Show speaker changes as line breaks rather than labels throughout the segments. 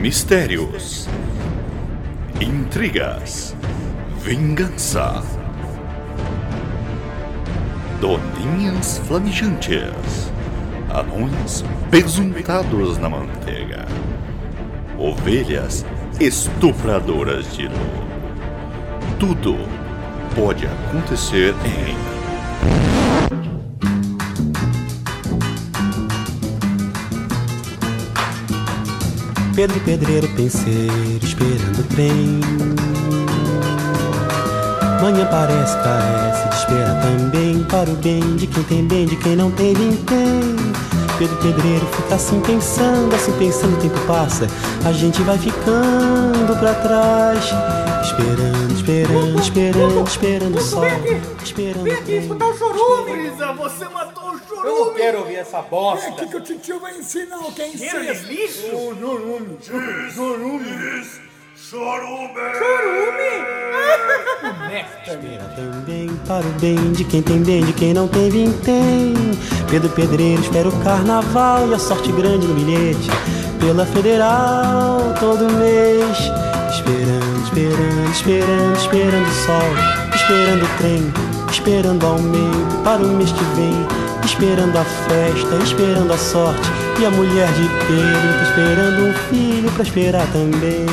Mistérios, intrigas, vingança, doninhas flamijantes, anões pesuntados na manteiga, ovelhas estupradoras de luz. Tudo pode acontecer em
Pedro e pedreiro penseiro esperando o trem. Manhã parece, carece de espera também. Para o bem de quem tem bem, de quem não tem, nem tem. Pedro e pedreiro fica assim pensando, assim pensando, o tempo passa. A gente vai ficando pra trás. Esperando, esperando, esperando, esperando o sol. Esperando o bem.
escutar o chorume!
Brisa, você matou o chorume!
Eu não quero ouvir essa
É aqui
bosta!
que o titio vai ensinar o que é
Cheiro de
ensino.
lixo!
Chorume. Chorume.
Espera também para o bem de quem tem bem, de quem não tem vintém. Pedro Pedreiro espera o carnaval e a sorte grande no bilhete. Pela federal todo mês. Esperando, esperando, esperando, esperando o sol. Esperando o trem, esperando ao meio para o mês que vem. Esperando a festa, esperando a sorte. E a mulher de Pedro esperando um filho pra esperar também.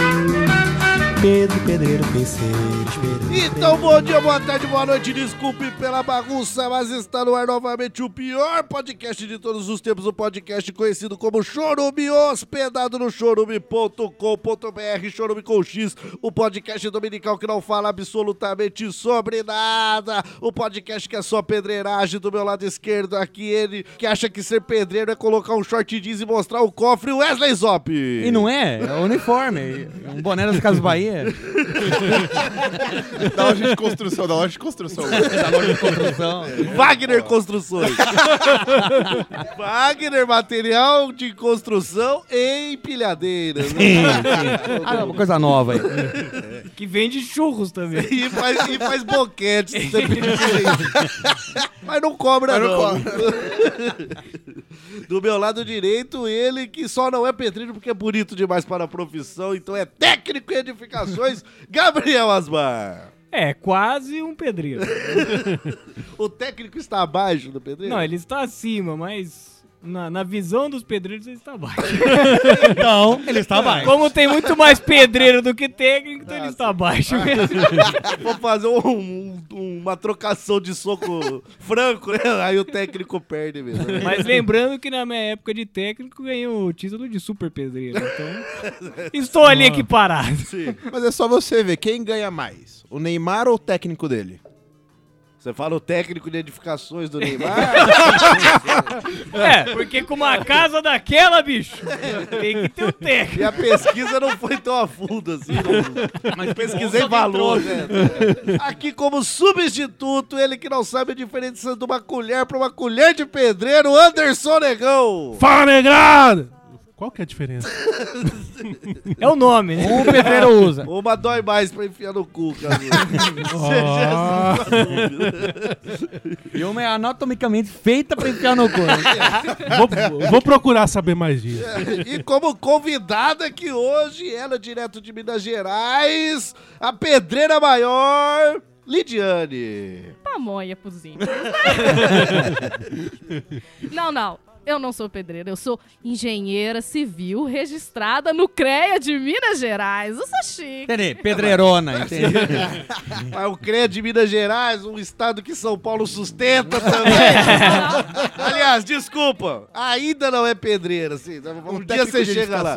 Pedro Pedreiro penseiro, esperando. o trem.
Então, bom dia, boa tarde, boa noite. Desculpe pela bagunça, mas está no ar novamente o pior podcast de todos os tempos, o podcast conhecido como Chorume, hospedado no chorume.com.br, chorume com X, o podcast dominical que não fala absolutamente sobre nada, o podcast que é só pedreiragem do meu lado esquerdo aqui, ele que acha que ser pedreiro é colocar um short jeans e mostrar o cofre, Wesley Zop.
E não é, é uniforme. Um boné das Casas Bahia.
Da loja de construção, da loja de construção.
da loja de construção.
Wagner Construções. Wagner Material de Construção e Empilhadeiras. né?
Ah, uma coisa nova aí.
É. Que vende churros também.
E faz, e faz boquete, se você pedir direito. Mas não cobra,
Mas
não.
não
Do meu lado direito, ele que só não é pedreiro porque é bonito demais para a profissão, então é técnico em edificações, Gabriel Asmar.
É, quase um pedreiro.
O técnico está abaixo do pedreiro?
Não, ele está tá acima, mas na, na visão dos pedreiros ele está abaixo.
Então, ele está abaixo.
Como tem muito mais pedreiro do que técnico,
Ah,
então ele está abaixo mesmo.
Vou fazer um- um- uma trocação de soco franco, né? aí o técnico perde mesmo. né?
Mas lembrando que na minha época de técnico ganhei o título de super pedreiro. Então, estou ali equiparado.
Mas é só você ver quem ganha mais, o Neymar ou o técnico dele?
Você fala o técnico de edificações do Neymar?
É, porque com uma casa daquela, bicho, tem que ter um técnico.
e a pesquisa não foi tão a fundo assim. não- pesquisei valor, né? Aqui como substituto, ele que não sabe a diferença de uma colher para uma colher de pedreiro, Anderson Negão.
Fala, negrado! Qual que é a diferença?
É o nome, né?
O pedreiro usa.
Uma dói mais pra enfiar no cu, cara.
Ah.
E uma é anatomicamente feita pra enfiar no corpo.
vou, vou procurar saber mais disso.
E como convidada que hoje, ela é direto de Minas Gerais, a pedreira maior, Lidiane.
pamonha cozinha. não, não. Eu não sou pedreira, eu sou engenheira civil registrada no CREA de Minas Gerais. Eu sou chique.
Entendeu? Pedreirona, entendeu?
Mas o CREA de Minas Gerais, um estado que São Paulo sustenta também. Aliás, desculpa, ainda não é pedreira. Assim, um, dia você chega lá.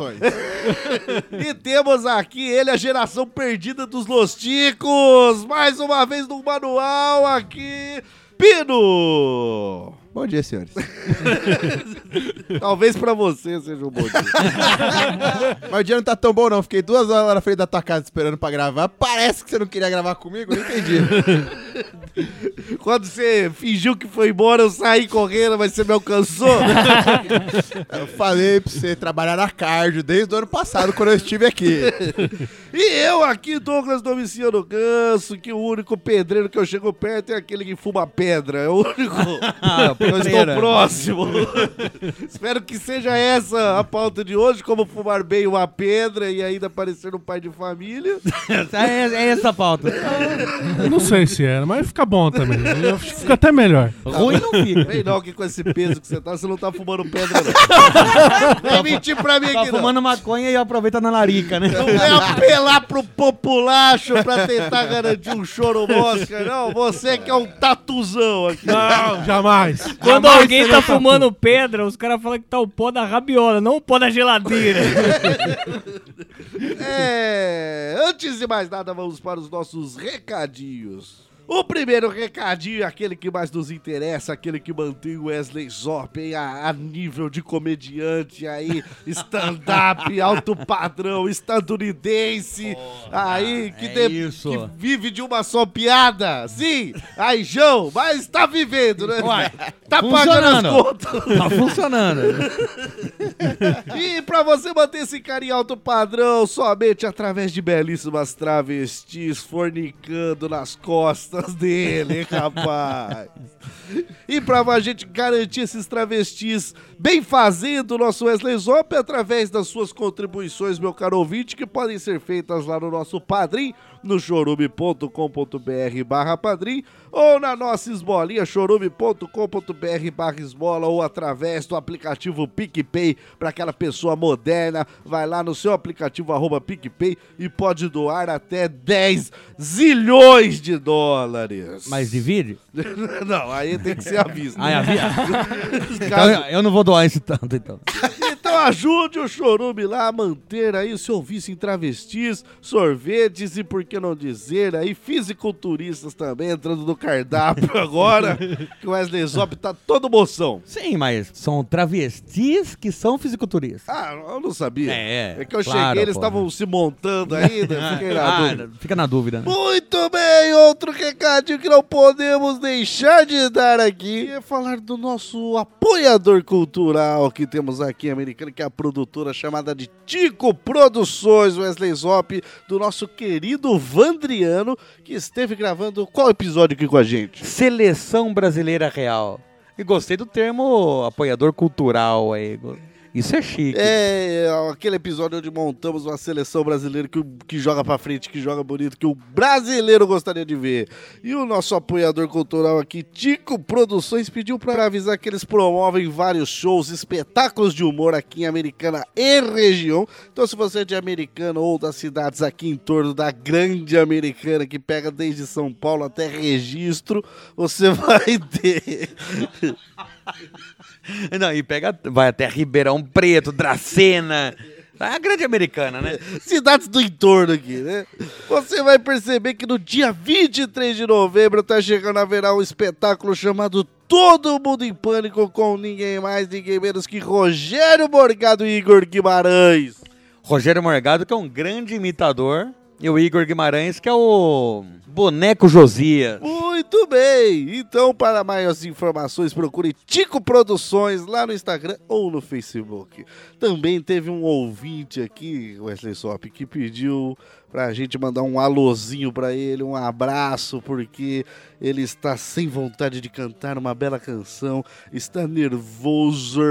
E temos aqui ele, a geração perdida dos Losticos. Mais uma vez no manual aqui. Pino!
Bom dia, senhores.
Talvez pra você seja um bom dia.
Mas o dia não tá tão bom, não. Fiquei duas horas lá na frente da tua casa esperando pra gravar. Parece que você não queria gravar comigo, não entendi.
Quando você fingiu que foi embora, eu saí correndo, mas você me alcançou. né?
Eu falei pra você trabalhar na cardio desde o ano passado, quando eu estive aqui.
E eu aqui, Douglas Domiciano Ganso, que o único pedreiro que eu chego perto é aquele que fuma pedra. É o único.
Ah, o
Eu estou
Pedreira.
próximo. Espero que seja essa a pauta de hoje, como fumar bem uma pedra e ainda parecer um pai de família.
É, é essa a pauta.
Eu não sei se era, mas fica bom também. Eu acho que fica até melhor.
Ruim não fica.
Vem não, que com esse peso que você tá, você não tá fumando pedra, não. Vem mentir pra mim
Tá
aqui, não.
fumando maconha e aproveita na larica, né?
Não é apelar pro populacho pra tentar garantir um choro mosca, não. Você que é um tatuzão aqui.
Não, jamais.
Quando
Jamais
alguém
serei
tá
tatu.
fumando pedra, os caras falam que tá o pó da rabiola, não o pó da geladeira.
É, antes de mais nada, vamos para os nossos recadinhos. O primeiro recadinho é aquele que mais nos interessa, aquele que mantém o Wesley Zop hein, a, a nível de comediante aí, stand-up, alto padrão, estadunidense, aí que,
é
de-
isso.
que vive de uma só piada. Sim, aí João, mas tá vivendo, né?
Uai,
tá pagando as
funcionando.
contas.
Tá funcionando.
E pra você manter esse cara em alto padrão, somente através de belíssimas travestis fornicando nas costas dele, hein, rapaz. E pra a gente garantir esses travestis bem fazendo o nosso Wesley Zop através das suas contribuições, meu caro ouvinte, que podem ser feitas lá no nosso Padrim, no chorume.com.br barra Padrim, ou na nossa esbolinha, chorume.com.br barra esmola, ou através do aplicativo PicPay, para aquela pessoa moderna, vai lá no seu aplicativo arroba PicPay e pode doar até 10 zilhões de dólares.
Mas divide?
Não, aí tem que ser aviso.
Ah, é, vi-
Caso-
Então, eu não vou doar esse tanto, então.
Então ajude o Chorume lá a manter aí o seu vício em travestis, sorvetes e, por que não dizer, aí fisiculturistas também entrando no cardápio agora, que o Wesley Zop tá todo moção.
Sim, mas são travestis que são fisiculturistas.
Ah, eu não sabia.
É, é,
que eu
claro,
cheguei, eles
pô.
estavam se montando ainda, fiquei na
Ah,
dúvida.
fica na dúvida, né?
Muito bem, outro recadinho que não podemos deixar de dar aqui é falar do nosso apoiador cultural que temos aqui, americano, que é a produtora chamada de Tico Produções, Wesley Zop, do nosso querido Vandriano, que esteve gravando qual episódio aqui com a gente?
Seleção Brasileira Real. E gostei do termo apoiador cultural aí. Go- Isso é chique.
É aquele episódio onde montamos uma seleção brasileira que, que joga pra frente, que joga bonito, que o brasileiro gostaria de ver. E o nosso apoiador cultural aqui, Tico Produções, pediu pra avisar que eles promovem vários shows, espetáculos de humor aqui em Americana e região. Então, se você é de Americana ou das cidades aqui em torno da grande Americana, que pega desde São Paulo até Registro, você vai ter.
Não, e pega, vai até Ribeirão Preto, Dracena. É a grande americana, né?
cidades do entorno aqui, né? Você vai perceber que no dia 23 de novembro tá chegando haverá um espetáculo chamado Todo Mundo em Pânico com ninguém mais, ninguém menos que Rogério Morgado e Igor Guimarães.
Rogério Morgado, que é um grande imitador, e o Igor Guimarães, que é o boneco Josias.
Muito bem! Então, para maiores informações, procure Tico Produções lá no Instagram ou no Facebook. Também teve um ouvinte aqui, Wesley Sop, que pediu pra gente mandar um alôzinho pra ele, um abraço, porque ele está sem vontade de cantar uma bela canção, está nervoso,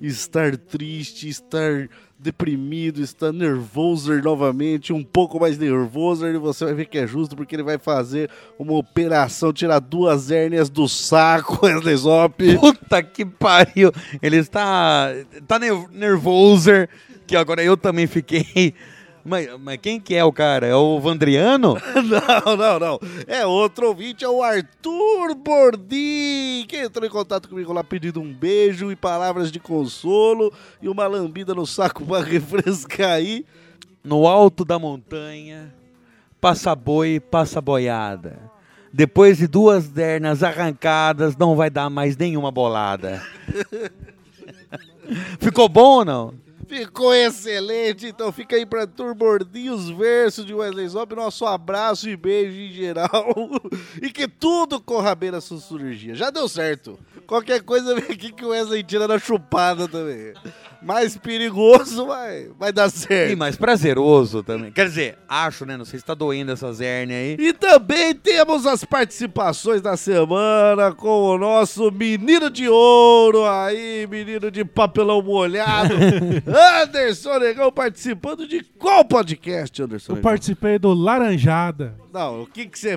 estar triste, estar deprimido, está nervoso novamente, um pouco mais nervoso, e você vai ver que é justo, porque ele vai fazer uma operação, tirar duas hérnias do saco, Wesley Zop.
Puta que pariu! Ele Tá está. tá nerv- nervoso, que agora eu também fiquei. Mas, mas quem que é o cara? É o Vandriano?
Não, não, não. É outro ouvinte, é o Arthur Bordi, que entrou em contato comigo lá pedindo um beijo e palavras de consolo e uma lambida no saco pra refrescar aí.
No alto da montanha, passa boi, passa boiada. Depois de duas dernas arrancadas, não vai dar mais nenhuma bolada. Ficou bom ou não?
Ficou excelente, então fica aí pra Arthur Bordi os versos de Wesley Zop, nosso abraço e beijo em geral. e que tudo corra bem na sua cirurgia. Já deu certo. Qualquer coisa vem aqui que o Wesley tira na chupada também. Mais perigoso, vai, vai dar certo.
E mais prazeroso também. Quer dizer, acho, né? Não sei se tá doendo essas hérnias aí.
E também temos as participações da semana com o nosso menino de ouro aí, menino de papelão molhado, Anderson Negão, participando de qual podcast, Anderson?
Eu
Negão?
participei do Laranjada.
Não, o que que você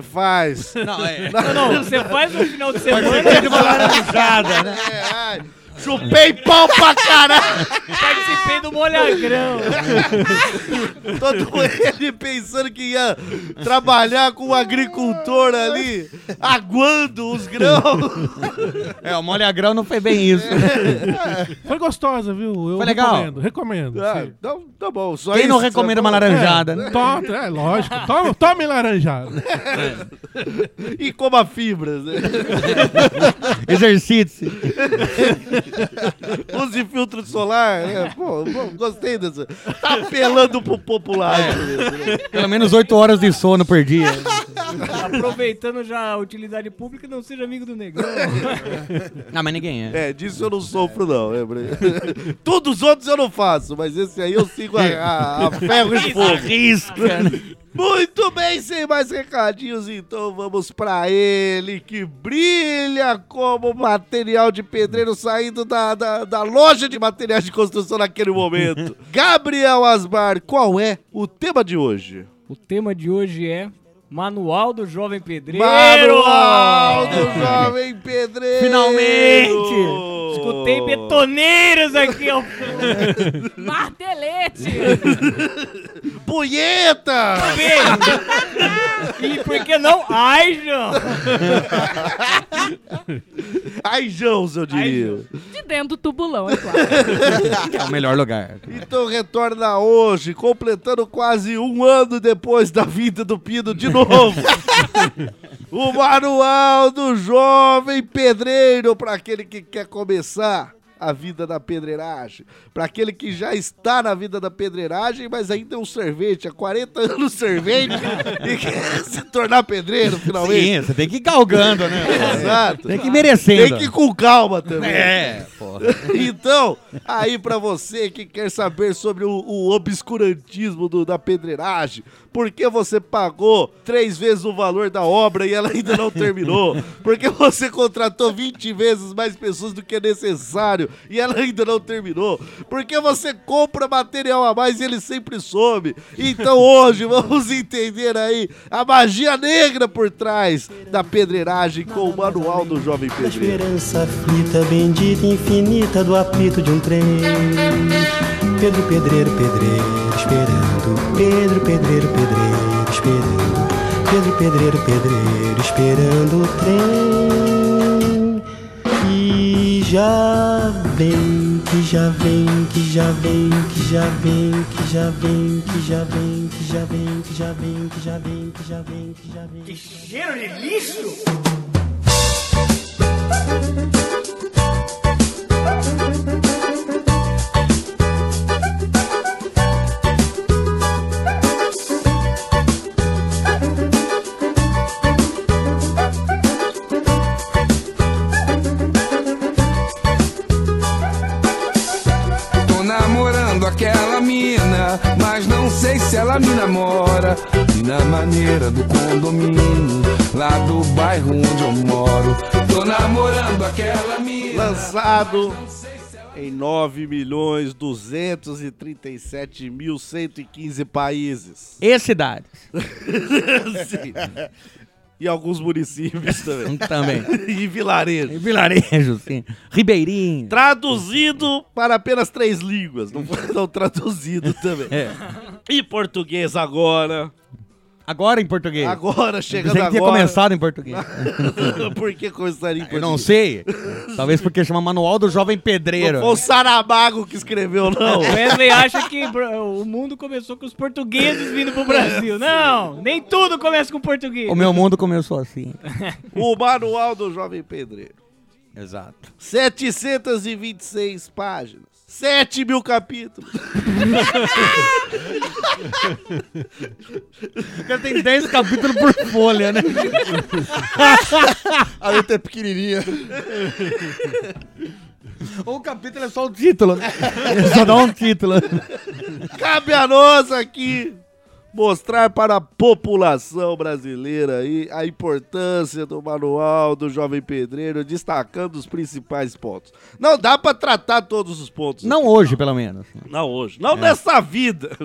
faz?
Não, é.
Não, você faz no final de semana,
de uma laranjada, né?
É, ai, chupei pau pra caralho!
participei do Molhagrão.
Todo ele pensando que ia trabalhar com um agricultor ali, aguando os grãos.
É, o Molha Grão não foi bem isso.
né?
Foi gostosa, viu? Eu
Foi legal?
recomendo, recomendo.
Ah,
sim.
então, tá bom, só
Quem não
isso,
recomenda
tá
uma
bom.
laranjada, né?
Toma, é lógico. Toma, tome laranjada.
E coma fibras, né?
Exercite-se.
Use filtro solar. né? Pô, pô, gostei dessa. Tá apelando pro popular.
É.
Pelo menos 8 horas de sono por dia.
Aproveitando já a utilidade pública, não seja amigo do negão.
Não, mas ninguém é.
É, disso eu não sofro, não. Lembra? Todos os outros eu não faço, mas esse aí eu sigo a, a- a ferro e fogo.
Arrisca.
Muito bem, sem mais recadinhos, então vamos pra ele que brilha como material de pedreiro saindo da, da, da loja de materiais de construção naquele momento. Gabriel Asmar, qual é o tema de hoje?
O tema de hoje é Manual do Jovem Pedreiro.
Manual do Jovem Pedreiro!
Finalmente!
Escutei betoneiros aqui ao fundo.
Martelete!
Punheta!
E por que não? Ai, João!
Ai, Jãos, eu diria.
De dentro do tubulão, é claro.
É o melhor lugar.
Então retorna hoje, completando quase um ano depois da vinda do Pino de novo. o Manual do Jovem Pedreiro, para aquele que quer começar a vida da pedreiragem. Para aquele que já está na vida da pedreiragem, mas ainda é um sorvete, há 40 anos sorvete e quer se tornar pedreiro finalmente.
Sim, você tem que ir galgando, né?
Exato.
Tem que ir merecendo.
Tem que ir com calma também.
É, porra.
Então, aí pra você que quer saber sobre o, o obscurantismo do- da pedreiragem, por que você pagou três vezes o valor da obra e ela ainda não terminou? Por que você contratou 20 vezes mais pessoas do que é necessário e ela ainda não terminou? Por que você compra material a mais e ele sempre some? Então hoje vamos entender aí a magia negra por trás da pedreiragem com o manual do jovem
Da
pedreiro.
esperança frita, bendita, infinita do apito de um trem. Pedro Pedreiro, pedreiro, esperando. Pedro Pedreiro, pedreiro, esperando. Pedro Pedreiro, pedreiro, esperando o trem. Que já vem, que já vem, que já vem, que já vem, que já vem, que já vem, que já vem, que já vem, que já vem, que já vem, que já vem. Que
Cheiro de lixo!
Tô namorando aquela mina, mas não sei se ela me namora. Mina maneira do condomínio, lá do bairro onde eu moro. Tô namorando aquela mina.
lançado em 9 milhões 237 mil 115 países.
E cidades?
Sim. E alguns municípios também.
Também.
e vilarejos.
E Vilarejo, sim. Ribeirinho.
Traduzido para apenas três línguas. Não foi não traduzido também.
É.
E português agora.
Agora em português.
Agora,
Pensei
chegando
que tinha
agora.
começado em português.
Por que começaria em
Eu
português?
não sei. Talvez porque chama Manual do Jovem Pedreiro.
Não foi o Saramago que escreveu, não.
O Wesley acha que br- o mundo começou com os portugueses vindo pro Brasil. Não, nem tudo começa com português.
O meu mundo começou assim.
o Manual do Jovem Pedreiro.
Exato.
726 páginas. 7 mil capítulos.
O cara tem 10 capítulos por folha, né?
A letra é pequenininha.
Ou o capítulo é só o título, né? Só dá um título.
Cabe a nós aqui mostrar para a população brasileira aí a importância do manual do jovem pedreiro, destacando os principais pontos. Não dá para tratar todos os pontos.
Não hoje, né? pelo menos.
Não hoje. Não nessa vida.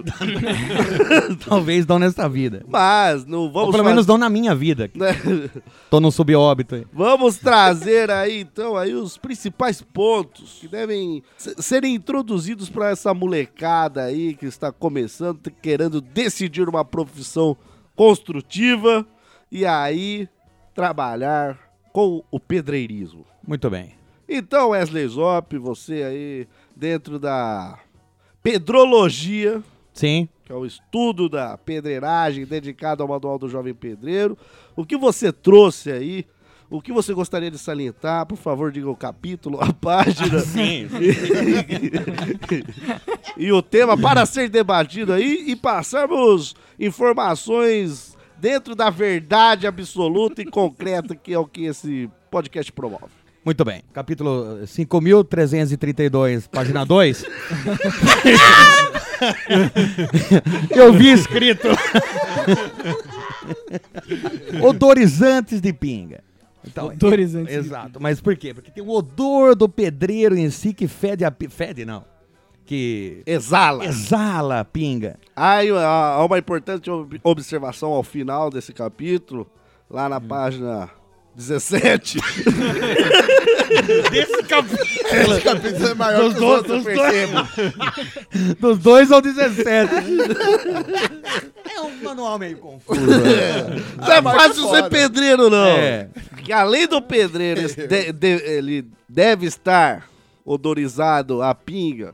Talvez não nesta vida.
Mas não vamos
Ou pelo
fazer-
menos não na minha vida.
né?
Tô no subóbito aí.
Vamos trazer aí então aí os principais pontos que devem se- serem introduzidos para essa molecada aí que está começando, t- querendo decidir uma profissão construtiva e aí trabalhar com o pedreirismo.
Muito bem.
Então, Wesley Zop, você aí dentro da pedrologia,
Sim.
que é o estudo da pedreiragem dedicado ao manual do jovem pedreiro. O que você trouxe aí? O que você gostaria de salientar? Por favor, diga o capítulo, a página.
sim.
e o tema para ser debatido aí e passarmos informações dentro da verdade absoluta e concreta que é o que esse podcast promove.
Muito bem. Capítulo eh, 5332, página 2. Eu vi escrito. Odorizantes de pinga. Então,
Odorizantes de
Exato. Mas por quê? Porque tem o odor do pedreiro em si que fede a. pi- Fede, não. Que.
Exala.
Exala a pinga.
Aí há há uma importante ob- observação ao final desse capítulo, lá na página 17.
Desse
Esse capítulo é maior
Dos
que os
dois,
outros,
dos
eu
dois.
percebo.
Dos 2 ao 17. é um manual meio confuso. né? Ah,
Não é fácil
fora.
ser pedreiro, não.
É.
Que além do pedreiro, esse de- de- ele deve estar odorizado a pinga.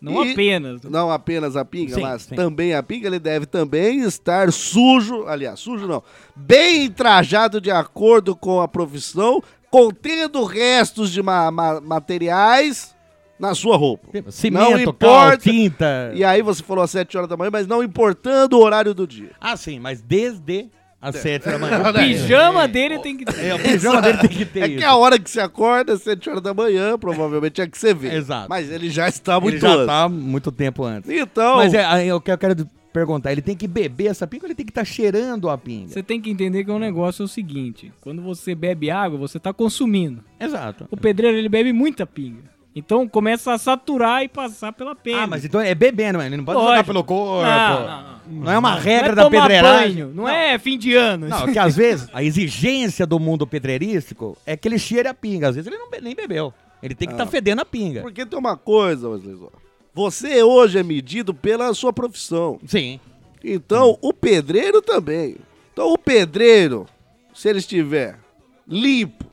Não
E-
apenas.
Não apenas a pinga,
né? Sim,
mas
sim.
também a pinga, ele deve também estar sujo, aliás, sujo não, bem trajado de acordo com a profissão, contendo restos de ma- ma- materiais na sua roupa. Não
Cimento,
importa.
cal, tinta.
E aí você falou às 7 horas da manhã, mas não importando o horário do dia.
Ah, sim, mas desde as 7 da manhã.
O pijama dele tem que ter.
É, o pijama dele tem que ter
É
isso.
que a hora que você acorda, às 7 horas da manhã, provavelmente é que você vê.
Exato.
Mas ele já está muito
ele já
antes.
tá há muito tempo antes.
Então,
Mas é, aí eu que- eu quero perguntar, ele tem que beber essa pinga ou ele tem que estar cheirando a pinga?
Você tem que entender que o negócio é o seguinte: quando você bebe água, você tá consumindo.
Exato.
O pedreiro ele bebe muita pinga. Então começa a saturar e passar pela pele.
Ah, mas então é bebendo, mas ele não pode
Lógico.
jogar pelo corpo.
Não, não, não.
Não é uma regra
não é
da
tomar
pedreiragem.
banho, não, é fim de ano.
Não, que às vezes a exigência do mundo pedreirístico é que ele cheire a pinga. Às vezes ele não be- nem bebeu. Ele tem que estar fedendo a pinga.
porque tem uma coisa, Wesley Zó. Você hoje é medido pela sua profissão.
Sim. Hum.
Então, o pedreiro também. Então, o pedreiro, se ele estiver limpo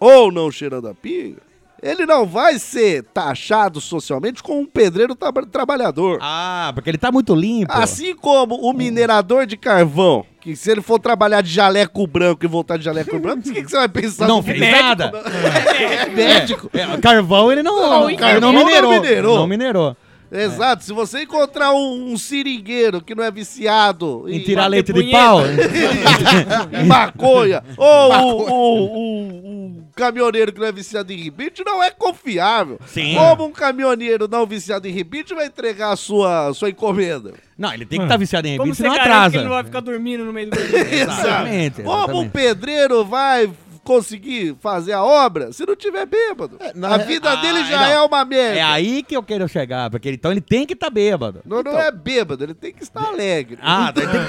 ou não cheirando a pinga, ele não vai ser taxado socialmente como um pedreiro tra- trabalhador.
Ah, porque ele tá muito limpo.
Assim como o minerador de carvão, que se ele for trabalhar de jaleco branco e voltar de jaleco branco, o que, que você vai pensar?
não
no
fez
médico?
nada.
É médico.
É, carvão ele não,
Não,
ele
carvão não
não, minerou,
minerou.
Não minerou.
É. Exato. Se você encontrar um, um seringueiro que não é viciado
Em tirar
em,
leite de
punheta.
pau.
em maconha, ou o- o- o- um caminhoneiro que não é viciado em rebite, não é confiável.
Sim.
Como um caminhoneiro não viciado em rebite vai entregar a sua, sua encomenda?
Não, ele tem que estar viciado em
Hum. Como
rebite,
você
senão
garante que
atrasa.
ele não vai ficar dormindo no meio do caminho?
Exatamente,
Como um
exatamente.
pedreiro vai conseguir fazer a obra se não tiver bêbado? a vida
Ah,
dele já
não.
é uma merda.
É aí que eu quero chegar, porque ele- então ele tem que estar bêbado. Então.
Não, não é bêbado, ele tem que estar alegre.
Ah, tem que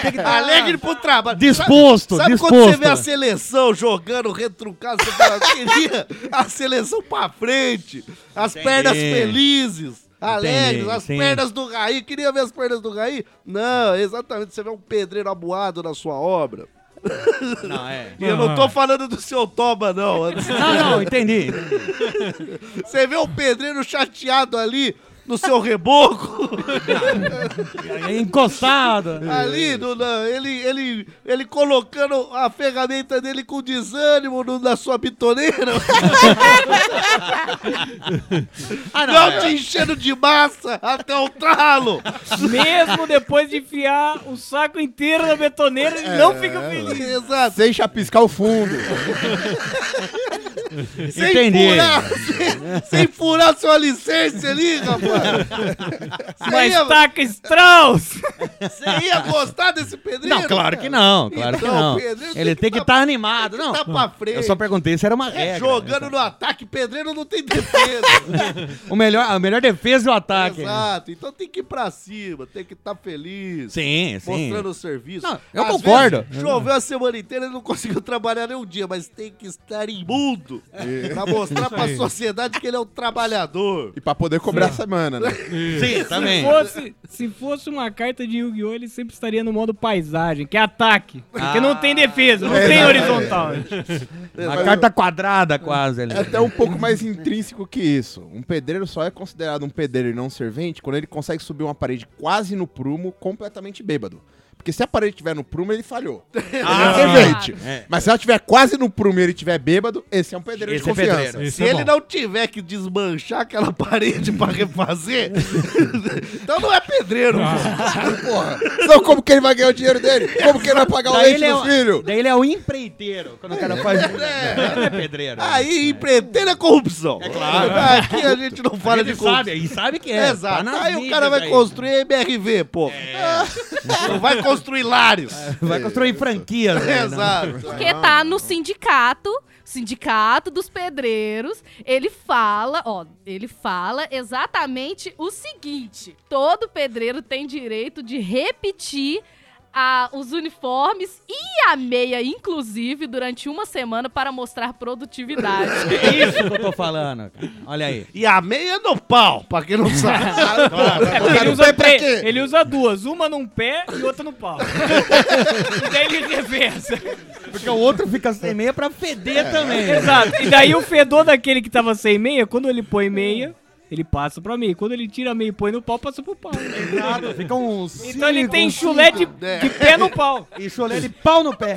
Tá,
estar
alegre pro trabalho.
disposto,
Sabe
disposto.
quando você vê a seleção jogando retrucado, você fala, queria a seleção pra frente, as pernas felizes, alegres, as
entendi.
pernas do Raí, queria ver as pernas do Raí? Não, exatamente, você vê um pedreiro aboado na sua obra.
Não, é.
E eu não tô falando do seu Toba, não.
Não, não, entendi.
Você vê o pedreiro um chateado ali, no seu reboco.
Encostado.
Ali, no- na- ele, ele, ele colocando a ferramenta dele com desânimo no- na sua bitoneira.
Ah,
não,
não,
te enchendo de massa até o talo.
Mesmo depois de enfiar o saco inteiro na betoneira, ele não fica
É,
feliz.
Exato.
Sem chapiscar o fundo.
Sem
Entendi.
furar, sem, sem furar sua licença ali, rapaz. Você
Uma
ia-
estaca Strauss.
Você ia gostar desse pedreiro?
Não, claro que não, claro que
Então,
não.
Pedreiro tem
Ele tem que estar animado, não.
tá pra frente.
Eu só perguntei se era uma
É,
regra. né?
jogando no ataque, pedreiro não tem defesa.
O melhor, a melhor defesa é o ataque.
Exato. Então tem que ir pra cima, tem que estar feliz.
Sim, sim.
Mostrando o serviço.
Não, eu
Às
concordo.
vezes, choveu a semana inteira e não conseguiu trabalhar nem um dia, mas tem que estar imundo pra mostrar
É. Isso
pra
aí.
sociedade que ele é um trabalhador.
E pra poder cobrar a semana, né?
Se fosse, se fosse uma carta de Yu-Gi-Oh! ele sempre estaria no modo paisagem, que é ataque. Porque
Ah.
não tem defesa, não
É,
tem
não,
horizontal.
é. Uma
Mas-
carta quadrada quase ali.
É até um pouco mais intrínseco que isso. Um pedreiro só é considerado um pedreiro e não um servente quando ele consegue subir uma parede quase no prumo, completamente bêbado. Porque se a parede estiver no prumo, ele falhou. Ele
Ah,
é um servente.
é.
Mas se ela estiver quase no prumo e ele estiver bêbado, esse é um pedreiro é de confiança.
Se
é
ele não tiver que desmanchar aquela parede pra refazer, então não é pedreiro.
Ah. Porra, senão como que ele vai ganhar o dinheiro dele? Como que ele vai pagar o
Daí
leite
ele é
do
o-
filho?
Daí ele é o empreiteiro. Quando o cara faz.
É.
Não é pedreiro.
Aí, empreiteiro é corrupção. É
claro.
Aqui a gente não fala
Ele
de corrupção.
sabe, ele sabe que é. Tá
Exato.
nas
Aí o
mídias
cara vai
aí. É.
construir MRV, pô. Não vai construir lares.
Vai construir franquias. né?
Exato.
Porque tá no sindicato, sindicato dos pedreiros, ele fala, ó, ele fala exatamente o seguinte: todo pedreiro tem direito de repetir a- os uniformes e a meia, inclusive, durante uma semana para mostrar produtividade.
É isso que eu tô falando. cara. Olha aí.
E a meia no pau, pra quem não sabe.
É porque ele, usa três- ele usa duas, uma num pé e outra no pau. e daí ele reversa.
Porque o outro fica sem meia pra feder também.
Exato. E daí o fedor daquele que tava sem meia, quando ele põe meia, ele passa pra meia. Quando ele tira a meia e põe no pau, passa pro pau.
Exato. Fica um
Então ele tem chulé de,
É.
de pé no pau.
E chulé de pau no pé.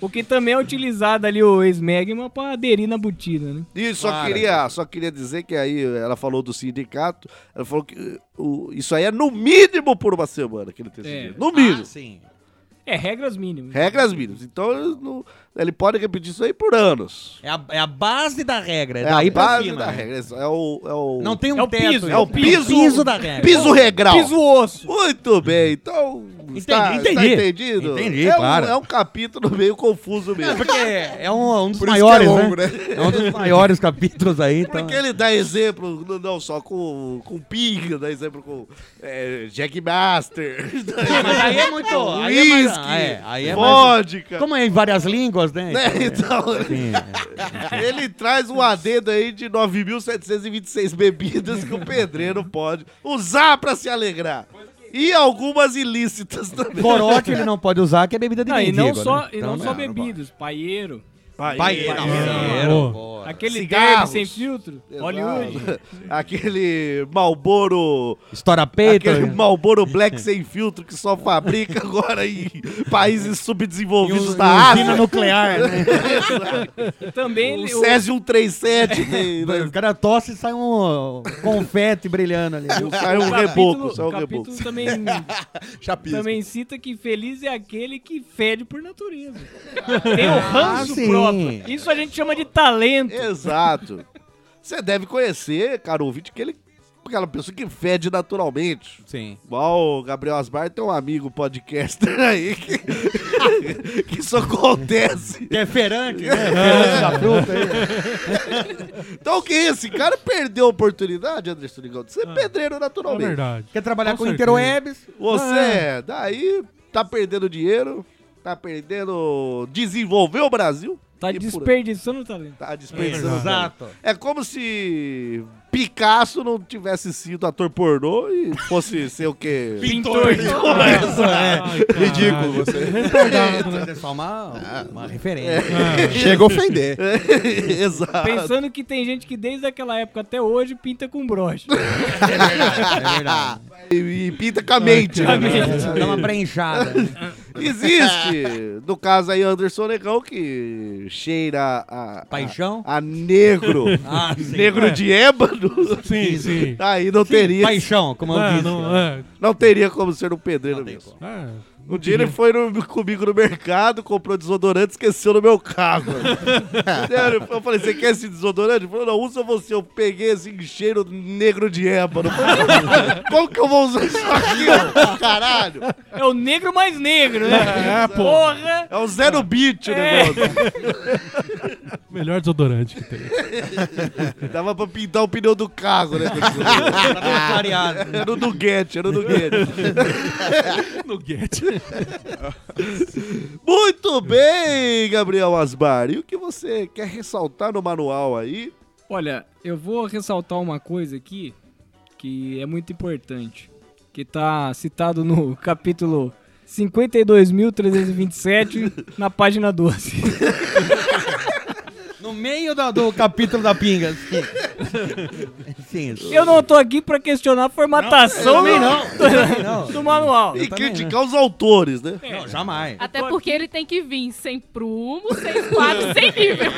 o que também é utilizado ali o ex-magma pra aderir na botina, né?
E só queria, só queria dizer que aí ela falou do sindicato, ela falou que eh, o- isso aí é no mínimo por uma semana que ele tem
É.
decidido. No mínimo.
Ah, É, regras mínimas.
Regras mínimas. Então ele não- ele pode repetir isso aí por anos.
É a, é a base da regra. É,
a
daí pra
base
cima.
da
né?
regra. isso É o, é o...
Não tem um É o teto, piso,
É o piso,
piso da regra.
Piso regral.
Piso osso.
Muito bem. Então, está,
Entendi,
está
entendi.
entendido?
Entendi,
é um-
claro.
é um capítulo meio confuso mesmo.
porque é um, um dos
Por isso que é
maiores,
longo,
né?
né?
É um dos maiores capítulos aí. Então...
Porque ele dá exemplo, não, não só com, com pinga, dá exemplo com é, Jack Master.
mas aí é muito- aí é mais-
Whisky,
ah, é, aí é mais-
vodka.
Como é em várias línguas, né?
Né, então,
Sim.
ele traz um adendo aí de 9.726 bebidas que o pedreiro pode usar pra se alegrar. E algumas ilícitas também.
Corote ele não pode usar, que é bebida de
Ah, e
mendigo,
não só,
né?
e
Então
não
não
só
é, não
bebidas, paieiro.
Paieiro,
paieiro,
Pô. Aquele derby
Cigarros.
sem filtro.
Exato.
Hollywood.
Aquele Malboro.
Estoura peito. né?
Aquele Malboro Black sem filtro que só fabrica agora em países subdesenvolvidos
Em
da
usina
Ásia.
um nuclear, né?
Também ele-
O Césio 137 tem, né?
O cara tosse e sai um confete brilhando ali.
Sai um reboco, sai um
o capítulo
reboco.
também, é também cita que feliz é aquele que fede por natureza. Tem o
Ah,
ranço
sim.
próprio. Isso a gente chama de talento.
Exato. Você deve conhecer, cara ouvinte, aquele, aquela é pessoa que fede naturalmente.
Sim.
Igual o Gabriel Asmar tem um amigo podcaster aí que, que isso acontece.
Que é feirante, né? Feirante da fruta aí.
Então o que é esse cara perdeu a oportunidade, Anderson Ligão, de ser é pedreiro naturalmente.
É verdade.
Quer trabalhar Ah. com,
certeza.
interwebs?
Você,
Ah, é.
daí, tá perdendo dinheiro. tá perdendo. Desenvolveu o Brasil.
Tá desperdiçando o talento.
Tá
É,
desperdiçando. o talento.
exato.
É como se Picasso não tivesse sido ator pornô e fosse ser o quê?
Pintor.
Pintor,
Ai,
é.
caralho.
Ridículo você.
Retardado, né? É só uma- uma referência.
É.
Ah.
Chega a ofender.
Exato.
Pensando que tem gente que desde aquela época até hoje pinta com broche.
É verdade.
E, e pinta com a mente.
Com a
né?
mente. Dá uma preenchada, né?
Existe. No caso aí, Anderson Negão, que cheira a... a-
Paixão?
A, negro.
Ah, sim.
negro
É.
de ébano.
Sim, sim.
Aí não
Sim,
teria...
paixão, como eu É, disse.
Não,
não, é.
teria como ser um pedreiro mesmo. um dia ele foi no- comigo no mercado, comprou desodorante e esqueceu no meu carro. Sério, eu falei, você quer esse desodorante? Ele falou, não, usa você. Eu peguei assim, cheiro negro de ébano. Eu falei, Como que eu vou usar isso aqui, ó? Caralho.
É o negro mais negro, né? Porra!
É o zero beat né, o
É.
negócio.
Melhor desodorante que tem.
Dava pra pintar o pneu do carro, né?
Dava pra clarear.
Era o Nuguete, era o Nuguete.
Nuguete.
Muito bem, Gabriel Asbar. E o que você quer ressaltar no manual aí?
Olha, eu vou ressaltar uma coisa aqui que é muito importante, que tá citado no capítulo 52.327, na página 12.
No meio da- do capítulo da pinga. assim. Sim.
Eu não tô aqui pra questionar a formatação
Não, eu também
do-
não, eu também não.
do manual. É,
E Eu também criticar
os autores, né?
Não, jamais.
Até porque ele tem que vir sem prumo, sem quadro, sem nível.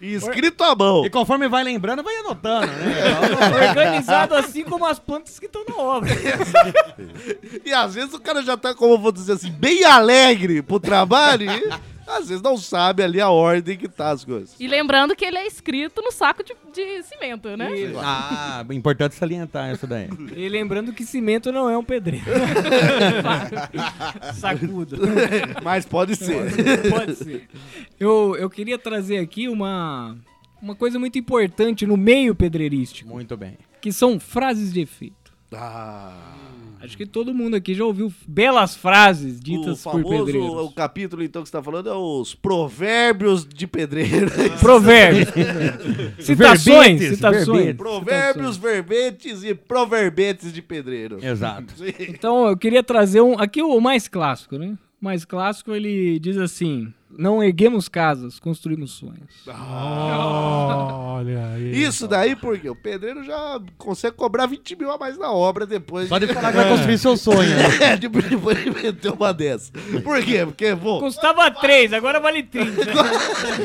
Escrito à mão.
E conforme vai lembrando, vai anotando, né?
Organizado assim como as plantas que estão na obra.
E às vezes o cara já tá, como eu vou dizer assim, bem alegre pro trabalho e às vezes não sabe ali a ordem que tá as coisas.
E lembrando que ele é escrito no saco de, de cimento, né?
Ah, importante salientar isso daí.
E lembrando que cimento não é um pedreiro. Sacuda.
Mas pode ser.
Pode ser. Eu, eu queria trazer aqui uma, uma coisa muito importante no meio pedreirístico.
Muito bem.
Que são frases de efeito.
Ah.
Acho que todo mundo aqui já ouviu belas frases
O
ditas por pedreiros.
famoso o capítulo então que você tá falando é os provérbios de pedreiro.
Provérbios. Citações,
Verbetes,
citações.
verbetes. Provérbios, verbetes e proverbetes de pedreiro.
Exato.
Então eu queria trazer um. Aqui o mais clássico, né? O mais clássico ele diz assim: Não erguemos casas, construímos sonhos.
Ah.
Olha aí.
Isso
então.
daí porque o pedreiro já consegue cobrar 20 mil a mais na obra depois.
Só de falar que vai construir seu sonho, né?
é, depois depois ele meteu uma dessa. Por quê? Porque, bom...
Custava 3, agora vale 30.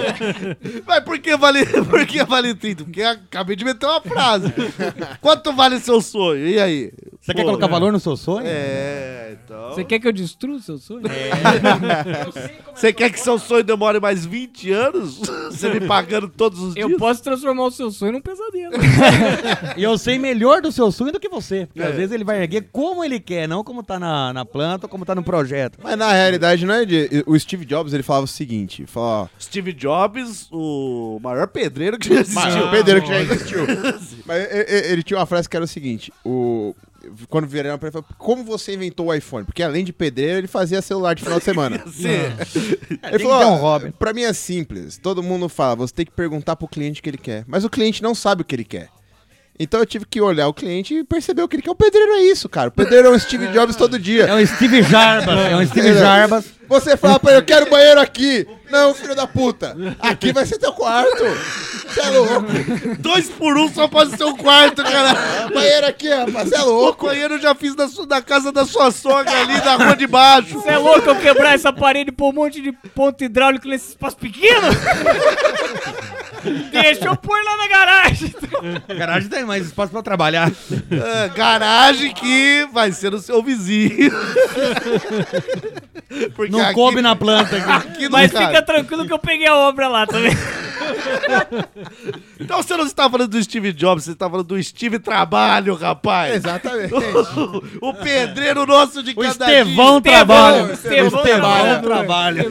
Mas por que vale, por que vale 30? Porque eu acabei de meter uma frase. Quanto vale seu sonho? E aí?
Você quer
né?
colocar valor no seu sonho?
É, então... É.
Você quer que eu destrua o seu sonho? é
Você quer que seu sonho demore mais 20 anos? Você me pagando todos os
Eu
dias?
posso transformar o seu sonho num pesadelo.
E eu sei melhor do seu sonho do que você. Porque
É.
às vezes ele vai erguer como ele quer, não como tá na, na planta ou como tá no projeto.
Mas na realidade não é de... O Steve Jobs, ele falava o seguinte, ele falava, ó,
Steve Jobs, o maior pedreiro que já existiu.
Maior pedreiro que já existiu. Mas e- e- ele tinha uma frase que era o seguinte: o quando vieram para ele, falou, como você inventou o iPhone? Porque além de pedreiro, ele fazia celular de final de semana.
Sim.
Ele falou, ó, pra mim é simples. Todo mundo fala, você tem que perguntar pro cliente o que ele quer. Mas o cliente não sabe o que ele quer. Então eu tive que olhar o cliente e perceber o que ele quer. O pedreiro é isso, cara. O pedreiro é um Steve Jobs todo dia.
É um Steve Jarbas, é um Steve
Entendeu?
Jarbas.
Você fala pra ele, eu quero banheiro aqui. Não, filho da puta. Aqui vai ser teu quarto. Você é louco.
Dois por um só pode ser um quarto, cara.
Banheiro aqui, rapaz, você é louco.
O banheiro eu já fiz na, sua- na casa da sua sogra ali, na rua de baixo.
Você é louco eu quebrar essa parede e pôr um monte de ponto hidráulico nesse espaço pequeno? Deixa eu pôr lá na garagem. então.
Garagem tem mais espaço pra trabalhar.
É, garagem que vai ser o seu vizinho. Porque
Não
aqui-
coube na planta aqui.
Aqui não
Mas
cabe.
fica tranquilo que eu peguei a obra lá também.
Então você não está falando do Steve Jobs, você está falando do Steve Trabalho, rapaz.
Exatamente.
o, o pedreiro nosso de
O
cada
Estevão
dia.
trabalha.
Estevão,
O Estevão
trabalha.
trabalha.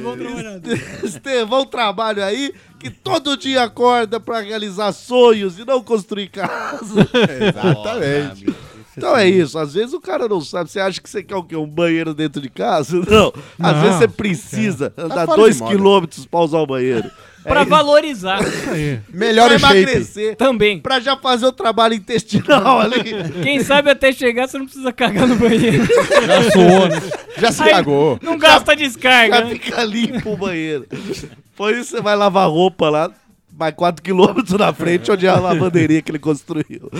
Estevão Trabalho aí, que todo dia acorda para realizar sonhos e não construir casa.
Exatamente.
Então é isso. Às vezes o cara não sabe. Você acha que você quer o quê? Um banheiro dentro de casa? Não. Às
Não, É. Tá
vezes você precisa andar
fora de
dois
moda.
quilômetros pra usar o banheiro.
Pra
É isso.
valorizar.
Melhor Pra em shape. emagrecer.
Também.
Pra já fazer o trabalho intestinal ali.
Quem sabe até chegar você não precisa cagar no banheiro.
Já suou, né? Já se
Aí
cagou.
Não gasta descarga.
Já fica limpo o banheiro. Por isso você vai lavar roupa lá, mais 4 quilômetros na frente, onde é a lavanderia que ele construiu.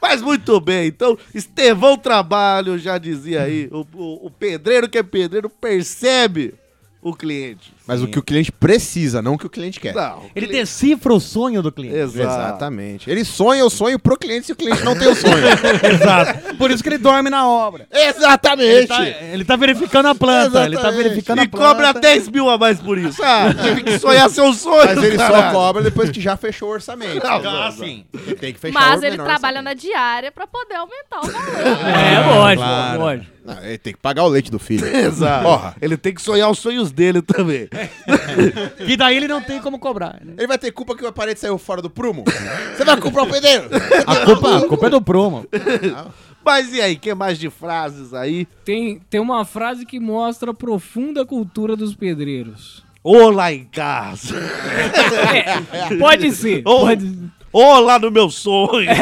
Mas muito bem, então, Estevão Trabalho já dizia aí, o, o- o pedreiro que é pedreiro percebe o cliente.
Mas o que o cliente precisa, não o que o cliente quer.
Não,
Ele decifra o sonho do cliente.
Exatamente. Ele sonha o sonho pro cliente se o cliente não tem o sonho.
Exato. Por isso que ele dorme na obra.
Exatamente.
Ele tá, ele tá verificando a planta. Ele tá
Exatamente.
verificando a
E
planta.
cobra 10 mil a mais por isso. Ah, tive que sonhar seu sonho,
Mas ele só
caralho.
cobra depois que já fechou o orçamento.
Não,
Já,
não,
sim. Ele tem que fechar o
Mas ele
menor
trabalha na diária pra poder aumentar o valor.
orçamento.
É, lógico,
Claro.
lógico.
Não, ele tem que pagar o leite do filho.
Exato.
Porra.
Ele tem que sonhar os sonhos dele também.
É.
E daí ele não tem como cobrar. né?
Ele vai ter culpa que o aparelho saiu fora do prumo? Você vai comprar o pedreiro?
A culpa, a culpa é do promo. Ah,
Mas e aí, que mais de frases aí?
Tem, tem uma frase que mostra a profunda cultura dos pedreiros.
Ô lá em casa.
É, pode ser.
Ou,
pode-
ou lá no meu sonho.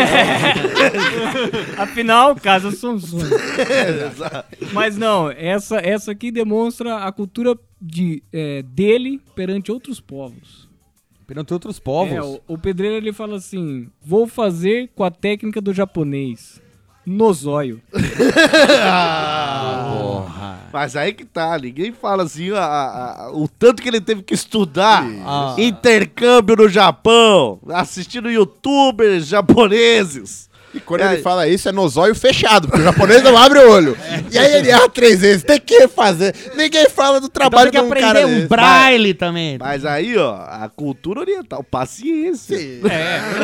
Afinal, casa são sonhos.
Exato.
Mas não, essa, essa aqui demonstra a cultura de, é, dele perante outros povos.
Perante outros povos.
É, o, o pedreiro ele fala assim: vou fazer com a técnica do japonês. Nozóio.
Porra.
Mas aí que tá, ninguém fala assim a- a- a- o tanto que ele teve que estudar.
Ah.
Intercâmbio no Japão, assistindo youtubers japoneses.
E quando
É.
ele fala isso, é nos olhos fechado, porque o japonês não abre o olho. E aí ele erra três vezes. Tem que fazer. Ninguém fala do
Então
trabalho
tem que
de um cara
aprender um
desse.
braille também.
Mas aí, ó, a cultura oriental, paciência.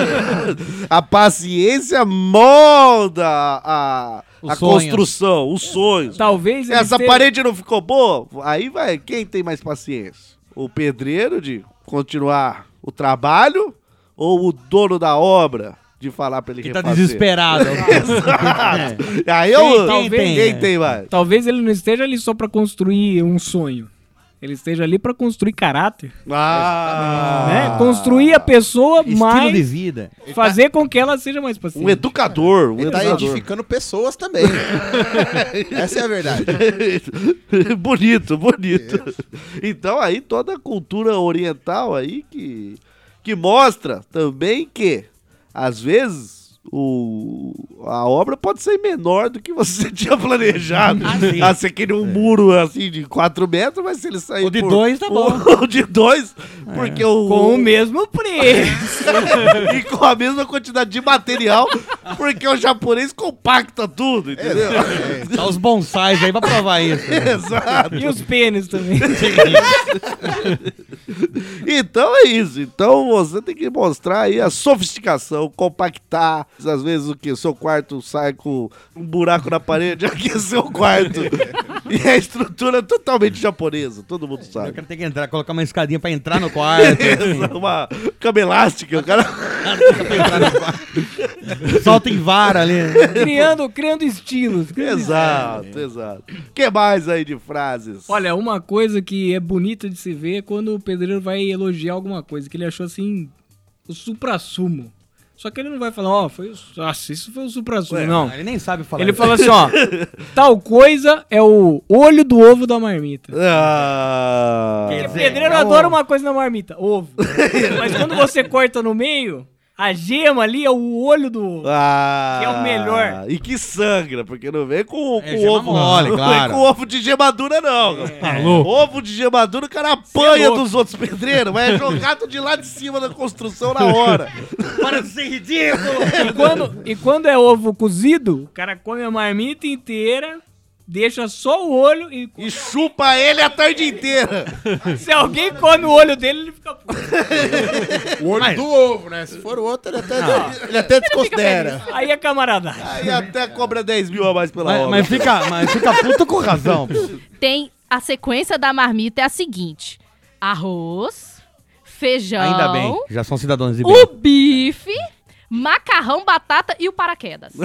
a paciência molda a,
O
a
sonho.
construção, os sonhos.
Talvez ele
Essa
esteja-
parede não ficou boa? Aí vai, quem tem mais paciência? O pedreiro de continuar o trabalho ou o dono da obra de falar pra ele
Que tá
refazer?
desesperado. É.
Exato. Aí eu,
Quem- quem
quem,
tem,
tem,
né?
mais?
Talvez ele não esteja ali só pra construir um sonho. Ele esteja ali pra construir caráter.
Ah, tá
né? Construir a pessoa,
Estilo de
mas
vida.
fazer com que ela seja mais paciente.
um educador, um
tá Ele tá
educador.
edificando pessoas também. Essa é a verdade.
bonito, bonito. Então aí toda a cultura oriental aí que, que mostra também que às vezes o, a obra pode ser menor do que você tinha planejado.
Ah, sim.
Ah, você queria
É.
um muro assim de 4 metros, mas se ele sair
O de
por- um
dois, tá bom.
O de 2, porque o...
É. Com o mesmo preço.
e com a mesma quantidade de material, porque o japonês compacta tudo, entendeu?
Tá os bonsais aí pra provar isso. né?
Exato.
e os pênis também.
Então é isso. Então você tem que mostrar aí a sofisticação, compactar. Às vezes o que? Seu quarto sai com um buraco na parede, aqui é seu quarto. e a estrutura é totalmente japonesa, todo mundo
Eu
sabe.
quero ter que entrar, colocar uma escadinha pra entrar no quarto.
Essa, Uma cama elástica, o cara.
Solta em vara ali. né?
criando, criando estilos. criando
exato, exato. O que mais aí de frases?
Olha, uma coisa que é bonita de se ver é quando o pedreiro vai elogiar alguma coisa, que ele achou assim, o supra-sumo. Só que ele não vai falar, ó, foi o. Nossa, isso foi o supra-sumo, não.
Ele nem sabe falar.
Ele
isso.
fala assim, ó, tal coisa é o olho do ovo da marmita.
Ah,
Quer
Porque
dizer,
pedreiro
é o-
adora uma coisa na marmita, ovo. Mas quando você corta no meio, a gema ali é o olho do ovo.
Ah,
Que é o melhor.
E que sangra, porque não vem com,
É,
com
gema
ovo.
mole,
não
claro. É.
vem com ovo de gemadura, não.
Tá louco?
Ovo de gemadura, o cara apanha
louco.
dos outros pedreiros, mas é jogado de lá de cima da construção na hora.
Para de ser ridículo!
E quando, e quando é ovo cozido, o cara come a marmita inteira, deixa só o olho e
E chupa ele a tarde inteira.
Se alguém come o olho dele, ele fica puto.
O olho do ovo, né? Se for o outro, ele
Ah.
até, ele até desconsidera.
Aí é camarada.
Aí até cobra 10 mil a mais pela
Mas,
obra.
mas fica, mas fica puto com razão. pô.
Tem a sequência da marmita é a seguinte: arroz, feijão,
Uh! Ainda bem, já são cidadãos de bem.
o bife, macarrão, batata e o paraquedas.
Que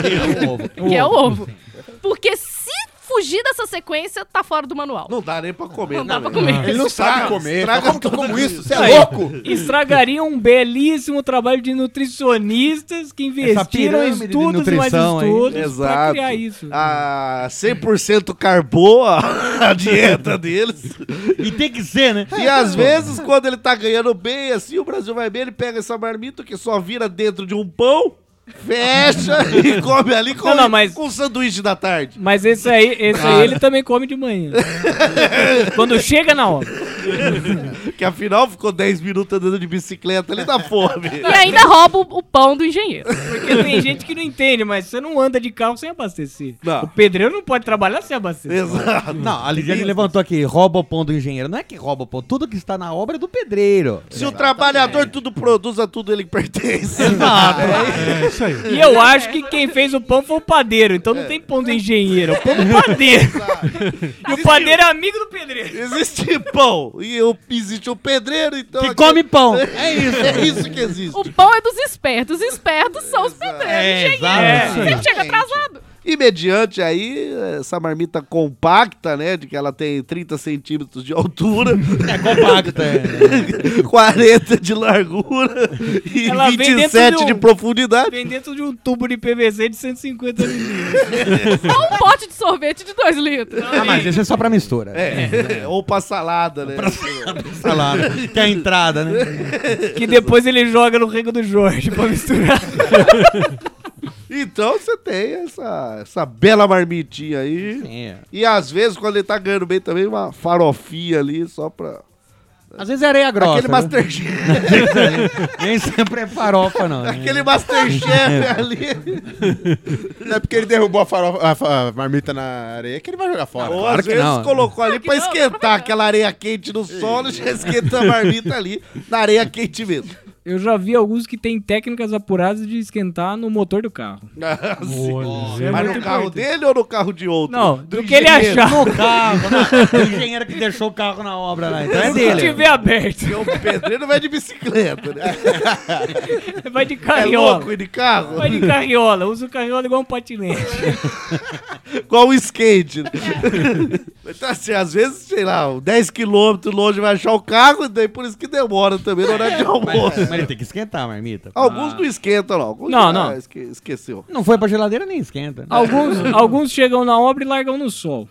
é o ovo.
que é o ovo. Porque se fugir dessa sequência, tá fora do manual.
Não dá nem pra comer.
Não dá pra
também.
comer.
Ele não sabe comer.
Estraga
Como que eu
tudo
como isso? Você
Aí,
é louco?
Estragaria um belíssimo trabalho de nutricionistas que investiram
pirâmide de
estudos e mais
nutrição aí.
estudos pra
Exato.
criar isso.
Ah, 100% carbô a a dieta deles.
E tem que ser, né?
E às vezes, quando ele tá ganhando bem, assim, o Brasil vai bem, ele pega essa marmita que só vira dentro de um pão, fecha e come ali com,
Não, não, mas-
com um sanduíche da tarde.
Mas esse aí, esse aí ele também come de manhã. Quando chega na hora.
Que afinal ficou 10 minutos andando de bicicleta ali da fome.
E ainda rouba o, o pão do engenheiro.
Porque tem gente que não entende, mas você não anda de carro sem abastecer.
Não.
O pedreiro não pode trabalhar sem abastecer.
Exato.
Não, a Lidiane levantou aqui, rouba o pão do engenheiro. Não é que rouba o pão, tudo que está na obra é do pedreiro.
Se o trabalhador tudo produz, a tudo ele pertence.
É isso aí.
E eu acho que quem fez o pão foi o padeiro, então não tem pão do engenheiro, é o pão do padeiro. E o padeiro é amigo do pedreiro.
Existe pão e eu- existe o pedreiro, então...
Que
aqui-
come pão.
É isso, é isso que existe.
O pão é dos espertos. Os espertos são os pedreiros.
É,
engenheiro.
exato,
é
isso aí.
Sempre chega atrasado.
E mediante aí, essa marmita compacta, né? De que ela tem 30 centímetros de altura,
É compacto, é.
40 de largura e
Ela vem dentro
27 de,
de um-
profundidade.
Vem dentro de um tubo de PVC de 150 milímetros.
Ou um pote de sorvete de dois litros.
Ah, mas isso é né? só pra mistura.
É, Ou pra salada, né?
Sei lá, né? que é a entrada, né?
Que depois ele joga no rego do Jorge pra misturar.
Então você tem essa, essa bela marmitinha aí.
É.
E às vezes, quando ele tá ganhando bem também, uma farofinha ali só pra.
Às vezes é areia grossa.
aquele
né?
Masterchef.
Nem sempre é farofa, não. né?
aquele Masterchef ali.
Não é porque ele derrubou a, farofa, a fa- a marmita na areia que ele vai jogar fora.
Ou
claro
às
que
vezes
não.
colocou ali pra
não,
esquentar aquela areia quente no solo, já esquenta a marmita ali, na areia quente mesmo.
Eu já vi alguns que têm técnicas apuradas de esquentar no motor do carro.
Olha,
Mas
muito
no carro
importante.
dele ou no carro de outro?
Não,
Do
do, que ele
engenheiro.
achar.
O carro, né? o engenheiro que deixou o carro na obra lá. Então é
Se
dele.
tiver aberto,
O pedreiro vai de bicicleta, né?
vai de
É
carriola.
louco ir de carro?
vai de carriola, usa o carriola igual um patinete.
Igual o skate. né?
É.
Então, assim, às vezes, sei lá, 10km longe vai achar o carro, daí por isso que demora também no
É,
horário de
Mas, mas
almoço. Ah,
ele tem que esquentar a marmita.
Alguns
Ah.
não esquentam, não. Alguns
Não,
ah,
não.
esque- esqueceu. É.
Não foi pra geladeira nem esquenta.
Alguns, alguns chegam na obra e largam no sol.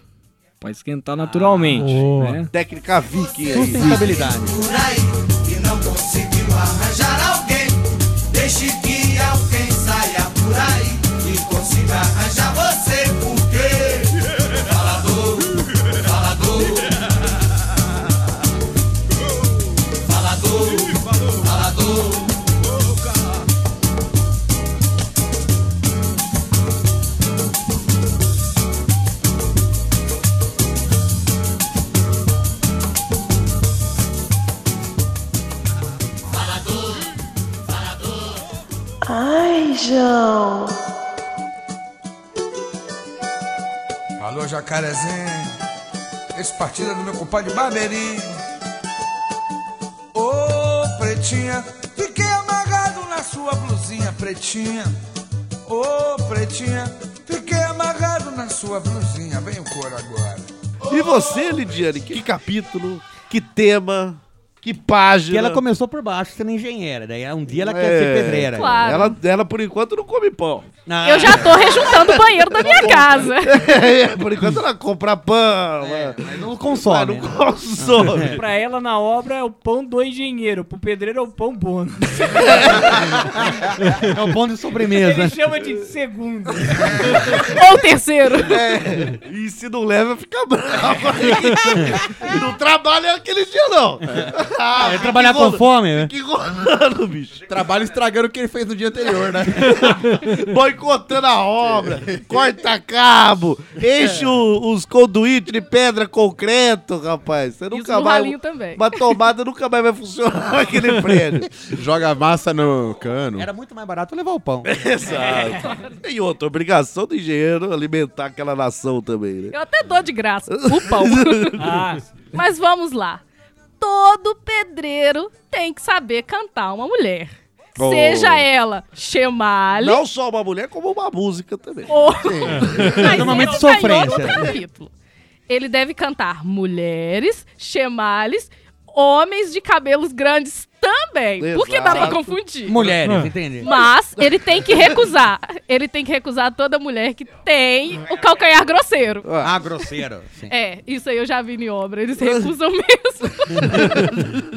Pra esquentar naturalmente.
boa.
né?
Técnica viking aí.
Sustentabilidade.
por aí e não conseguiu arranjar alguém. Deixe que alguém saia por aí e consiga arranjar você, porque falador, falador, falador, falador.
Ai, João.
Alô, jacarezinho. Esse partido é do meu compadre Barbeirinho. Ô, pretinha, fiquei amarrado na sua blusinha, pretinha. Ô, pretinha, fiquei amarrado na sua blusinha. Vem o coro agora.
E você, Lidiane, que capítulo, que tema, que página?
E ela começou por baixo sendo engenheira. Daí um dia ela
É.
quer ser pedreira.
Claro.
Ela, ela, por enquanto, não come pão.
Ah,
Eu já tô rejuntando o banheiro da minha casa.
É, por enquanto, ela compra pão. ela-
É, mas não
ela
consome.
não consome.
Pra ela, na obra, é o pão do engenheiro. Pro pedreiro é o pão bônus.
É o pão de sobremesa.
Ele chama de segundo.
Ou terceiro.
É, e se não leva, fica bravo. E não trabalha aquele dia, não. Ah,
É
fica
trabalhar com
enrolando-
fome, né?
Fica enrolando, bicho.
Trabalho estragando o que ele fez no dia anterior, né?
Boicotando a obra, corta cabo, enche o- os conduítes de pedra, concreto, rapaz. Você nunca
Isso no
mais.
ralinho também.
Uma tomada nunca mais vai funcionar naquele prédio.
Joga a massa no cano.
Era muito mais barato levar o pão.
Exato. E outra, obrigação do engenheiro alimentar aquela nação também, né?
Eu até dou de graça. O pão.
Ah,
Mas vamos lá. Todo pedreiro tem que saber cantar uma mulher.
Oh.
Seja ela Chemale.
Não só uma mulher, como uma música também.
Oh.
Ou...
Sim.
é um
Mas isso tá em outro capítulo. Ele deve cantar mulheres, chemales, homens de cabelos grandes também. Porque dá pra
Exato.
confundir.
Mulheres, entendi.
Mas ele tem que recusar. Ele tem que recusar toda mulher que tem o calcanhar grosseiro.
Ah, grosseiro. sim.
É, isso aí eu já vi em obra. Eles recusam mesmo.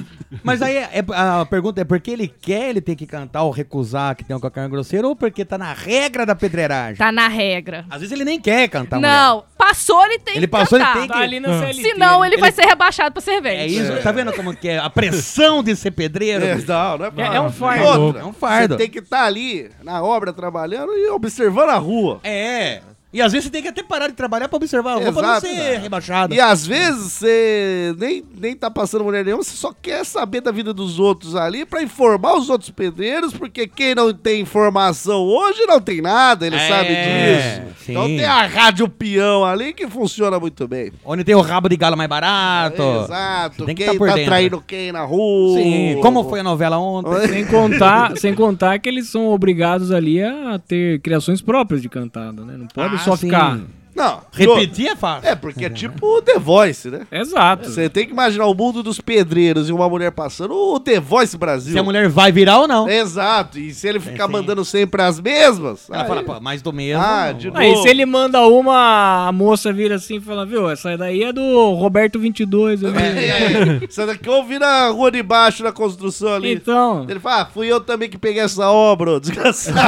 Mas aí é- é- a pergunta é: porque ele quer, ele tem que cantar ou recusar que tem um calcanhar grosseiro, ou porque tá na regra da pedreiragem?
Tá na regra.
Às vezes ele nem quer cantar. mulher.
Não, passou, ele tem
Ele
que
passou, ele
cantar.
tem que- Tá ali na CLT,
Senão
né?
ele, vai
Ele-
ser rebaixado pra servente.
É isso, tá vendo como que é? A pressão de ser pedreiro?
É, não, não é, pra- Outra,
é um fardo.
Você tem que estar ali na obra trabalhando e observando a rua.
É. E às vezes você tem que até parar de trabalhar pra observar a rua pra não
Exato,
ser
cara.
rebaixado.
E às vezes você nem, nem tá passando mulher nenhuma, você só quer saber da vida dos outros ali pra informar os outros pedreiros, porque quem não tem informação hoje não tem nada, ele
É,
sabe disso.
sim.
Então tem a rádio peão ali que funciona muito bem.
Onde tem o rabo de galo mais barato.
Exato,
Tem que
quem
tá por
tá
dentro.
traindo quem na rua.
Sim, como foi a novela ontem?
Sem contar, sem contar que eles são obrigados ali a ter criações próprias de cantada, né? Não pode
Ah,
só
sim.
ficar.
Não.
Repetir
eu-
é fácil.
É, porque é tipo o The Voice, né?
Exato.
Você tem que imaginar o mundo dos pedreiros e uma mulher passando, o The Voice Brasil.
Se a mulher vai virar ou não. É
Exato. E se ele ficar mandando sempre as mesmas.
Ela
aí-
fala, pô, mais do mesmo.
Ah,
não.
de novo.
Aí se ele manda uma, a moça vira assim e fala, viu, essa daí é do Roberto 22. eu vi."
É, Você tá daqui eu vi na rua de baixo, na construção ali.
Então.
Ele fala, ah, fui eu também que peguei essa obra, ô desgraçado.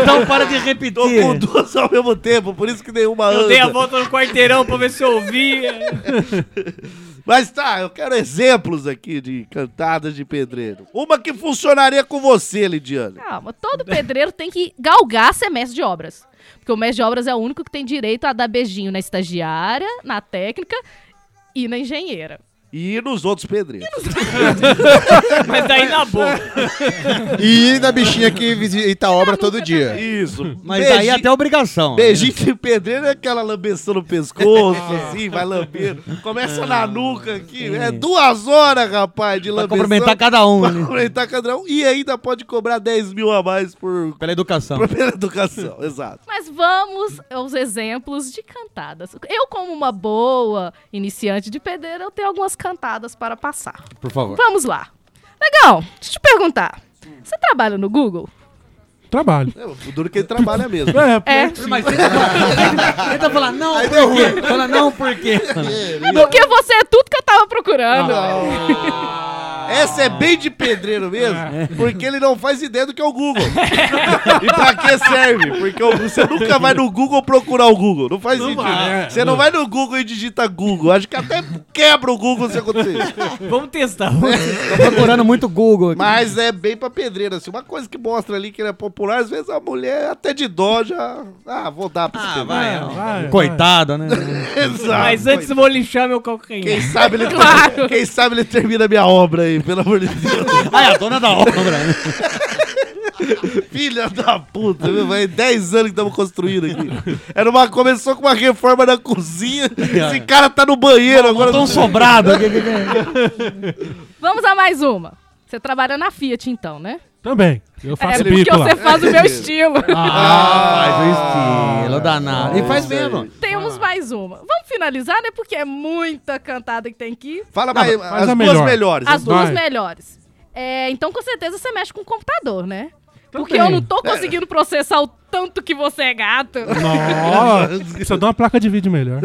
Então para de repetir.
Tô com duas ao mesmo tempo, por isso que nenhuma anda.
Eu dei a volta no quarteirão pra ver se eu ouvia.
Mas tá, eu quero exemplos aqui de cantadas de pedreiro. Uma que funcionaria com você, Lidiane.
Calma, todo pedreiro tem que galgar ser mestre de obras. Porque o mestre de obras é o único que tem direito a dar beijinho na estagiária, na técnica e na engenheira.
E nos outros pedreiros.
Mas daí na boa.
E da bichinha que visita a obra todo dia.
Isso.
Mas daí
Beijinho-
até
é obrigação. né?
Beijinho de pedreiro é aquela lambeção no pescoço, assim, vai lambendo. Começa
Ah,
na nuca aqui. É duas horas, rapaz, de lambeção.
cumprimentar cada um,
Pra
né?
cumprimentar cada um. E ainda pode cobrar 10 mil a mais por...
Pela educação.
Pela educação, exato.
Mas vamos aos exemplos de cantadas. Eu, como uma boa iniciante de pedreiro, eu tenho algumas cantadas para passar.
Por favor.
Vamos lá. Legal, deixa eu te perguntar. Você trabalha no Google?
Trabalho.
É, O duro que ele trabalha mesmo.
É,
É.
Mas tenta falar, não, por
Tá
quê? Fala, não, por quê?
Porque você é tudo que eu tava procurando.
Essa é bem de pedreiro mesmo, porque ele não faz ideia do que é o Google. e pra que serve? Porque o- você nunca vai no Google procurar o Google. Não faz sentido.
vai.
Você não vai no Google e digita Google. Acho que até quebra o Google se acontecer.
Vamos testar.
Tô procurando muito Google aqui.
Mas é bem pra pedreiro, assim. Uma coisa que mostra ali que ele é popular, às vezes a mulher até de dó já. Ah, vou dar pra você. Ah,
vai, Coitado, né?
Exato.
Mas antes eu vou linchar meu calcanhar.
Quem sabe, ele
Claro.
quem sabe ele termina a minha obra aí, pelo amor de Deus.
Ai, Ah, é a dona da obra. né?
Filha da puta, meu, vai 10 anos que estamos construindo aqui. Era uma, começou com uma reforma na cozinha. Esse cara tá no banheiro agora.
Tão sobrado. que- que- é? que-
Vamos a mais uma. Você trabalha na Fiat, então, né?
Também. Eu faço
é porque
bico lá.
você faz o meu estilo.
Ah, faz o estilo danado. E faz mesmo.
Temos mais uma. Vamos finalizar, né? Porque é muita cantada que tem aqui.
Fala
Não,
mais,
faz
as
a
duas
melhor.
melhores.
As duas
Vai.
melhores. É, então, com certeza, você mexe com o computador, né? Porque
Também.
eu não
É.
tô conseguindo processar o tanto que você é gato.
Nossa, precisa dar uma placa de vídeo melhor.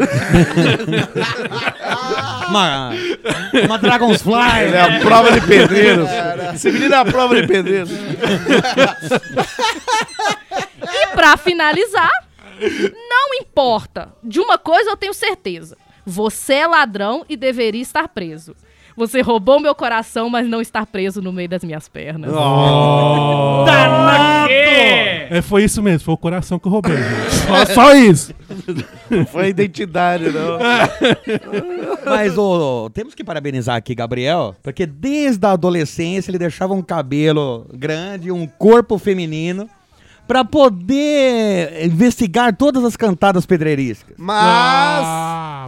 Uma, Ah, uma Dragonfly. né?
Ele é a prova de pedreiros. Esse menino é a prova de pedreiros.
E pra finalizar, não importa. De uma coisa eu tenho certeza. Você é ladrão e deveria estar preso. Você roubou meu coração, mas não está preso no meio das minhas pernas.
Danado! É, foi isso mesmo, foi o coração que eu roubei. gente. Só, só isso.
Não foi identidade, não.
Mas ô, temos que parabenizar aqui Gabriel, porque desde a adolescência ele deixava um cabelo grande, um corpo feminino, para poder investigar todas as cantadas pedreirísticas.
Mas.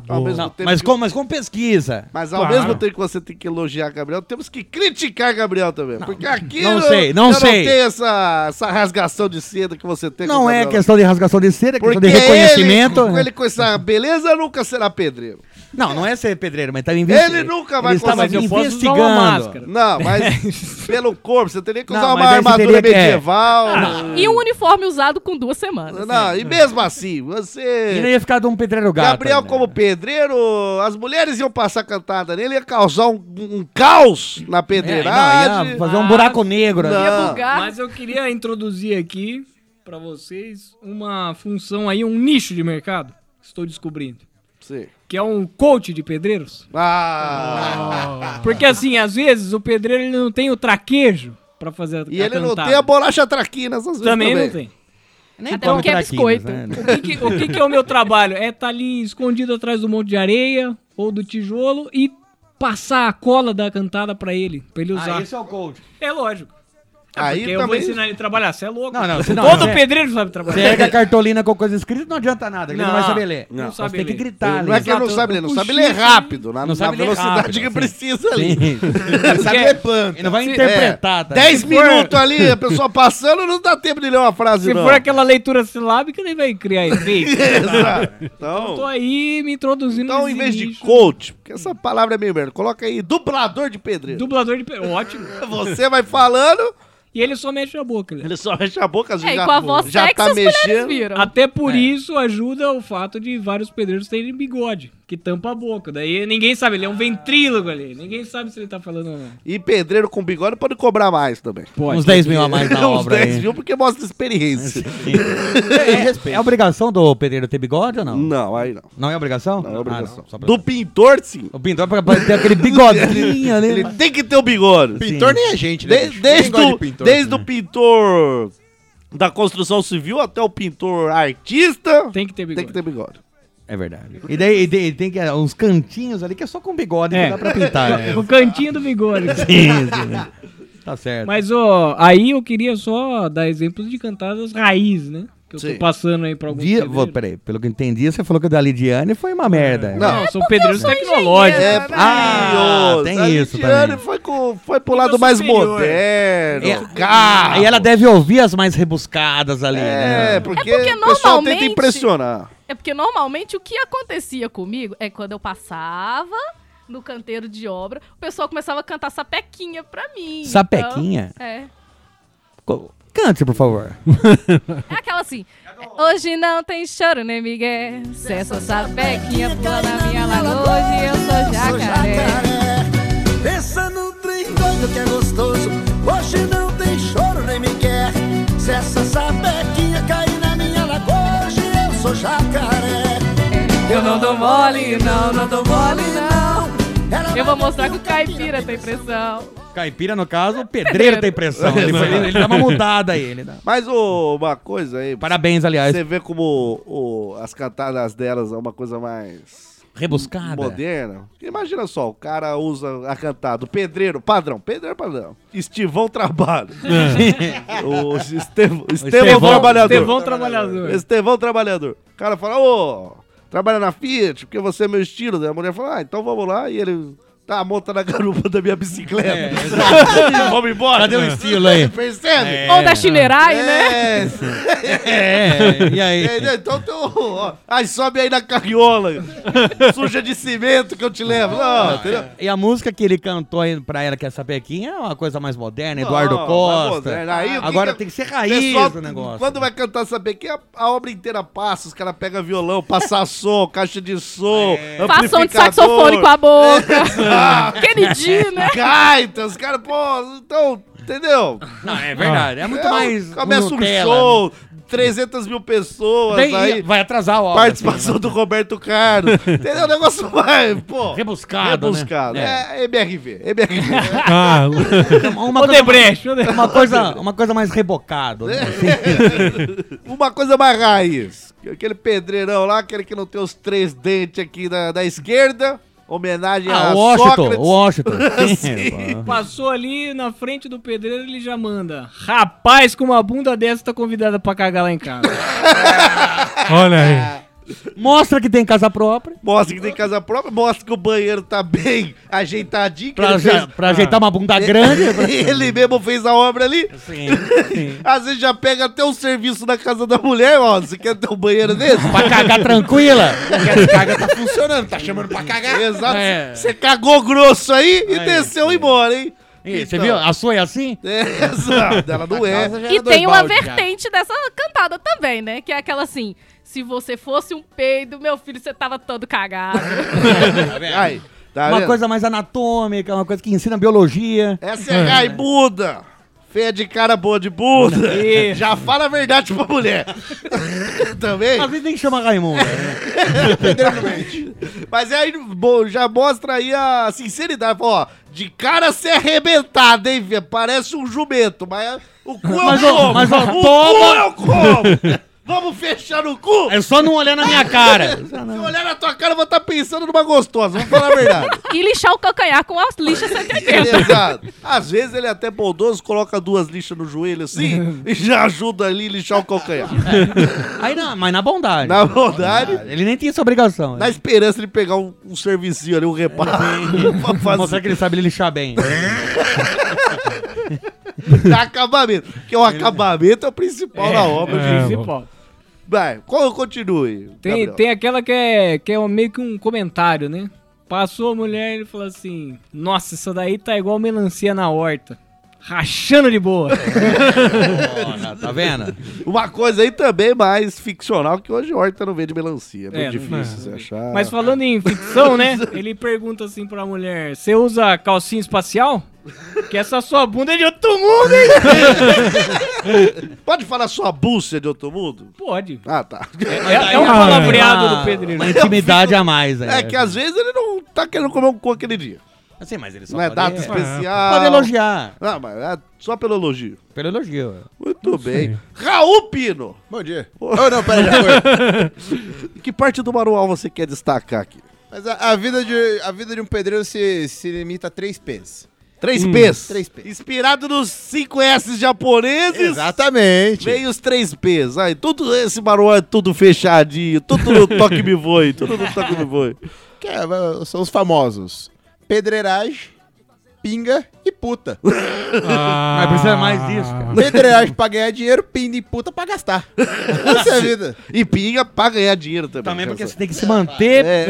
ao mesmo
Ah, Não,
tempo
mas,
que-
com, mas com pesquisa.
Mas ao mesmo tempo que você tem que elogiar Gabriel, temos que criticar Gabriel também. porque aqui
não
eu-
sei, não
eu
sei.
não tenho essa, essa rasgação de seda que você tem. com
Não
o
é
Gabriel.
questão de rasgação de seda, é questão
Porque
de reconhecimento. né?
Ele, ele com essa beleza nunca será pedreiro.
Não, não é ser pedreiro, mas estava
Ele nunca vai
ele estava
conseguir.
investigando.
Não, mas pelo corpo, você teria que usar
Não,
uma
mas aí você
armadura
teria que- é.
medieval.
E um uniforme usado com duas semanas.
Não, e mesmo assim, você.
Ele ia ficar de um pedreiro gato.
Gabriel, como pedreiro, as mulheres iam passar cantada nele, ia causar um, um caos na pedreiragem.
ia É, fazer um buraco negro. ali.
Não.
Mas eu queria introduzir aqui pra vocês uma função aí, um nicho de mercado. que Estou descobrindo.
Sim.
Que é um coach de pedreiros.
Ah!
Porque assim, às vezes o pedreiro ele não tem o traquejo pra fazer a
E ele não
cantada.
tem a bolacha traquina, essas vezes
Também
também.
não tem.
Tipo um
Até porque é biscoito.
né?
né?
O, que, que- o que que é o meu trabalho? É estar ali escondido atrás do monte de areia ou do tijolo e passar a cola da cantada pra ele, pra ele usar.
Ah, esse é o coach.
É lógico. É
Aí
porque eu vou
também-
ensinar ele a trabalhar, você é louco.
Não, não, você não-
Todo
você-
pedreiro sabe trabalhar.
Você pega a cartolina com coisa escrita, não adianta nada. Ele não,
Não,
vai saber ler.
não
Você
sabe
tem que
ler.
gritar.
Não é que ele não sabe ler, não sabe ler rápido, na,
Não
na
sabe ler
velocidade
rápido,
que
sim.
precisa ali.
Sim.
Ele sabe
Porque
ler planta.
ele não vai
Se-
interpretar, tá?
10
Se for-
minutos ali, a pessoa passando, não dá tempo de ler uma frase,
Se
não.
for aquela leitura silábica, ele vai criar efeito.
Exato.
Eu
Então,
tô aí me introduzindo
então
nesse
em vez de
nicho.
coach, porque essa palavra é meio merda, coloca aí dublador de pedreiro.
Dublador de pedreiro, ótimo.
Você vai falando...
E ele só mexe a boca. Né?
Ele só mexe a boca, às
É,
vezes
e com a voz
já
sexy
tá
as mulheres
mexendo.
viram.
Até por isso ajuda o fato de vários pedreiros terem bigode, que tampa a boca. Daí ninguém sabe, ele é um ventrílogo ali. Ninguém sabe se ele tá falando ou não.
E pedreiro com bigode pode cobrar mais também.
Uns 10 mil a mais na
Uns
obra
10
aí.
mil porque mostra experiência.
É, é obrigação do pedreiro ter bigode ou não?
Não, aí não.
Não é obrigação? Não
é obrigação.
Do
pintor, sim.
O pintor pra- pra ter aquele bigodinho ali.
Ele tem que ter o bigode.
Pintor nem a gente, né,
De-
bicho? Ninguém
desde
gosta
o,
de pintor. né?
desde o pintor da construção civil até o pintor artista.
Tem que ter bigode.
Tem que ter bigode.
É verdade. E daí e daí tem que, é, uns cantinhos ali que é só com bigode que dá pra pintar. né?
O
Ah,
cantinho do bigode.
Sim, sim. Tá certo.
Mas, ó, aí eu queria só dar exemplos de cantadas raiz, né? Que eu
Sim.
tô passando aí pra alguns
Dia,
pedreiros.
vou, peraí, pelo que eu entendi, você falou que o da Lidiane foi uma merda.
Não, são pedreiros tecnológicos.
É,
Ah,
Pio,
tem
a
isso
Lidiane
também.
foi, com, foi pro um lado mais
superior.
moderno.
É.
carro.
Aí ela deve ouvir as mais rebuscadas ali, né?
É, porque,
porque
o pessoal tenta
normalmente-
impressionar.
É porque normalmente o que acontecia comigo é quando eu passava no canteiro de obra, o pessoal começava a cantar sapequinha pra mim. então-
Sapequinha?
é.
Co- Cante, por favor.
É aquela assim. Hoje não tem choro, né, Miguel? Se essa sapequinha pula na minha lagoa, hoje eu sou jacaré.
Pensa num trem doido que é gostoso. Hoje não tem choro nem me quer. Se essa sapequinha cair na minha lagoa, hoje eu sou jacaré.
Eu não dou mole, não, não dou mole, não. Eu vou mostrar que o caipira tem pressão.
Caipira, no caso, o pedreiro tem pressão. Ele, foi, ele, ele dá uma mudada aí. Ele dá.
Mas ô, uma coisa aí.
Parabéns, aliás.
Você vê como ô, as cantadas delas é uma coisa mais.
Rebuscada.
Moderna. Imagina só, o cara usa a cantada. Pedreiro, padrão, pedreiro, é padrão. Estivão Trabalho. o Estevão, Estevão
Estevão-
Trabalhador.
Estevão Trabalhador.
Estevão Trabalhador. O cara fala, ô, trabalha na Fiat, porque você é meu estilo. Daí a mulher fala, ah, então vamos lá. E ele. Tá, monta na garupa da minha bicicleta. vamos embora.
Cadê o estilo aí?
Percebe?
É.
Ou da Shinerai, né?
É.
É, e aí?
Entendeu? Então tu. ó, Aí sobe aí na carriola. suja de cimento que eu te levo. Não, entendeu?
Ah, é. E a música que ele cantou aí pra ela, que é Sapequinha, é uma coisa mais moderna, Eduardo
Não, mas,
Costa.
pô, né, aí o que
Agora
que-
tem que ser raiz
pessoal,
o negócio. né?
Quando vai cantar essa que a, a obra inteira passa, os caras pegam violão, passa som, caixa de som,
É.
Faz som de
amplificador.
saxofone com a boca.
Exato.
Kennedy, né?
Gaita, os caras, pô, então, entendeu?
Não, é verdade, é muito mais
Começa um
Nutella,
show, 300 mil pessoas,
Tem-
aí...
vai atrasar a obra,
Participação do Roberto Carlos, entendeu? O negócio vai, pô...
Rebuscado, né?
Rebuscado,
É.
é, MRV, MRV.
Ah, uma,
Odebrecht,
coisa,
Odebrecht.
uma, coisa, uma coisa mais rebocado. Né?
Uma coisa mais raiz. Aquele pedreirão lá, aquele que não tem os três dentes aqui da, da esquerda. Homenagem
Ah,
a
Washington,
Sócrates.
Washington.
Sim.
Passou ali na frente do pedreiro, ele já manda. Rapaz, com uma bunda dessa, tá convidada pra cagar lá em casa.
Olha
Mostra que tem casa própria.
Mostra que tem casa própria, mostra que o banheiro tá bem ajeitadinho. que
Pra
ele
aje- pra ajeitar uma bunda grande.
ele mesmo fez a obra ali.
Sim,
Às vezes já pega até o serviço da casa da mulher, ó. Você quer ter um banheiro desse?
Pra cagar tranquila.
Porque a descarga tá funcionando, tá chamando pra cagar. Exato.
É.
Você cagou grosso aí e
É.
desceu embora, hein? Então.
Ih, você viu? A sua é assim?
É, exato. Ela não é.
E tem uma vertente dessa cantada também, né? Que é aquela assim: se você fosse um peido, meu filho, você tava todo cagado.
Ai, tá
uma
vendo?
coisa mais anatômica, uma coisa que ensina biologia.
Essa é gaibuda. Fé de cara boa de Buda.
Ih.
Já fala a verdade pra mulher. Também.
Às vezes nem chama Raimundo. né?
Mas é aí, bom, já mostra aí a sinceridade. Fala, ó, de cara ser arrebentado, hein, filho? Parece um jumento, mas o cu eu
Mas, ó,
como.
mas, ó,
o cu
toma.
eu como. Vamos fechar no cu.
É só não olhar na minha cara.
Se eu olhar na tua cara, eu vou estar pensando numa gostosa. Vamos falar a verdade. é
e lixar o calcanhar com as lixas 180.
Exato. Às vezes ele é até bondoso, coloca duas lixas no joelho assim e já ajuda ali a lixar o calcanhar.
É. Aí na- mas na bondade. Ah,
Na bondade.
Ele nem tinha essa obrigação.
Na esperança de pegar um, um servicinho ali, um reparo. pra fazer.
Mostrar que ele sabe lixar bem.
Dá acabamento. Porque o acabamento é o principal da obra,
É.
gente.
Principal.
Vai, qual continue?
Tem,
Gabriel.
tem aquela que é, que é meio que um comentário, né? Passou a mulher e ele falou assim: Nossa, isso daí tá igual melancia na horta. Rachando de boa.
Olha, tá vendo?
Uma coisa aí também mais ficcional, que hoje horta não vende melancia. É muito
É, não
né?
difícil você achar.
Mas falando em ficção, né? Ele pergunta assim pra mulher: Você usa calcinha espacial? Que essa sua bunda é de outro mundo, hein?
Pode falar sua bússia de outro mundo?
Pode.
Ah, tá.
É, é um palavreado do pedreiro.
Ah, Uma intimidade a mais.
É que às vezes ele não tá querendo comer um cu aquele dia.
Assim, mas ele só
não é
pode-
data
é.
especial.
Pode elogiar.
Não, mas é só pelo elogio.
Pelo elogio. é.
Muito bem. Raul Pino!
Bom dia. Oh, não, pera, já foi.
Que parte do manual você quer destacar aqui?
Mas a, a vida de, a vida de um pedreiro se, se limita a três P's. Hum.
Três P's.
Três P's.
Inspirado nos 5 S japoneses.
Exatamente.
Veio os três P's. Aí, tudo esse manual é tudo fechadinho, tudo no toque me voe, tudo no toque me voe.
Que é, uh, são os famosos pedreiragem, pinga e puta.
Ah.
Mas precisa mais disso, cara.
pedreiragem pra ganhar dinheiro, pinga e puta pra gastar. Essa é a vida.
E pinga pra ganhar dinheiro também.
Também porque
pensa.
você tem que se manter.
É.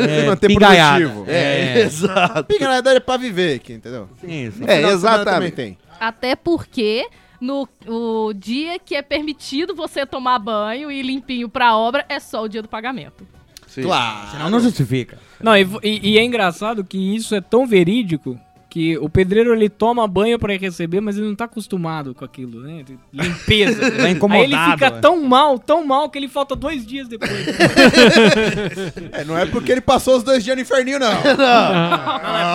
é,
Se manter
pingaiado.
produtivo.
É, exato.
Pinga, na verdade, é pra viver aqui, entendeu?
Sim, sim.
É,
Final de semana também
exatamente.
tem.
Até porque no o dia que é permitido você tomar banho e limpinho pra obra é só o dia do pagamento.
Sim.
Claro. Senão não justifica.
Não, e, vo- e- e é engraçado que isso é tão verídico que o pedreiro ele toma banho pra receber, mas ele não tá acostumado com aquilo, né? De Limpeza.
Tá incomodado,
Aí ele fica
né?
tão mal, tão mal, que ele falta dois dias depois.
É, não é porque ele passou os dois dias no inferninho, não.
é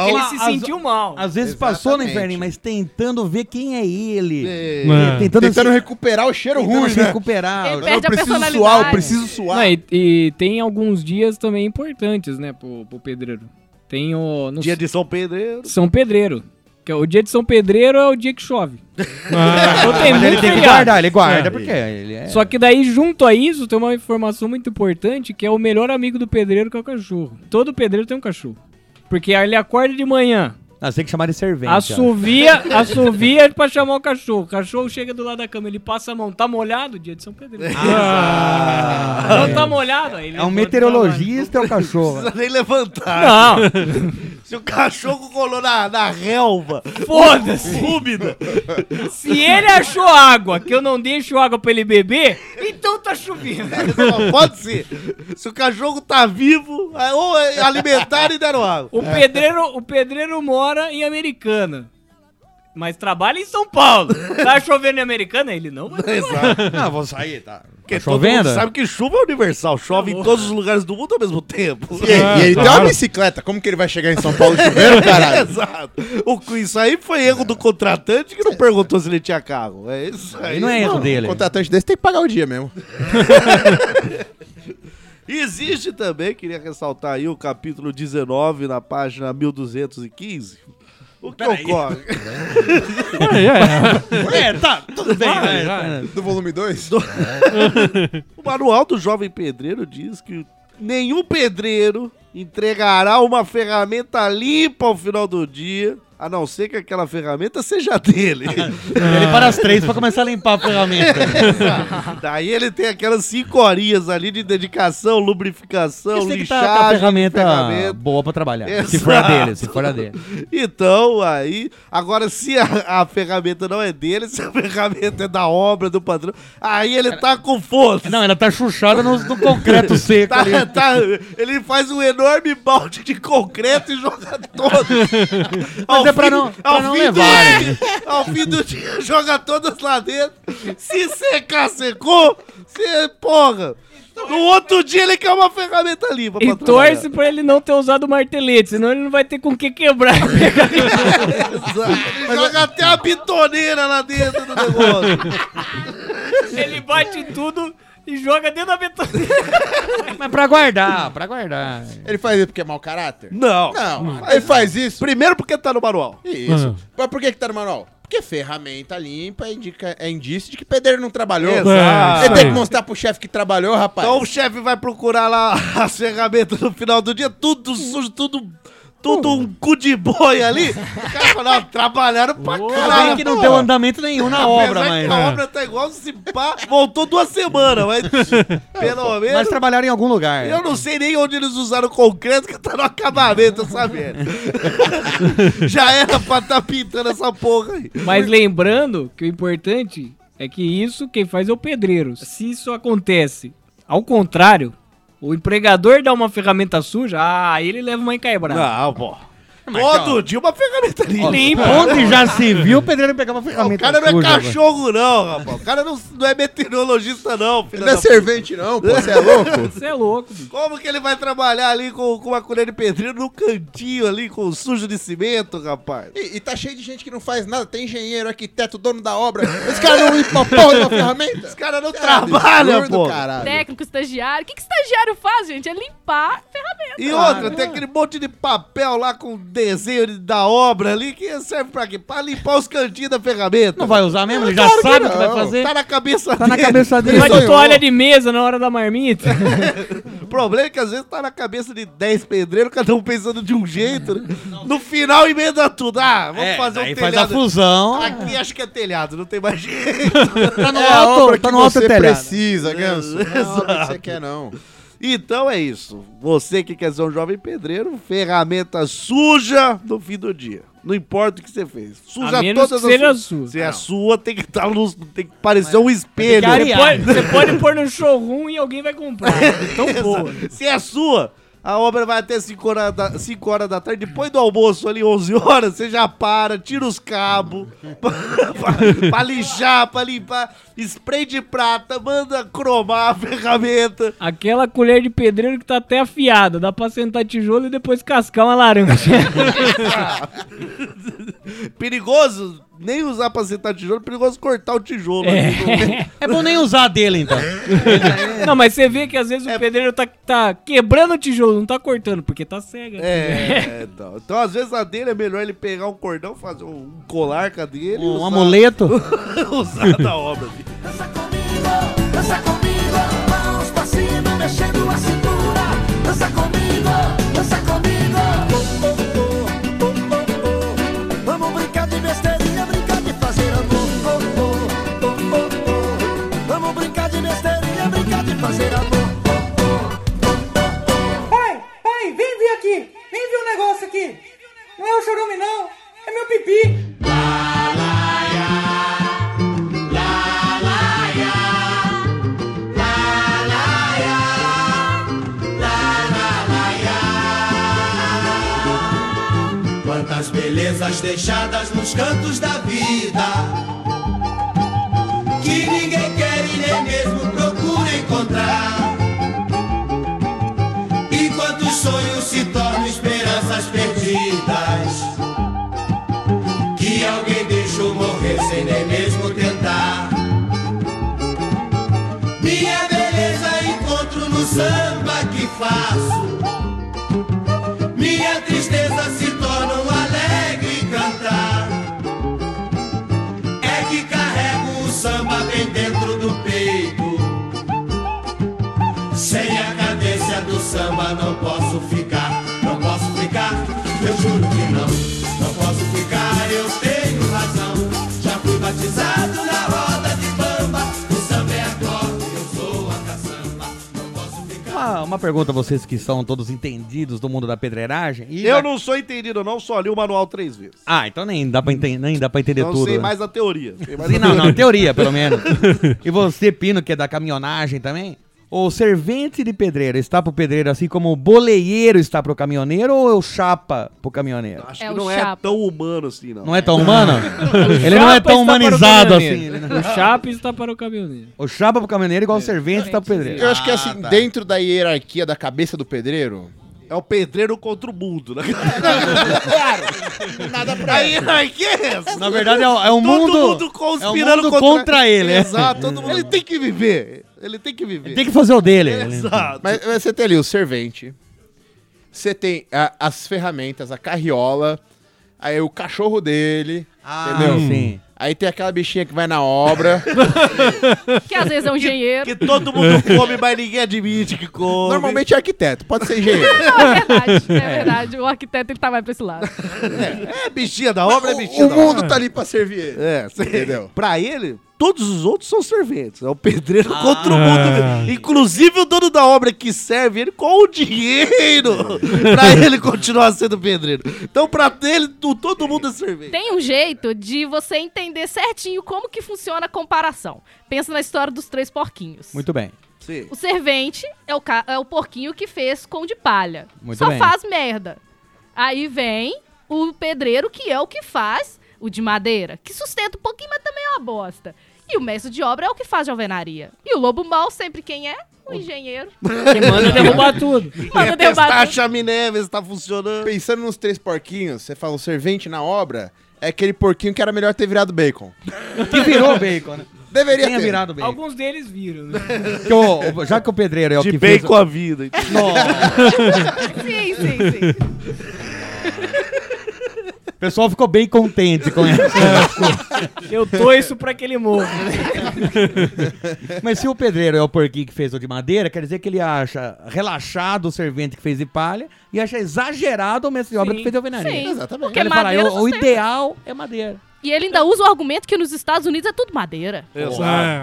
ele se
as-
sentiu mal.
Às vezes passou no
Exatamente.
inferno, mas tentando ver quem é ele.
É.
Tentando,
Tentando
se,
recuperar o cheiro
tentando
ruim,
se
né?
recuperar.
Ele perde a
preciso suar, eu
personalidade.
preciso suar.
Não, e, e tem alguns dias também importantes, né, pro, pro pedreiro. Tem o. no
Dia de São Pedreiro.
São Pedreiro. Que é o dia de São Pedreiro é o dia que chove.
Ah,
Então tem
Mas
muito
ele tem que
feriado.
guardar, ele guarda, porque ele é.
Só que daí, junto a isso, tem uma informação muito importante que é o melhor amigo do pedreiro que é o cachorro. Todo pedreiro tem um cachorro. Porque aí ele acorda de manhã,
Ah, você tem que chamar de servente. ó.
assovia, assovia é pra chamar o cachorro. O cachorro chega do lado da cama, ele passa a mão, tá molhado? Dia de São Pedro.
Ah,
não tá molhado? aí ele
É um
levanta e
meteorologista, é o
Não
cachorro.
precisa nem levantar.
trabalha. Não,
Se o cachorro colou na, na relva,
foda-se.
úmida,
Se ele achou água, que eu não deixo água pra ele beber, então tá chovendo.
só pode ser. Se o cachorro tá vivo, aí ou é alimentar e deram água.
O pedreiro, o pedreiro mora em Americana. Mas trabalha em São Paulo. Tá chovendo em Americana? Ele não vai.
Exato.
Não, vou sair, tá.
Porque todo
chovendo?
mundo sabe que chuva é universal. Chove em todos os lugares do mundo ao mesmo tempo.
E, e ele tem
claro.
uma bicicleta. Como que ele vai chegar em São Paulo chovendo, caralho?
Exato. O, que- isso aí foi erro do contratante que não perguntou se ele tinha carro. É isso aí.
Não é erro
Não,
dele.
O contratante desse tem que pagar o dia mesmo.
Existe também, queria ressaltar aí o capítulo 19 na página 1215. O que
Peraí.
ocorre?
É, é. É, tá, tudo bem, vai, vai.
Do volume 2?
o manual do jovem pedreiro diz que nenhum pedreiro entregará uma ferramenta limpa ao final do dia, a não ser que aquela ferramenta seja dele.
Ele para as três pra começar a limpar a ferramenta.
Daí ele tem aquelas cinco horinhas ali de dedicação, lubrificação,
Tem que
lixagem,
tá com a ferramenta,
ferramenta.
boa pra trabalhar. Se for a dele, se
Exato.
for a dele.
Então, aí, agora se a, a ferramenta não é dele, se a ferramenta é da obra do patrão, aí ele tá com força.
Não, ela tá chuchada no, no concreto seco
Tá-
ali.
tá- ele faz um enorme balde de concreto e joga todo. Ao
é pra
fim-
não- pra
ao
não né?
fim do
levarem.
dia- Ao fim do dia, joga todas lá dentro. Se secar, secou. Se, porra. No outro dia ele quer uma ferramenta limpa.
E
pra trabalhar.
torce pra ele não ter usado o martelete, senão ele não vai ter com o que quebrar.
Ele joga até a bitoneira lá dentro do negócio.
ele bate tudo e joga dentro da betoneira.
Mas pra guardar, pra guardar.
Ele faz isso porque é mau caráter?
Não.
Não. Ele faz isso.
Primeiro porque tá no manual.
Isso.
Ah.
Mas por que, que tá no manual? Porque ferramenta limpa indica, é indício de que pedreiro não trabalhou.
Exato.
Ele tem que mostrar pro chefe que trabalhou, rapaz.
Então o chefe vai procurar lá as ferramentas no final do dia, tudo sujo, tudo. Tudo um cu de boi ali. O cara fala, ó, trabalharam pra caralho.
Bem que não
pô."
deu andamento nenhum na obra,
Apesar que
mas...
é.
A obra tá igual se pá. Voltou duas semanas, mas. pelo menos.
Mas trabalharam em algum lugar.
É.
Eu não sei nem onde eles usaram o concreto que tá no acabamento, essa merda. Já era pra tá pintando essa porra aí.
Mas lembrando que o importante é que isso quem faz é o pedreiro. Se isso acontece ao contrário, o empregador dá uma ferramenta suja, ah, aí ele leva uma encaibrada.
Não, pô. Todo dia uma ferramenta limpa.
Limpa.
Onde já se viu, o pedreiro pegar uma ferramenta
O cara não é
suja, mano.
cachorro, não, rapaz. O cara não, não é meteorologista, não. Filho
Não é
da puta.
servente, não, pô. Você é louco?
Você é louco.
Como que ele vai trabalhar ali com, com uma colher de pedreiro no cantinho ali, com um sujo de cimento, rapaz?
E, e tá cheio de gente que não faz nada. Tem engenheiro, arquiteto, dono da obra. Esse cara não limpa a porra de uma ferramenta. Esse
cara não
trabalha,
pô.
Técnico, estagiário. O que, que estagiário faz, gente? É limpar a ferramenta.
É
E outra, tem aquele monte de papel lá com desenho de- da obra ali que serve pra quê? Pra limpar os cantinhos da ferramenta.
Não vai usar mesmo? Ele já
Claro
sabe o que vai
não.
fazer.
Tá na cabeça
Tá na cabeça dele.
Vai de toalha de mesa na hora da marmita.
O problema é que às vezes tá na cabeça de 10 pedreiros, cada um pensando de um jeito. né? No final emenda tudo. Ah, vamos
É,
fazer um
daí
telhado.
faz a fusão.
Aqui acho que é telhado, não tem mais jeito.
Tá no
É a
alto,
obra
tá
que
no alto
você
telhado.
precisa, Ganso. Não é a obra que você quer, não.
Então é isso. Você que quer ser um jovem pedreiro, ferramenta suja no fim do dia. Não importa o que você fez. Suja
A menos
todas
que seja
as
sua.
Se é sua, tem que estar luz, tem que parecer um espelho.
Você pode, você pode pôr no showroom e alguém vai comprar. Então boa.
Se é sua, a obra vai até 5 horas, da, cinco horas da tarde. Depois do almoço, ali, 11 horas, você já para, tira os cabos pra, pra- pra lixar, pra limpar. Spray de prata, manda cromar a ferramenta.
Aquela colher de pedreiro que tá até afiada, dá pra sentar tijolo e depois cascar uma laranja.
Perigoso nem usar pra sentar tijolo, perigoso cortar o tijolo. ali.
É bom nem usar dele, então.
É. Não, mas você vê que às vezes
É.
o pedreiro tá, tá quebrando o tijolo, não tá cortando, porque tá cega.
É, então. Então, às vezes a dele é melhor ele pegar um cordão, fazer um colar com a dele. e
Um
usar-
amuleto.
usar na obra. ali.
Dança comigo, mãos pra cima, mexendo a cintura. Dança comigo, dança comigo.
Vamos brincar de besteirinha, brincar de fazer amor. Oh, oh, oh, oh, oh. Vamos brincar de besteirinha, brincar de fazer amor.
Oi, oi, vem ver aqui. Vem ver um negócio aqui. Não é o chorume, não. É meu pipi.
Quantas belezas deixadas nos cantos da vida que ninguém quer e nem mesmo procura encontrar. E quantos sonhos se tornam esperanças perdidas que alguém deixou morrer sem nem mesmo tentar. Minha beleza encontro no samba faço. Minha tristeza se torna um alegre cantar. É que carrego o samba bem dentro do peito. Sem a cadência do samba não posso ficar, não posso ficar, eu juro que não, não posso ficar, eu tenho razão. Já fui batizado na roda de bamba, o samba é a corda, eu sou a caçamba.
Uma, uma pergunta a vocês que são todos entendidos do mundo da pedreiragem. e
Eu
da-
não sou entendido, eu não só li o manual três vezes.
Ah, então nem dá pra, enten- nem dá pra entender
Não
tudo.
sei
né?
mais a teoria. sei mais
Sim,
a
não, não, teoria, pelo menos. E você, Pino, que é da caminhonagem também? O servente de pedreiro está pro pedreiro assim como o boleieiro está pro caminhoneiro ou é o chapa pro caminhoneiro?
Acho que não é tão humano assim, não.
Não é tão humano?
O
ele não é
chapa está
tão
para o
humanizado assim.
caminhoneiro.
ele não-
O chapa está para o caminhoneiro.
O chapa pro caminhoneiro é igual o servente está pro pedreiro.
Eu acho que assim,
Ah, tá.
dentro da hierarquia da cabeça do pedreiro.
É o pedreiro contra o mundo, né?
claro!
Nada pra ele. Aí, que é essa?
Na verdade, é o- é o mundo-
Todo mundo
é o
conspirando
mundo contra ele, é.
Exato, todo mundo. Ele tem que viver.
Ele tem que viver. É,
Tem que fazer o dele.
Exato.
Mas, mas você tem ali o servente. Você tem a- as ferramentas, a carriola. Aí o cachorro dele.
Ah,
entendeu?
sim.
Aí tem aquela bichinha que vai na obra.
Que às vezes é um engenheiro.
Que todo mundo
É.
come, mas ninguém admite que come.
Normalmente é arquiteto, pode ser engenheiro.
Não, é verdade, é verdade. O arquiteto ele tá mais pra esse lado.
É bichinha da obra, é bichinha
O
da
mundo
obra.
tá ali pra servir ele.
É, cê-
Entendeu?
Pra ele, todos os outros são serventes. É o pedreiro
Ah.
contra o mundo. mesmo. Inclusive o dono da obra que serve ele com o dinheiro pra ele continuar sendo pedreiro. Então, pra ele, tu- todo mundo é servente.
Tem um jeito de você entender certinho como que funciona a comparação. Pensa na história dos três porquinhos.
Muito bem.
O servente é o, ca- é o porquinho que fez com de palha.
Muito
Só
bem.
faz merda. Aí vem o pedreiro, que é o que faz o de madeira, que sustenta um pouquinho, mas também é uma bosta. E o mestre de obra é o que faz de alvenaria. E o lobo mau, sempre quem é? O engenheiro.
Que manda derrubar tudo.
É
Manda derrubar
testar a
tudo.
chaminé, ver se tá funcionando.
Pensando nos três porquinhos, você fala o servente na obra é aquele porquinho que era melhor ter virado bacon.
Que virou bacon, né?
Deveria
Tenha
ter.
virado bacon.
Alguns deles viram, né?
Porque o- o- já que o pedreiro é o
De
que
bem
fez...
com a vida. entendeu?
Sim, sim, sim.
O pessoal ficou bem contente com essa.
Eu torço pra que ele morra.
Mas se o pedreiro é o porquinho que fez o de madeira, quer dizer que ele acha relaxado o servente que fez de palha e acha exagerado o mestre de obra que fez de alvenaria.
Sim,
Exatamente.
porque
ele fala,
madeira
"Eu- o
sustenta."
ideal é madeira.
E ele ainda usa o argumento que nos Estados Unidos é tudo madeira.
É,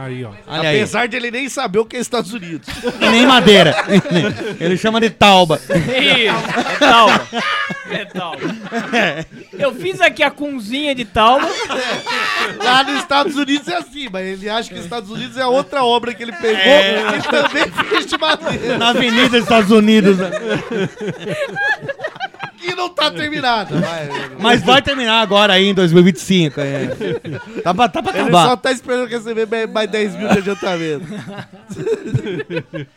aí, ó.
Olha aí.
Apesar de ele nem saber o que é Estados Unidos.
E nem madeira. ele chama de tauba.
É talma. É talma. Eu fiz aqui a cunzinha de talma.
Lá nos Estados Unidos é assim, mas ele acha que Estados Unidos é outra obra que ele pegou que também fez de madeira.
É. Na Avenida dos Estados Unidos.
Que não tá terminada. vai.
Mas vai terminar agora aí em 2025. é. Tá, pra, tá pra
Ele
acabar.
só tá esperando receber mais- mais 10 mil de adiantamento.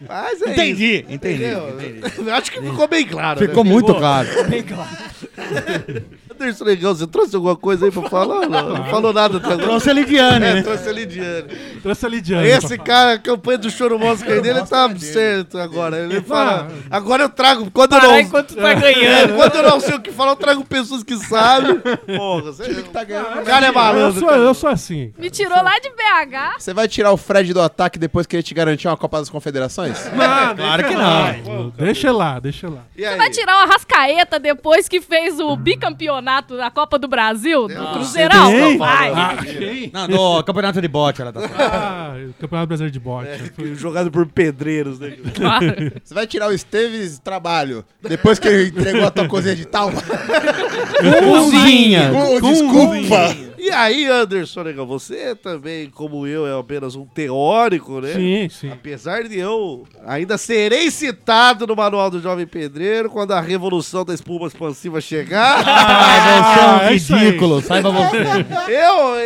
Mas é
Entendi,
isso.
entendi,
entendeu? Acho que ficou bem claro.
Ficou
né?
muito claro.
Anderson Negão, você trouxe alguma coisa aí pra falar? Não, não falou nada até agora.
Trouxe a Lidiane,
É,
né?
trouxe a Lidiane.
Trouxe a Lidiane.
Esse cara, a campanha do Choro Mosca dele, ele tá certo agora. Ele fala, agora eu trago, quando eu
Parar
não... É.
enquanto tá ganhando.
Quando eu não sei o que falar, eu trago pessoas que sabem. Porra, você que tá ganhando. O cara é
Eu
malandro.
sou, eu sou assim.
Me tirou lá de BH.
Você vai tirar o Fred do ataque depois que ele te garantir uma Copa das Confederações?
Claro
então,
que não.
Deixa lá, deixa lá.
E
Você vai
aí?
tirar o Arrascaeta depois que fez o bicampeonato da Copa do Brasil, do
Ei,
Cruzeirão? Vai.
achei.
Não, do campeonato de bote ela tá certa.
Ah, Campeonato Brasileiro de Bote.
É, Jogado por pedreiros, né?
Você vai tirar o Esteves trabalho depois que ele entregou a tua cozinha de talma?
Cozinha.
Oh, desculpa!
E aí, Anderson Negão, você também, como eu, é apenas um teórico, né?
Sim, sim.
Apesar de eu ainda serei citado no Manual do Jovem Pedreiro quando a revolução da espuma expansiva chegar,
Ah, você é um
é isso aí.
ridículo, saiba você.
eu, eu,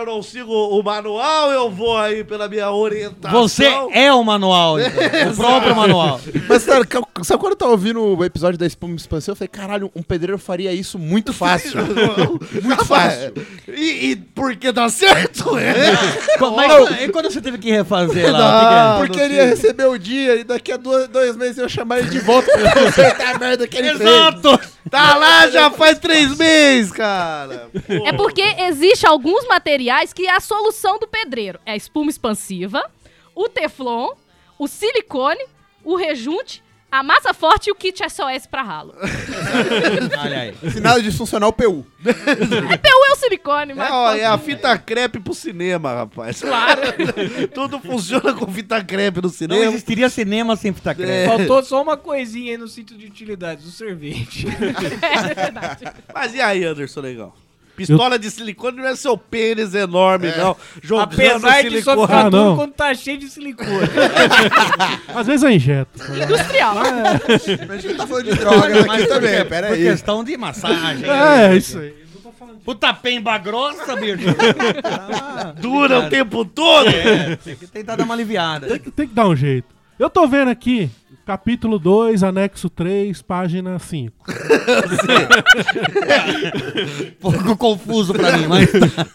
eu não sigo o manual, eu vou aí pela minha orientação.
Tá,
Você é o manual, então. o próprio manual.
Mas, cara, ca- sabe quando eu tava ouvindo o episódio da Espuma Expansão? Eu falei, caralho, um pedreiro faria isso muito fácil. muito fácil.
E, tá e porque dá certo, é?
Qu- Mas
Não. Ah,
e quando você teve que refazer lá?
Não,
o que que
porque
é?
ele ia receber o dia e daqui a duas- dois meses eu chamar ele de volta pra consertar tá a merda que ele
Exato.
fez.
Tá lá já faz três meses, cara.
É porque existe alguns materiais que é a solução do pedreiro. É a espuma expansiva, o teflon, o silicone, o rejunte, a massa forte e o kit SOS pra ralo.
Olha aí.
Se nada disso funcionar, o PU.
É PU é o silicone, mas...
É, ó,
Tá
é a fita crepe pro cinema, rapaz.
Claro.
Tudo funciona com fita crepe no
Não
cinema.
existiria cinema sem fita crepe.
É.
Faltou só uma coisinha aí no cinto de utilidades, o sorvete.
Mas e aí, Anderson Legal? Pistola de silicone não é seu pênis enorme, não. Jogando
Apesar de
silicone.
só ficar
É. Ah,
duro
não.
quando tá cheio de silicone.
Às vezes eu injeto. É.
Industrial.
Mas a gente tá falando de droga
Mas
aqui
por quê?
também, pera
Por
aí.
questão de massagem. né?
É, é isso aí.
Puta pemba grossa, bicho. Ah,
Dura o tempo todo.
É, tem que tentar dar uma aliviada.
Tem que dar um jeito. Eu tô vendo aqui, capítulo 2, anexo 3, página 5.
Um Pouco confuso pra mim, mas... tá.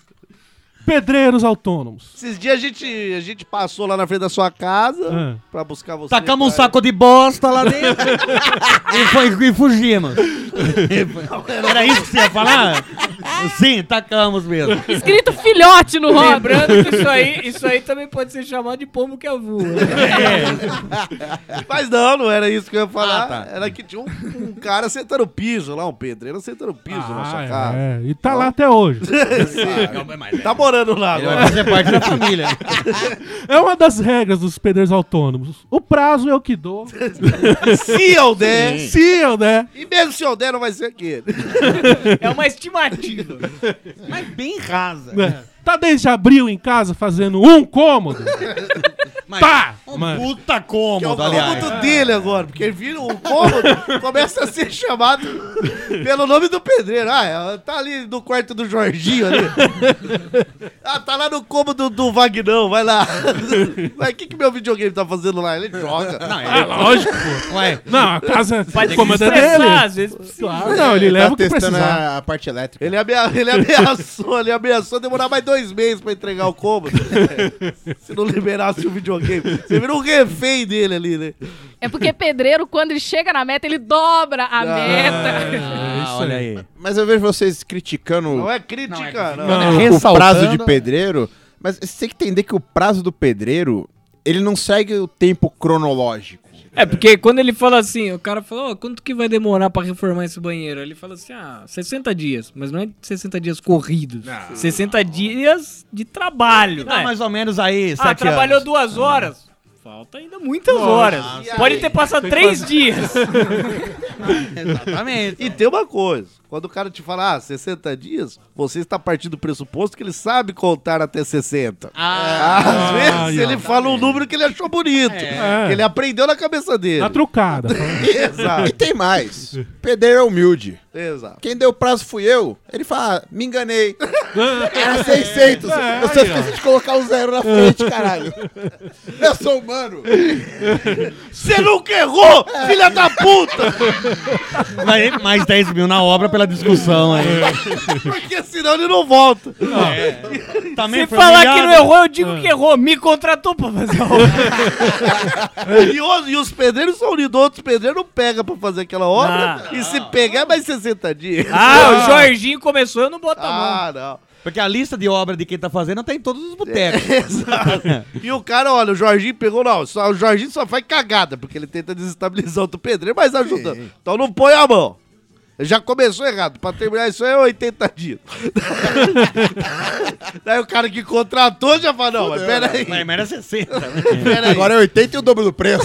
Pedreiros autônomos.
Esses dias a gente, a gente passou lá na frente da sua casa
Ah.
pra buscar você.
Tacamos um
cara.
saco de bosta lá dentro e, foi, e fugimos.
um
Era É, isso que você ia falar? Sim, tacamos mesmo.
Escrito filhote no rótulo.
Lembrando que isso aí, isso aí também pode ser chamado de pombo que avua. É.
Mas não, não era isso que eu ia falar.
Ah, tá.
Era que tinha um, um cara sentando o piso lá, um pedreiro sentando o piso na sua
Ah,
casa.
é, E tá lá até hoje.
Tá morando lá
é Ele
agora.
vai fazer parte da família.
É uma das regras dos pedreiros autônomos. O prazo eu que dou.
Se eu der. se-
Se eu der.
E mesmo se eu der, não vai ser aquele.
É uma estimativa.
Mas bem rasa.
né? Tá desde abril em casa fazendo um cômodo?
Mas,
Tá,
um
mano.
puta
Que é o
cômodo, aliás.
cômodo dele agora, porque ele vira um cômodo, começa a ser chamado pelo nome do pedreiro. Ah, é, tá ali no quarto do Jorginho ali. Ah, tá lá no cômodo do Vagnão, vai lá. Mas o que, que meu videogame tá fazendo lá? Ele joga.
Não, ele-
Ah, lógico, pô.
Ué,
Não, a casa
Pode
o comando é
estressar,
dele.
às vezes precisava.
Não, ele leva
tá
o que
testando
precisar.
a, a parte elétrica.
Ele, amea- ele ameaçou, ele ameaçou demorar mais dois meses pra entregar o cômodo. Se não liberasse o videogame. Você virou um refém dele ali, né?
É porque pedreiro, quando ele chega na meta, ele dobra
Ah,
a
é
meta.
ah, olha aí.
Mas eu vejo vocês criticando
Não é crítica, não.
Não.
o
Ressaltando-
prazo de pedreiro, mas você tem que entender que o prazo do pedreiro, ele não segue o tempo cronológico.
É, porque quando ele fala assim, o cara fala, ó, quanto que vai demorar pra reformar esse banheiro? Ele fala assim, ah, 60 dias. Mas não é 60 dias corridos. 60 dias de trabalho.
Dá
Ah,
mais ou menos aí, sete
ah, trabalhou
anos.
duas horas. Falta ainda muitas horas. Pode ter passado três dias.
Exatamente.
E tem uma coisa, quando o cara te fala, ah, 60 dias, você está partindo do pressuposto que ele sabe contar até 60.
Ah,
Às vezes
ah,
ele fala um número que ele achou bonito, que ele aprendeu na cabeça dele.
Tá É. trucada.
E
Exato,
tem mais. Pedreiro é humilde.
exato.
Quem deu o prazo fui eu. Ele fala, ah, me enganei. Era 600.
É,
eu só esqueci de colocar o zero na frente, caralho. Eu sou humano.
Você nunca errou, filha da puta!
Vai mais 10 mil na obra pela discussão aí.
Porque senão ele não volta.
Ah,
Também
Se
foi
falar
humilhado.
que não errou, eu digo que errou. Me contratou pra fazer a obra.
E, os, e os pedreiros são unidos, outros pedreiros não pegam pra fazer aquela obra. e se pegar, é mais 60 dias.
Ah, o Jorginho começou, eu não boto a mão.
Ah, não.
Porque a lista de obra de quem tá fazendo tá em todos os botecos.
É, Exato. E o cara, olha, o Jorginho pegou, não, só, o Jorginho só faz cagada, porque ele tenta desestabilizar outro pedreiro, mas ajudando. Então não põe a mão. Já começou errado. Pra terminar isso aí é 80 dias. Daí o cara que contratou já fala, não, mas peraí,
Mas era 60, né?
peraí.
Agora é 80 e o dobro do preço.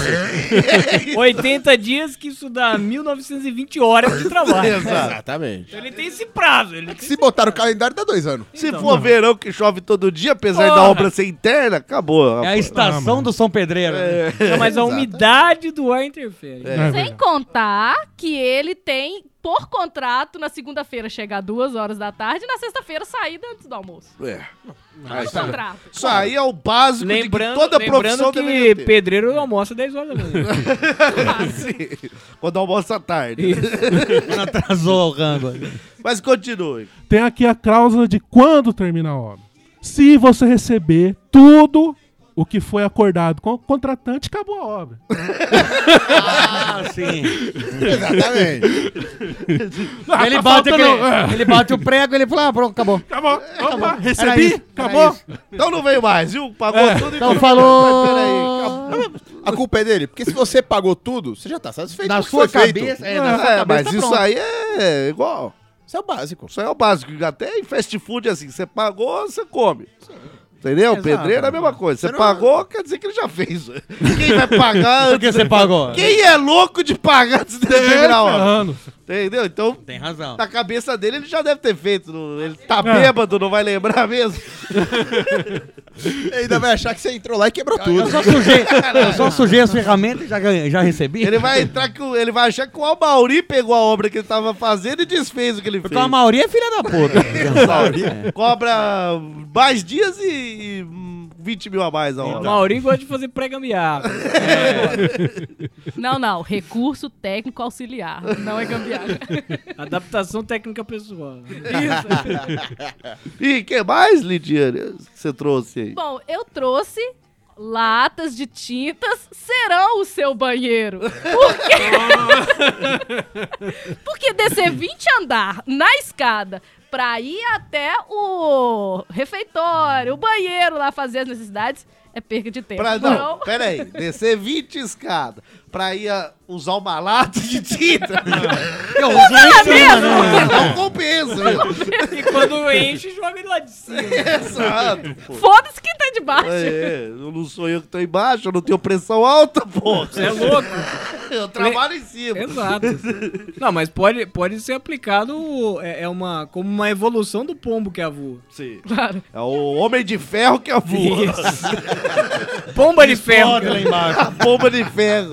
80 dias, que isso dá 1920 horas de trabalho.
Exato.
Exatamente.
Então ele tem esse prazo. Ele tem
Se botar no calendário, dá dois anos.
Se
Então,
for verão que chove todo dia, apesar da
Porra.
obra ser interna, acabou.
É a estação do São Pedreiro.
É,
né?
Não, mas a umidade do ar interfere.
É,
Sem contar que ele tem por contrato, na segunda-feira chegar duas horas da tarde e na sexta-feira sair antes do almoço.
É.
Aí
Aí, tá.
contrato.
Isso aí é o básico
lembrando,
de que toda
lembrando
profissão
que
deveria ter.
pedreiro almoça 10 horas da manhã.
Ah, Sim. Quando almoça à tarde.
Atrasou o rango.
Mas continue.
Tem aqui a cláusula de quando termina a obra. Se você receber tudo o que foi acordado com o contratante, acabou a obra.
Ah, sim.
Ah,
ele,
tá
bate
faltando-
aquele-
é.
ele bate o prego e ele fala, ah, pronto, acabou.
Acabou. Opa,
Era
recebi,
isso, era
acabou.
isso.
Então não veio mais, viu? Pagou tudo e
Então
não-
falou.
Mas peraí, calma.
É. A culpa é dele, porque se você pagou tudo, você já tá satisfeito.
Na
com o que
sua
foi feito.
cabeça,
É, mas isso aí é igual.
Isso é o básico.
Isso aí é o básico. Até em fast food é assim, você pagou, você come. Entendeu?
Exato.
Pedreiro é a mesma coisa. Você
não-
pagou, quer dizer que ele já fez. Quem vai pagar
Por que
antes?
você pagou? É,
Quem é louco de pagar antes de terminar a obra?
Ferrando.
Entendeu? Então,
Tem razão. É.
na cabeça dele, ele já deve ter feito. não- Ele tá bêbado, não vai lembrar mesmo.
Ele ainda vai achar que você entrou lá e quebrou
Eu
tudo.
só sujei, eu só sujei as ferramentas e já, ganhei- já recebi.
Ele vai entrar que o- Ele vai achar que o Almauri pegou a obra que ele tava fazendo e desfez o que ele fez.
Então a maioria é filha da puta.
É. Cobra mais dias e, e hum, 20 mil a mais a
O
hora.
Maurinho gosta de fazer pré-gambiarra.
É.
Não, não. Recurso técnico auxiliar. Não é gambiarra.
Adaptação técnica pessoal.
E que mais, Lidiane, que você trouxe aí?
Bom, eu trouxe latas de tintas serão o seu banheiro. Por quê? Porque descer 20 andar na escada pra ir até o refeitório, o banheiro lá fazer as necessidades é perca de tempo.
Pra, não,
Então,
pera aí. Descer 20 escadas pra ir ah, usar uma lata de tinta.
Eu
é
usei isso, né?
Não compensa. meu.
um e quando enche, joga ele lá de cima.
Exato, pô.
foda-se quem tá debaixo.
É, eu não sou eu que tô embaixo, eu não tenho pressão alta, pô.
Você é louco.
Eu trabalho em cima. é
Exato. Não, mas pode, pode ser aplicado é, é uma, como uma evolução do pombo que é a voa.
Sim.
Claro.
É o homem de ferro que é voa.
Pomba de ferro.
Olha lá embaixo.
A bomba de ferro.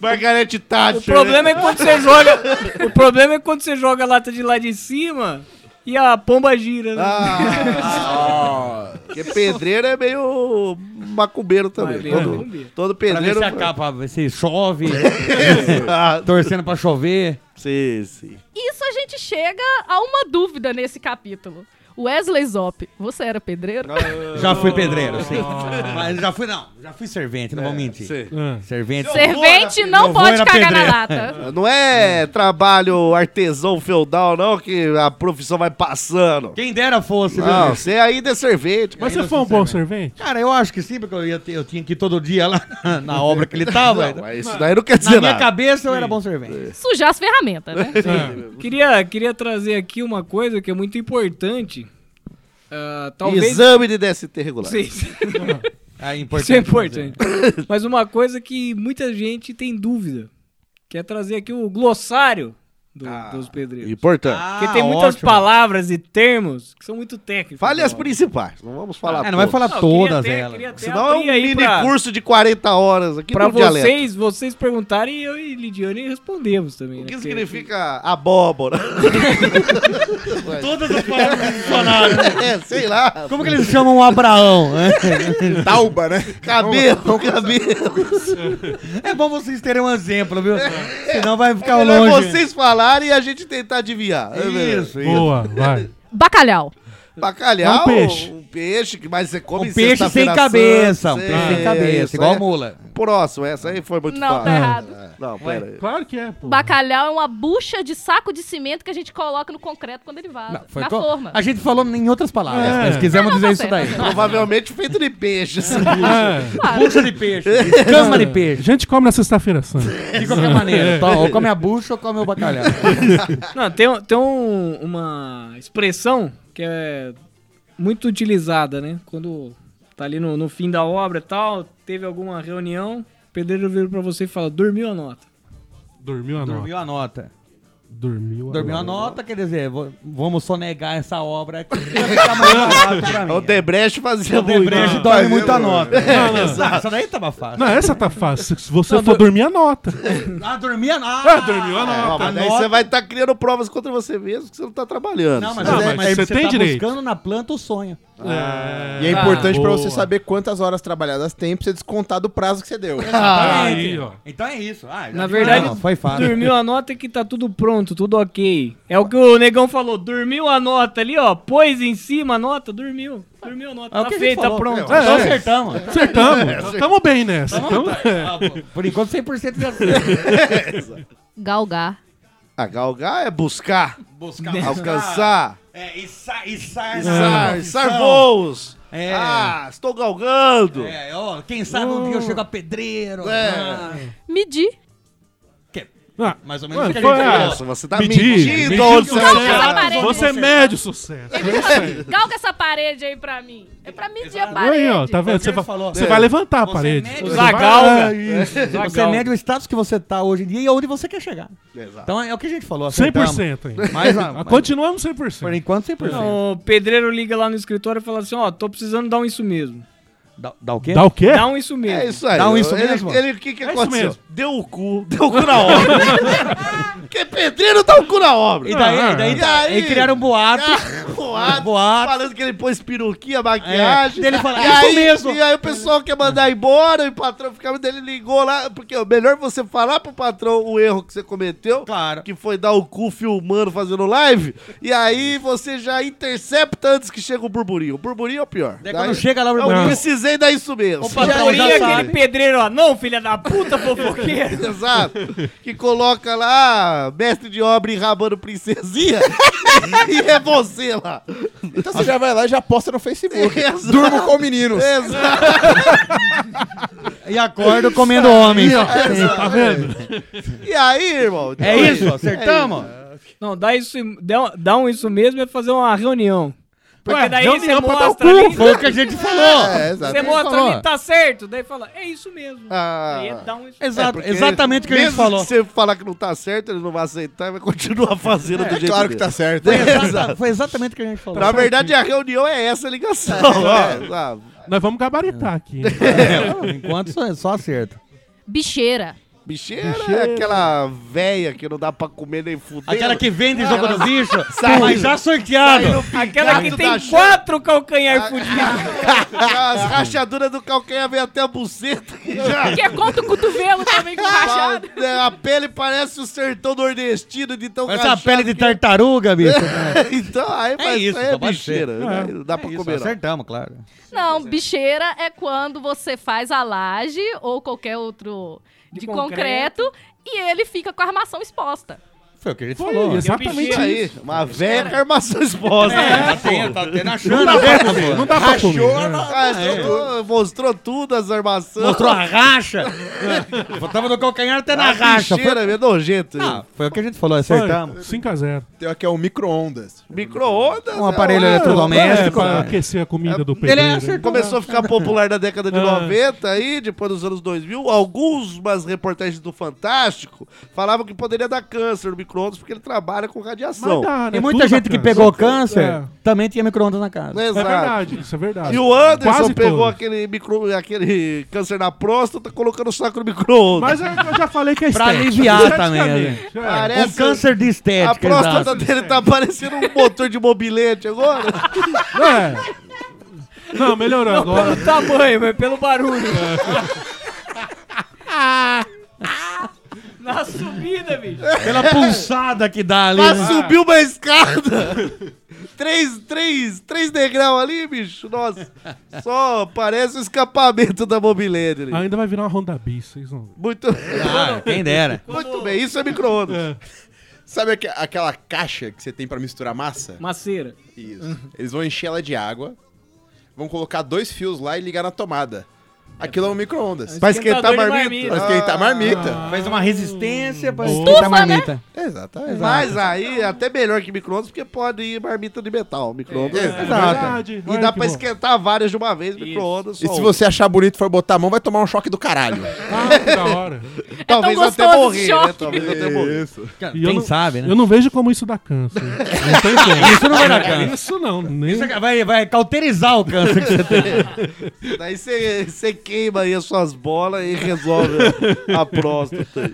Margarete Thatcher.
O problema é quando você joga. O problema é quando você joga a lata de lá de cima e a pomba gira, né?
Ah, porque pedreiro é meio macumbeiro também.
Mas meio
todo,
macumbeiro.
todo
Pra ver
pedreiro.
se acaba, pra ver se chove,
Ah,
torcendo pra chover.
sim, sim.
Isso a gente chega a uma dúvida nesse capítulo. Wesley Zop, você era pedreiro?
é.
Já fui pedreiro, sim. Mas já fui, não. Já fui servente, não vou mentir.
É, sim.
Ah.
Servente.
Servente
Eu
não
vou
pode
era
cagar na
pedreiro.
lata.
Não é trabalho artesão feudal, não, que a profissão vai passando.
Quem dera fosse, viu?
Não, você ainda é servente.
Mas você foi um bom servente?
Cara, eu acho que sim, porque eu, ia ter- eu tinha que ir todo dia lá na, na obra que ele tava. então.
Não, mas isso daí não quer
na
dizer
minha
nada.
cabeça eu era bom servente. É.
Sujar as ferramentas, né?
Ah. Queria, queria trazer aqui uma coisa que é muito importante. Ah, talvez.
Exame de DST regular.
Sim,
É
Isso é
importante.
importante. Mas uma coisa que muita gente tem dúvida. Que é trazer aqui o glossário do-
Ah,
dos pedreiros.
Importante.
Porque
Ah,
tem muitas palavras e termos que são muito técnicos.
Fale as principais, não vamos falar
É, não vai
todas.
falar
Não, eu queria
todas
até-
elas.
queria até
Senão é um
abrir aí
mini
pra-
curso de 40 horas aqui
Pra
no dialeto.
vocês, vocês perguntarem e eu e Lidiane respondemos também.
O
né?
que
Porque-
significa abóbora?
Todas as palavras do dicionário.
é, sei lá.
Como que eles chamam o Abraão? né?
Tauba, né?
Cabelo, cabelo.
É bom vocês terem um exemplo, viu? Senão vai ficar
É melhor
longe.
vocês falarem e a gente tentar adivinhar. É melhor.
Isso, isso.
Boa, vai.
Bacalhau.
Bacalhau,
É um peixe.
um peixe que mais você come
Um peixe sem
sexta-feira
cabeça. Um
santa,
peixe
é,
sem
isso,
cabeça, igual
é.
mula.
Próximo, essa aí foi muito
Não,
fácil. É.
tá errado.
Não, pera aí.
Claro que é, pô.
Bacalhau é uma bucha de saco de cimento que a gente coloca no concreto quando ele vaza.
Não, foi
na
co-
forma.
A gente falou em outras palavras,
É.
mas quisemos
Não, não,
dizer isso
tá certo,
daí.
tá
Provavelmente feito de peixe. esse bicho.
É.
Bucha de peixe, escama de
A
peixe.
gente come na sexta-feira É. santa.
De qualquer maneira, to- ou come a bucha ou come o bacalhau.
Não, tem, um- tem um- uma expressão que é muito utilizada, né? Quando tá ali no, no fim da obra e tal, teve alguma reunião, o pedreiro vira pra você e fala, dormiu a nota.
Dormiu a nota.
Dormiu a nota.
Dormiu.
Dormiu a
agora.
nota, quer dizer, vo- vamos sonegar essa obra aqui. Vai ficar mais barato pra mim.
É O Debreche fazia
É. O Debreche
muito.
dorme
Fazia
muita
muito.
nota.
É, exato.
Essa daí tava fácil.
Não, essa tá fácil. Se você
Não,
for
do-
dormir, anota.
Ah, dormia É, nada.
Ah, dormiu a nota.
Não, mas daí você vai estar criando provas contra você mesmo que você não tá trabalhando.
Não, mas,
Você-
é, mas
você
você,
tem
tá
direito.
buscando na planta o sonho. Ah,
É.
E é importante pra
Boa.
você saber quantas horas trabalhadas tem pra você descontar do prazo que você deu.
Exatamente.
Ah, aí, ó.
Então é isso. Ah, já
Na
vi-
verdade,
Não, foi fácil.
dormiu a nota que tá tudo pronto, tudo ok. É o que o negão falou, dormiu a nota ali, ó, pôs em cima a nota, dormiu. Dormiu a nota,
É o
tá
que a gente
feito, tá
falou.
pronto.
É,
Então
é.
acertamos.
É,
Acertamos. Tamo bem nessa. Tamo...
Ah, pô, Por enquanto, 100% de acerto.
Galgar.
Ah, É, galgar é buscar,
Buscar,
alcançar,
É, içar, içar,
sar, sar voos.
então, É.
Ah, estou galgando.
É, ó, quem sabe um dia eu chego a pedreiro.
É.
Ah,
Medir.
Ah,
mais ou menos
mano,
o que a
foi
gente
a-
Nossa, você tá
Medir,
mentindo.
medir
onde
o
você
sucesso.
vai chegar.
parede.
Você mede o sucesso. É
Galga essa parede aí pra mim. É pra medir a parede.
Aí, ó, tá vendo? Você
Ele
vai,
falou. É.
você vai levantar a
Você
parede.
mede
Você
o
vai-
zagal,
Ah,
né?
isso.
Você mede o status que você tá hoje em dia e aonde você quer chegar.
Tá.
Exato.
Então é o que a gente falou. acertamos.
100% ainda.
Mas, ah,
Ah,
mas-
Continuamos
Por
100%.
enquanto, 100%.
Não, o pedreiro liga lá no escritório e fala assim, ó, tô precisando dar um isso mesmo.
Dá, dá o quê?
Dá o quê?
Dá um isso mesmo.
É isso aí.
Dá um isso
Ele-
mesmo?
Ele, o que que
É isso
aconteceu?
mesmo.
Deu o cu, deu o cu na obra. Porque pedreiro dá o cu na obra.
E daí,
Ah,
e daí,
e aí?
aí criaram um boato.
Ah, boato,
Boato.
Falando que ele pôs peruquinha, maquiagem.
É, ele fala,
e
"É isso
aí,
mesmo."
E aí o pessoal quer mandar embora, e o patrão ficava dele ligou lá, porque é melhor você falar pro patrão o erro que você cometeu,
Claro.
que foi dar o cu filmando, fazendo live, e aí você já intercepta antes que chega o burburinho. O burburinho é o pior. Daí-
Daí quando chega lá, o
eu
irmão,
precisei dar isso mesmo.
Opa,
Já
Então, já
liga
sabe.
aquele pedreiro lá, não, filha da puta, fofoqueiro.
Exato. Que coloca lá "Ah, mestre de obra enrabando princesinha e é você lá.
Então você já vai lá e já posta no Facebook.
Exato.
Durmo com meninos.
Exato.
e acordo comendo homem.
Tá vendo?
E aí, irmão? então
É isso, acertamos.
É. Não, dá isso, dá, dá um isso mesmo é fazer uma reunião. Porque
Ué,
daí você
reunião pra dar o
mostra
cu.
ali,
Foi o que a gente falou.
É, exato.
você mostra
falou.
ali, tá certo. Daí fala, é isso mesmo.
Ah.
Aí é dar um isso
Exato,
porque
exatamente o que a gente
mesmo
falou.
Se você falar que não tá certo, ele não vai aceitar e vai continuar fazendo do jeito
Claro que
dele.
tá certo.
Foi, exata- foi exatamente o que a gente falou. É.
Na verdade, a reunião é essa ligação. ó, sabe?
Nós vamos gabaritar aqui. hein?
Por enquanto, só, só acerto.
Bicheira.
Bicheira, é aquela véia que não dá pra comer nem fuder.
Aquela que vende jogo no bicho,
Sai.
mas já sorteado.
Aquela que
Gato
tem
da chave.
quatro calcanhar fudido.
As rachaduras do calcanhar vem até a buceta e já...
Que é contra o cotovelo também com rachado.
Fala- é, A pele parece o sertão nordestino de tão
Essa
rachado
pele de
que-
tartaruga, bicho.
então, aí mas
isso,
aí é
só pode
bicheira.
ser.
né?
É.
Não dá pra
Isso, tá
comer, não.
acertamos, claro.
Não, bicheira é quando você faz a laje ou qualquer outro de,
De
concreto. e ele fica com a armação exposta.
Foi o que a gente
Foi
falou. É,
exatamente
Isso
isso.
aí, uma velha com armação exposta.
tá tendo, tá tendo a chance.
Não dá pra comer. Não dá pra comer. né?
Ah, estrutura- Mostrou tudo as armações.
Mostrou a racha. Botava no calcanhar até na
a
racha.
bicheira,
Foi...
é nojento.
Ah, foi o que a gente falou,
Foi,
acertamos.
5x0.
Tem aqui é o micro-ondas.
Micro-ondas.
Um aparelho
é,
eletrodoméstico.
pra
né?
aquecer a comida do
Ele
pedreiro.
é
né?
acertou.
Começou a ficar popular na década de
Ah.
90 aí, depois dos anos 2000. Algumas reportagens do Fantástico falavam que poderia dar câncer no micro-ondas porque ele trabalha com radiação.
Mas dá, né?
E muita
Tudo
gente
dá
que
câncer.
pegou câncer
É.
também tinha micro-ondas na casa.
É verdade, isso é verdade.
E o Anderson
Quase
pegou
todos.
aquele, micro, aquele câncer na próstata colocando o saco no
Mas
micro-ondas.
eu eu já falei que é
Pra
estética.
aliviar
Esteticamente,
também,
é.
Parece
Um câncer de
A
estética,
próstata
exato.
dele tá parecendo um motor de mobilete agora.
É. Não, melhorou agora.
Pelo tamanho, mas pelo barulho.
É.
Na subida, bicho.
Pela pulsada que dá ali.
É. Mas
Ah.
né?
subiu uma escada. três, três, três degraus ali, bicho. Nossa, só parece o escapamento da mobilete. ali.
Ainda vai virar uma Honda Bis, vocês vão ver.
Muito,
Ah, quem dera.
muito bem, isso é micro-ondas.
Sabe aque- aquela caixa que você tem pra misturar massa?
Maceira.
Uhum. Isso. Eles vão encher ela de água, vão colocar dois fios lá e ligar na tomada. Aquilo é um micro-ondas.
Pra esquentar Esquentador de marmita. marmita.
Pra esquentar marmita.
Ah. né? Faz uma resistência pra
Boa.
esquentar marmita.
Exatamente.
Mas aí, até melhor que micro-ondas, porque pode ir marmita de metal. Micro-ondas.
É,
é
exato.
verdade.
Olha
E dá
que
pra
bom.
esquentar várias de uma vez, micro-ondas.
E
só
se
um.
você achar bonito e for botar a mão, vai tomar um choque do caralho.
Ah, da hora.
É
Talvez
tão
até
gostoso
morrer,
esse choque.
né? Talvez até morrer.
Isso.
E eu não-
né?
Eu não vejo como isso dá câncer. Não tem como. É,
Isso não vai dar câncer.
Isso não. Nem...
Isso vai, vai cauterizar o câncer que você tem.
Daí você você queima aí as suas bolas e resolve a próstata.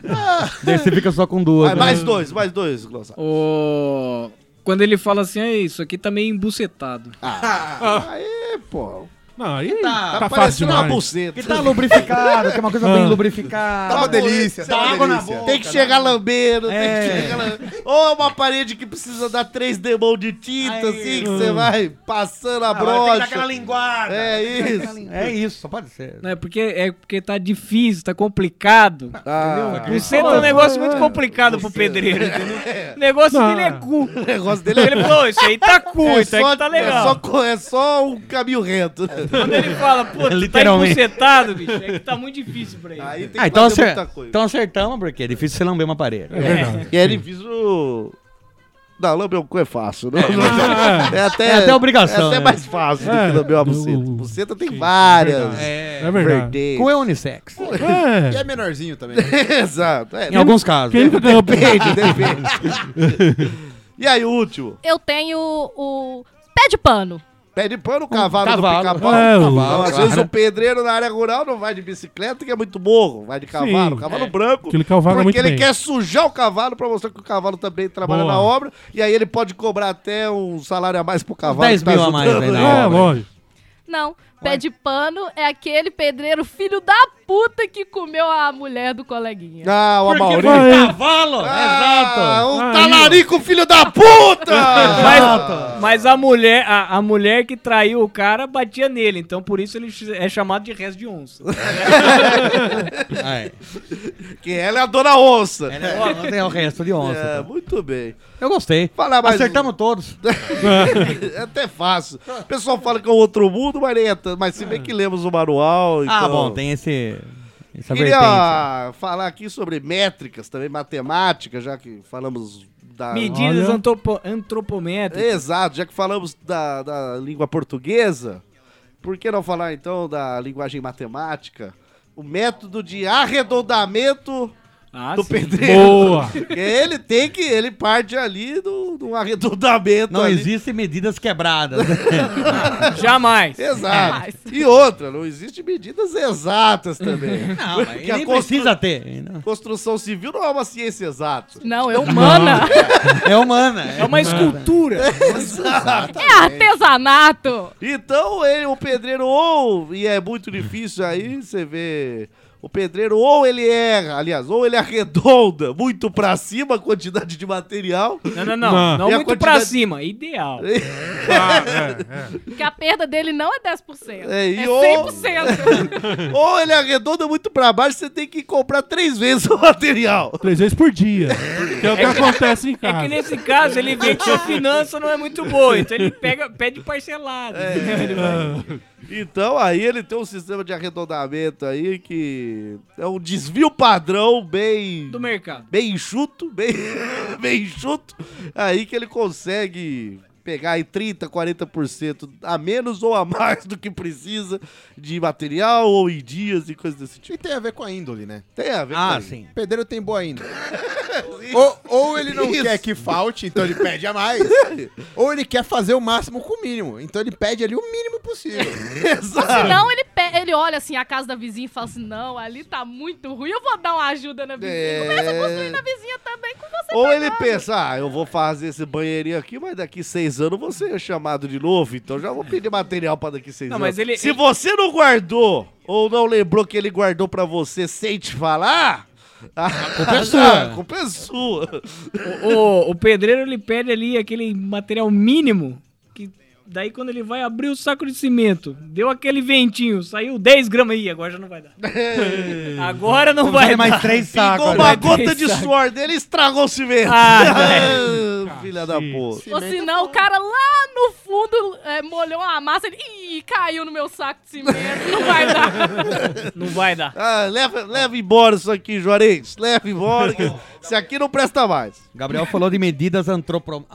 Daí você fica só com duas.
né?
Vai, mais dois, mais dois, Gonçalo.
O... Quando ele fala assim, é isso aqui tá meio embucetado.
Ah, aí, pô.
Não, aí
tá
tá
fácil
parecendo uma
demais.
buceta.
Que tá lubrificado, que é uma coisa
bem Ah.
lubrificada.
Tá uma delícia, tá uma delícia.
Tem que chegar lambendo, tem
É.
que chegar lambendo. Ou uma parede que precisa dar três demão de tinta, assim, que você
Hum.
vai passando a
Ah, vai ter que dar
brocha.
aquela linguada, vai ter que
É
dar
isso.
aquela linguada. É isso, só pode ser.
Não, é, porque, é porque tá difícil, tá complicado.
Ah,
tá
entendeu? Buceta é um negócio muito complicado pro pedreiro, entendeu? O negócio dele
Ah.
é cu. O
negócio
dele é Ele falou, isso aí tá cu,
É
isso aí
só-
tá legal.
É só, co- é só um caminho reto.
Quando ele fala, pô, tu tá
Literalmente.
embucetado, bicho, é que tá muito difícil pra ele. Aí
Ah, então, acer... então acertamos, porque é difícil você lamber uma parede.
É verdade. E é difícil. Não, lamber o cu é fácil. Não,
é. É até obrigação,
É até
né?
mais fácil
É,
do que lamber uma
eu-
buceta. Buceta tem várias.
É verdade. Cu é unissex.
E é menorzinho também. né?
Exato. é.
Em alguns casos. Quem nunca ganhou
Depende,
buceta?
depende. e aí, o último?
Eu tenho o pé de pano.
Pé de pano, cavalo,
cavalo.
do pica-pau.
É,
Cavalo,
o-
Às vezes o pedreiro na área rural não vai de bicicleta, que é muito morro. Vai de cavalo,
Sim.
cavalo
É.
branco.
Aquele cavalo é muito
porque ele
bem.
quer sujar o cavalo pra mostrar que o cavalo também trabalha
Boa.
na obra. E aí ele pode cobrar até um salário a mais pro cavalo.
10
que tá
mil a mais
ajudando
aí na
ele.
obra. É, lógico.
Não, pé de pano é aquele pedreiro filho da puta que comeu a mulher do coleguinha.
Ah, o
Porque
Amaury.
foi um
cavalo!
Ah, um
Aí,
talarico, filho da puta!
Mas, mas a mulher a, a mulher que traiu o cara batia nele, então por isso ele ch- é chamado de resto de onça.
que ela é a dona onça.
Ela é a onça, é o resto de onça,
É,
tá.
muito bem.
Eu gostei.
Falar mais
Acertamos todos.
é até fácil. O pessoal fala que é um outro mundo, mas, nem é tanto. mas se bem que lemos o manual.
Ah,
então-
bom, tem esse. Essa vertente. né?
Queria falar aqui sobre métricas também, matemática, já que falamos da.
Medidas antropo- antropométricas.
Exato, já que falamos da, da língua portuguesa, por que não falar então da linguagem matemática? O método de arredondamento
Ah,
do pedreiro.
Boa.
Porque ele tem que. Ele parte ali do, do arredondamento.
Não
ali.
existem medidas quebradas. né?
Jamais.
Exato. E outra, não existe medidas exatas também.
Não, mas
Porque
nem precisa ter. Não.
Construção civil não é uma ciência exata.
Não, é humana.
É humana.
É uma
escultura.
Exato.
É artesanato.
Então, ele, o pedreiro, ou, e é muito difícil aí, você vê. O pedreiro, ou ele erra, aliás, ou ele arredonda muito pra cima a quantidade de material.
Não, não, não. Não,
E a
muito pra
quantidade-
cima. Ideal.
Que a perda dele não é 10%.
É, e
é
ou-
100%.
ou ele arredonda muito pra baixo, você tem que comprar três vezes o material.
Três vezes por dia. Que é o que acontece em
É que
casa.
nesse caso ele vê que sua finança não é muito boa, então ele pega, pede parcelado.
É.
Ele vai-
É. Então, aí ele tem um sistema de arredondamento aí que é um desvio padrão bem.
Do mercado.
Bem enxuto, bem, bem enxuto. Aí que ele consegue pegar aí 30%, 40% a menos ou a mais do que precisa de material ou em dias e coisas desse tipo.
E tem a ver com a índole, né?
Tem a ver
Ah,
com isso.
sim.
Pedreiro tem boa índole. ou, ou ele não
Isso.
quer que falte, então ele pede a mais. ou ele quer fazer o máximo com o mínimo, então ele pede ali o mínimo possível.
Exato.
Senão ele, pe- ele olha assim a casa da vizinha e fala assim: não, ali tá muito ruim, eu vou dar uma ajuda na vizinha.
É.
Começa a construir na vizinha também com você.
Ou ele pensa, ah, eu vou fazer esse banheirinho aqui, mas daqui seis anos você é chamado de novo, então já vou pedir material pra daqui seis
Não,
anos.
mas ele-
Se
ele-
você não guardou ou não lembrou que ele guardou pra você sem te falar, a culpa
é sua.
A culpa é sua.
O, o pedreiro ele pede ali aquele material mínimo que daí quando ele vai abrir o saco de cimento, deu aquele ventinho, saiu 10 gramas aí, agora já não vai dar. agora não,
Não
vai
vale mais
dar.
três
Ficou
sacos
uma
agora.
Gota
três
de
sacos.
suor dele estragou o cimento.
Ah, velho.
filha da
Ou
puta.
senão o cara lá no fundo é, molhou uma massa e Ih, caiu no meu saco de cimento. Não vai dar.
Não vai dar.
Ah, leva, leva embora isso aqui, Juarez. Leva embora. que isso aqui não presta mais.
Gabriel falou de medidas antropo-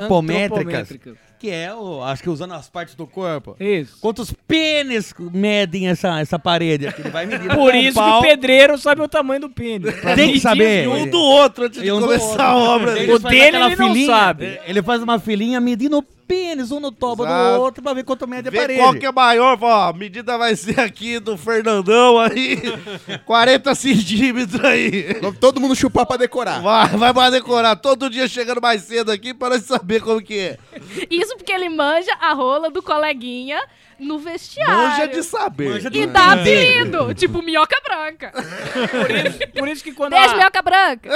antropométricas.
Antropométricas.
Que é, o, acho que usando as partes do corpo.
Isso.
Quantos pênis medem essa, essa parede aqui? Ele vai medir
Por
com o
isso
pau.
que pedreiro sabe o tamanho do pênis. Pra
Tem que
medir
saber.
um
Ele-
do
outro antes
de
um do
começar
outro.
a obra.
Ele
O
faz
dele
aquela
ele não
filinha,
sabe.
Ele faz uma filinha medindo o pênis, um no toba
Exato.
do outro, pra ver quanto mede a
Vê
parede.
qual que é maior, ó, a medida vai ser aqui do Fernandão aí, 40 centímetros aí.
Todo mundo chupar pra decorar.
Vai, vai pra decorar, todo dia chegando mais cedo aqui para nós saber como que é.
Isso porque ele manja a rola do coleguinha no vestiário.
Manja de saber. Manja de
E dá
saber.
apelido. tipo minhoca branca.
Por isso que quando
Beijo,
a-
minhoca branca.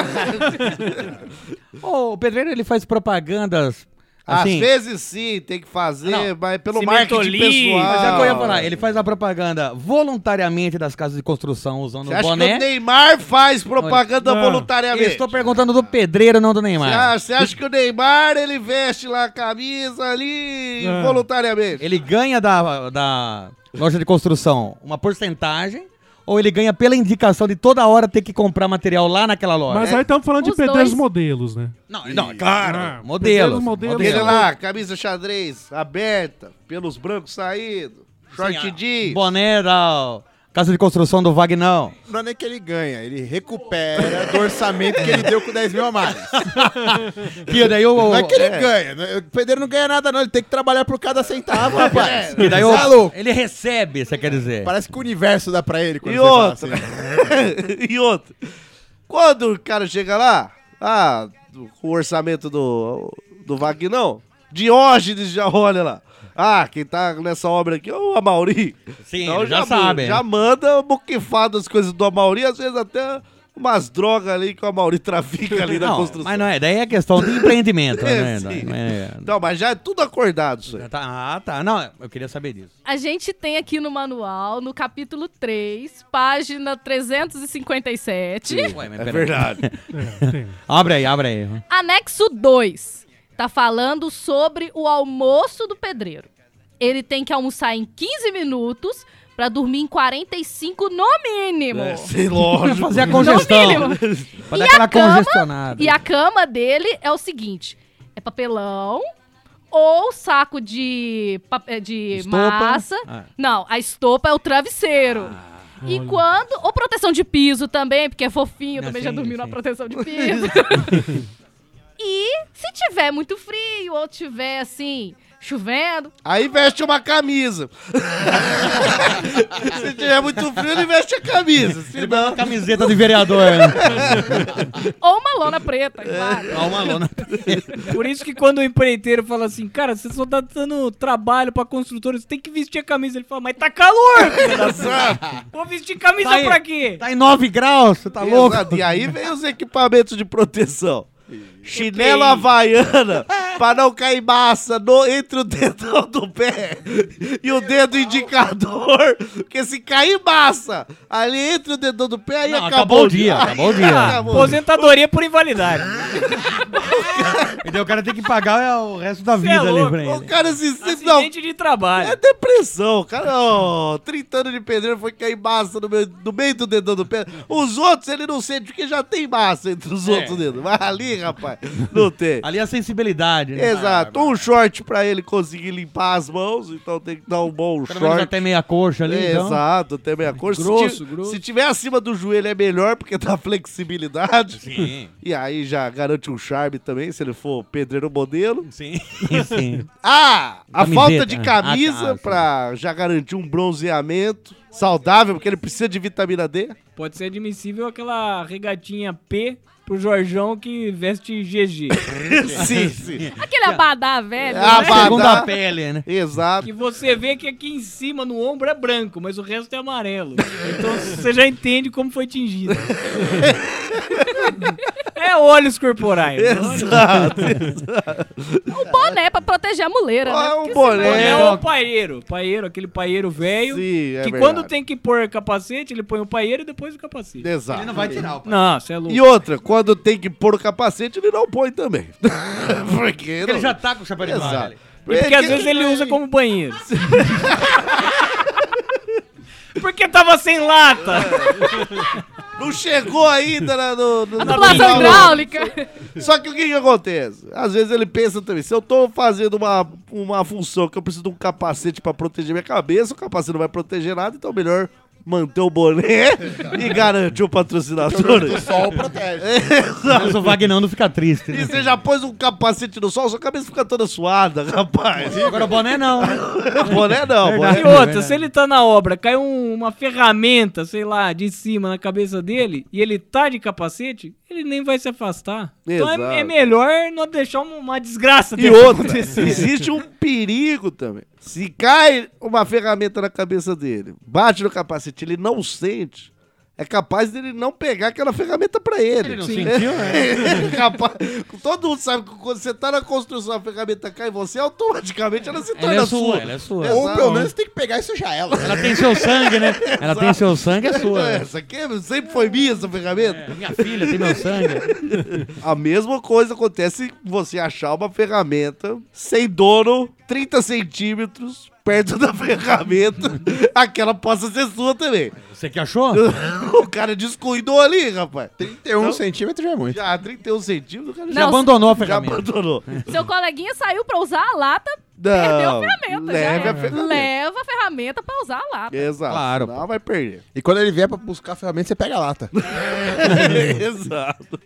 Ô, o pedreiro, ele faz propagandas, assim...
Às vezes sim, tem que fazer,
Não.
mas pelo marketing pessoal.
Mas é o que eu ia falar. Ele faz a propaganda voluntariamente das casas de construção usando
Você
o
acha
boné.
que o Neymar faz propaganda
né? Não.
voluntariamente?
Eu estou perguntando do pedreiro, não do
Você
Neymar.
acha, você acha que o Neymar, ele veste lá a camisa ali
Ah.
voluntariamente?
Ele ganha da, da loja de construção uma porcentagem ou ele ganha pela indicação de toda hora ter que comprar material lá naquela loja?
Mas aí estamos falando de pedreiros modelos, né? Ah,
Não, não, claro.
Modelos,
modelos.
modelos.
Ele
modelos.
lá, camisa xadrez, aberta, pelos brancos saindo, short
Sim, ó,
jeans.
Boné da casa de construção do Vagnão.
Não é nem que ele ganha, ele recupera do orçamento que ele deu com 10 mil a mais.
Que daí o-
Não é que ele
é.
ganha. né? O pedreiro não ganha nada, não. Ele tem que trabalhar por cada centavo, rapaz.
Que daí
Você
o-
Tá
é louco.
ele recebe, você quer dizer.
Parece que o universo dá pra ele quando
E
você fala assim.
outra. e outra. Quando o cara chega lá, ah, do- o orçamento do, do Vagnão, Diógenes já olha lá. Ah, quem tá nessa obra aqui é o Amauri. Então
Sim, ele já é. sabe.
Já manda um buquifado as coisas do Amauri, às vezes até umas drogas ali que o Amauri trafica ali na
Não,
construção.
Mas não é, daí é questão de empreendimento, né?
Sim.
Não é-
Não, mas já é tudo acordado isso aí.
Tá, ah, tá. Não, eu queria saber disso.
A gente tem aqui no manual, no capítulo 3, página 357.
Ué, mas
É
peraí.
verdade.
É,
abre aí, abre aí.
Anexo 2 tá falando sobre o almoço do pedreiro. Ele tem que almoçar em 15 minutos pra dormir em 45 no mínimo.
É, sim, lógico.
Fazer a congestão.
No mínimo.
Pra
E
dar
a
aquela
cama-
congestionada.
E a cama dele é o seguinte: é papelão ou saco de, pa- eh, de
Estopa?
massa.
Ah.
Não, a estopa é o travesseiro. e
olha.
quando. Ou proteção de piso também, porque é fofinho,
Ah,
também
sim,
já dormi na
sim.
proteção de piso. e se tiver muito frio ou tiver assim, chovendo,
Aí veste uma camisa. Se tiver muito frio, ele veste a camisa. Se não,
Camiseta de vereador.
ou uma lona preta, claro.
É. Ó, uma lona.
Por isso que quando o empreiteiro fala assim, cara, você só tá dando trabalho pra construtora, você tem que vestir a camisa. Ele fala, mas tá calor! filho da puta. Vou vestir camisa
Tá aí.
pra quê?
Tá em 9 graus, você tá louco?
Exato. E aí vem os equipamentos de proteção. Chinelo havaiana pra não cair massa no- entre o dedão do pé e o dedo indicador. Porque se cair massa ali entre o dedão do pé, aí
Não,
acabou,
acabou o dia, acabou o dia.
Acabou.
Aposentadoria por invalidade.
E daí o cara tem que pagar é, o resto da
Cê
vida
é
ali
louco.
pra
O
ele.
cara se sente. Não,
Acidente de trabalho.
É depressão, cara. Ó, 30 anos de pedreiro foi cair massa no meio, no meio do dedão do pé. Os outros ele não sente, porque já tem massa entre
É.
os outros dedos. Mas ali, rapaz, não tem.
Ali é a sensibilidade, né?
Exato. Um short pra ele conseguir limpar as mãos, então tem que dar um bom
Pelo menos
short.
até meia coxa ali, então.
Exato, até meia cor. Se
Grosso,
ti- se,
grosso.
tiver acima do joelho é melhor, porque dá flexibilidade.
Sim.
E aí já garante um charme também, se ele for pedreiro modelo.
Sim. Sim.
Ah, a
Camiseta.
falta de
Ah, tá,
camisa
sim.
pra já garantir um bronzeamento saudável, porque ele precisa de vitamina D.
Pode ser admissível aquela regatinha P pro Jorjão que veste GG.
sim, sim.
Aquele abadá velho.
Ah,
né?
ba-
Segunda
Abadá.
pele, né?
Exato.
que você vê que aqui em cima no ombro é branco, mas o resto é amarelo. Então você já entende como foi tingido. é olhos corporais.
Exato.
Um boné pra proteger a muleira, né?
Ah, um
Porque
boné.
É o paeiro, paeiro, aquele paeiro velho.
Sim, é
que
verdade.
quando Primeiro tem que pôr capacete, ele põe o paieiro e depois o capacete.
Exato.
Ele não vai tirar o paieiro. Não, você é louco.
E outra, quando tem que pôr o capacete, ele não põe também. Porque
Ele já tá com o chapéu de
Exato.
palha ali. E porque às vezes ele usa como banheiro. porque tava sem lata.
Não chegou ainda na, no, no,
Tubulação hidráulica.
Só que o que, que acontece? Às vezes ele pensa também, se eu tô fazendo uma, uma função que eu preciso de um capacete pra proteger minha cabeça, o capacete não vai proteger nada, então melhor manter o boné e garantir o patrocinador.
O sol protege.
Exato.
Mas o Vagnando fica triste.
E
Né?
você já pôs um capacete no sol, sua cabeça fica toda suada, rapaz.
Agora o boné não. né?
boné não, boné
E
não.
outra, se ele tá na obra, cai um- uma ferramenta, sei lá, de cima na cabeça dele, e ele tá de capacete, ele nem vai se afastar. Então
Exato.
é, é melhor não deixar uma, uma desgraça
E
dessa
outra,
acontecer.
existe um perigo também. Se cai uma ferramenta na cabeça dele, bate no capacete, ele não sente, é capaz dele não pegar aquela ferramenta pra ele.
Ele não
Sim.
sentiu, né?
É capaz- Todo mundo sabe que quando você tá na construção, a ferramenta cai em você, automaticamente ela se
Ela
torna
é sua,
sua.
ela é sua.
Exato.
Ou pelo menos tem que pegar isso já ela.
Ela tem seu sangue, né? Ela tem seu sangue, é sua. né?
Essa aqui sempre foi minha, essa ferramenta.
É, Minha filha tem meu sangue.
A mesma coisa acontece se você achar uma ferramenta sem dono, 30 centímetros perto da ferramenta, aquela possa ser sua também.
Você que achou?
o cara descuidou ali, rapaz.
31
Então-
centímetros já é muito.
Já 31 centímetros, o cara
Não,
Já abandonou a
já, já
ferramenta.
abandonou.
Seu coleguinha saiu pra usar a lata, perdeu a
Não,
ferramenta. já
leve
era.
a ferramenta.
Leva a ferramenta pra usar a lata.
Exato.
Claro,
Não, vai perder.
E quando ele vier pra buscar a ferramenta, você pega a lata.
Exato.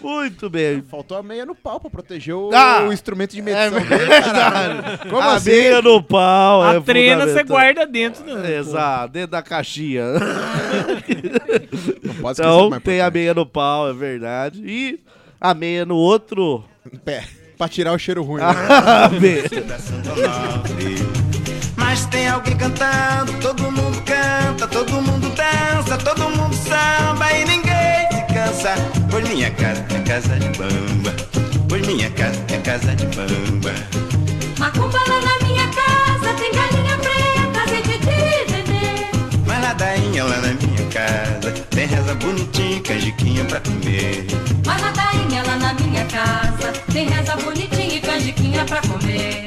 Muito bem.
Faltou a meia no pau pra proteger o,
Ah!
o instrumento de medição. dele, caralho. Como
a
assim?
meia no pau.
A
é
trena você
fundamental. É,
guarda dentro. Né?
Exato, dentro da caixinha.
Não pode esquecer
Então,
mais
tem a
importante.
meia no pau, é verdade. E a meia no outro.
Pé, pra tirar o cheiro ruim. né?
A meia.
Mas tem alguém cantando, todo mundo canta, todo mundo dança, todo mundo samba e ninguém se cansa. Pois minha casa é casa de bamba, pois minha casa é casa de bamba.
Macumba lá na minha casa tem galinha preta, zê, zê, zê, zê, zê.
Mas ladainha lá na minha casa, tem reza bonitinha, canjiquinha pra comer.
Mas ladainha lá na minha casa tem reza bonitinha e canjiquinha pra comer.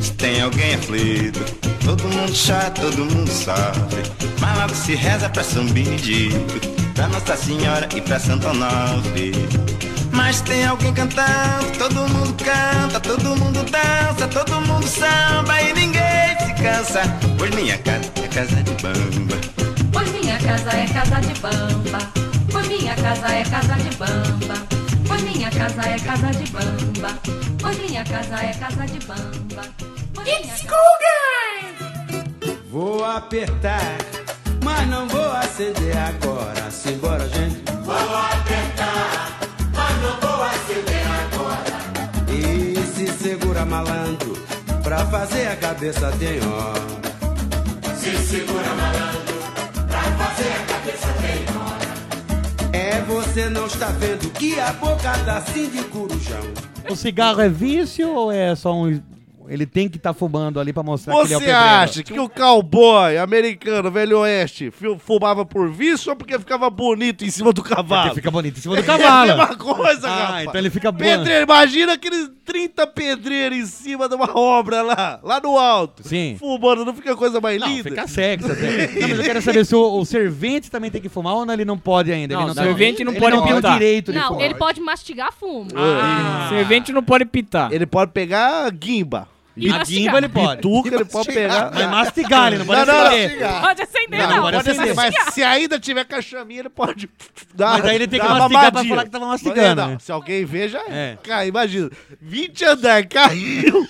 Se tem alguém aflito, todo mundo chora, todo mundo sofre. Mas logo se reza pra São Benedito, pra Nossa Senhora e pra Santo Onofre. Mas tem alguém cantando, todo mundo canta, todo mundo dança, todo mundo samba e ninguém se cansa. Pois minha casa é casa de bamba,
Pois minha casa é casa de bamba. Pois minha casa é casa de bamba. Pois minha casa é casa de bamba. Pois minha casa é casa de bamba. Pois minha casa-
Vou apertar, mas não vou acender agora. Simbora, gente. Vou apertar, mas não vou acender agora. E se segura, malandro, pra fazer a cabeça tem hora. Se segura, malandro, pra fazer a cabeça tem hora. É, você não está vendo que a boca tá assim de corujão.
O cigarro é vício ou é só um. Ele tem que estar fumando ali pra mostrar que ele é o
Você
pedreiro?
acha que o cowboy americano, velho oeste, fi- fumava por vício ou porque ficava bonito em cima do
Porque
cavalo?
fica bonito em cima do
É a
cavalo.
mesma coisa,
Ah,
rapaz.
então ele fica bom.
Pedreiro, imagina aqueles 30 pedreiros em cima de uma obra lá, lá no alto.
Sim.
Fumando, não fica coisa mais
Não,
linda?
fica sexy até. Não, mas eu quero saber se o, o servente também tem que fumar ou não, ele não pode ainda.
Não,
ele não
servente
tem,
não
ele
pode
não tem o
pintar.
direito de Ah.
Não,
fumar.
ele pode mastigar fumo.
Ah.
Ah.
Servente não pode pitar.
Ele pode pegar guimba.
E
A guimba ele pode.
Tuca, ele pode pegar.
Mas mastigar, ele não pode
Não, não,
escolher.
Pode acender,
Não,
não.
pode
Pode
acender.
ser, mas se ainda tiver cachaminha, ele pode dar
Mas aí ele tem que
dar uma
mastigar pra
mamadinha.
falar que tava mastigando,
Mas não,
né?
Se alguém vê, já é.
É.
Cai, imagina. 20 andar, caiu.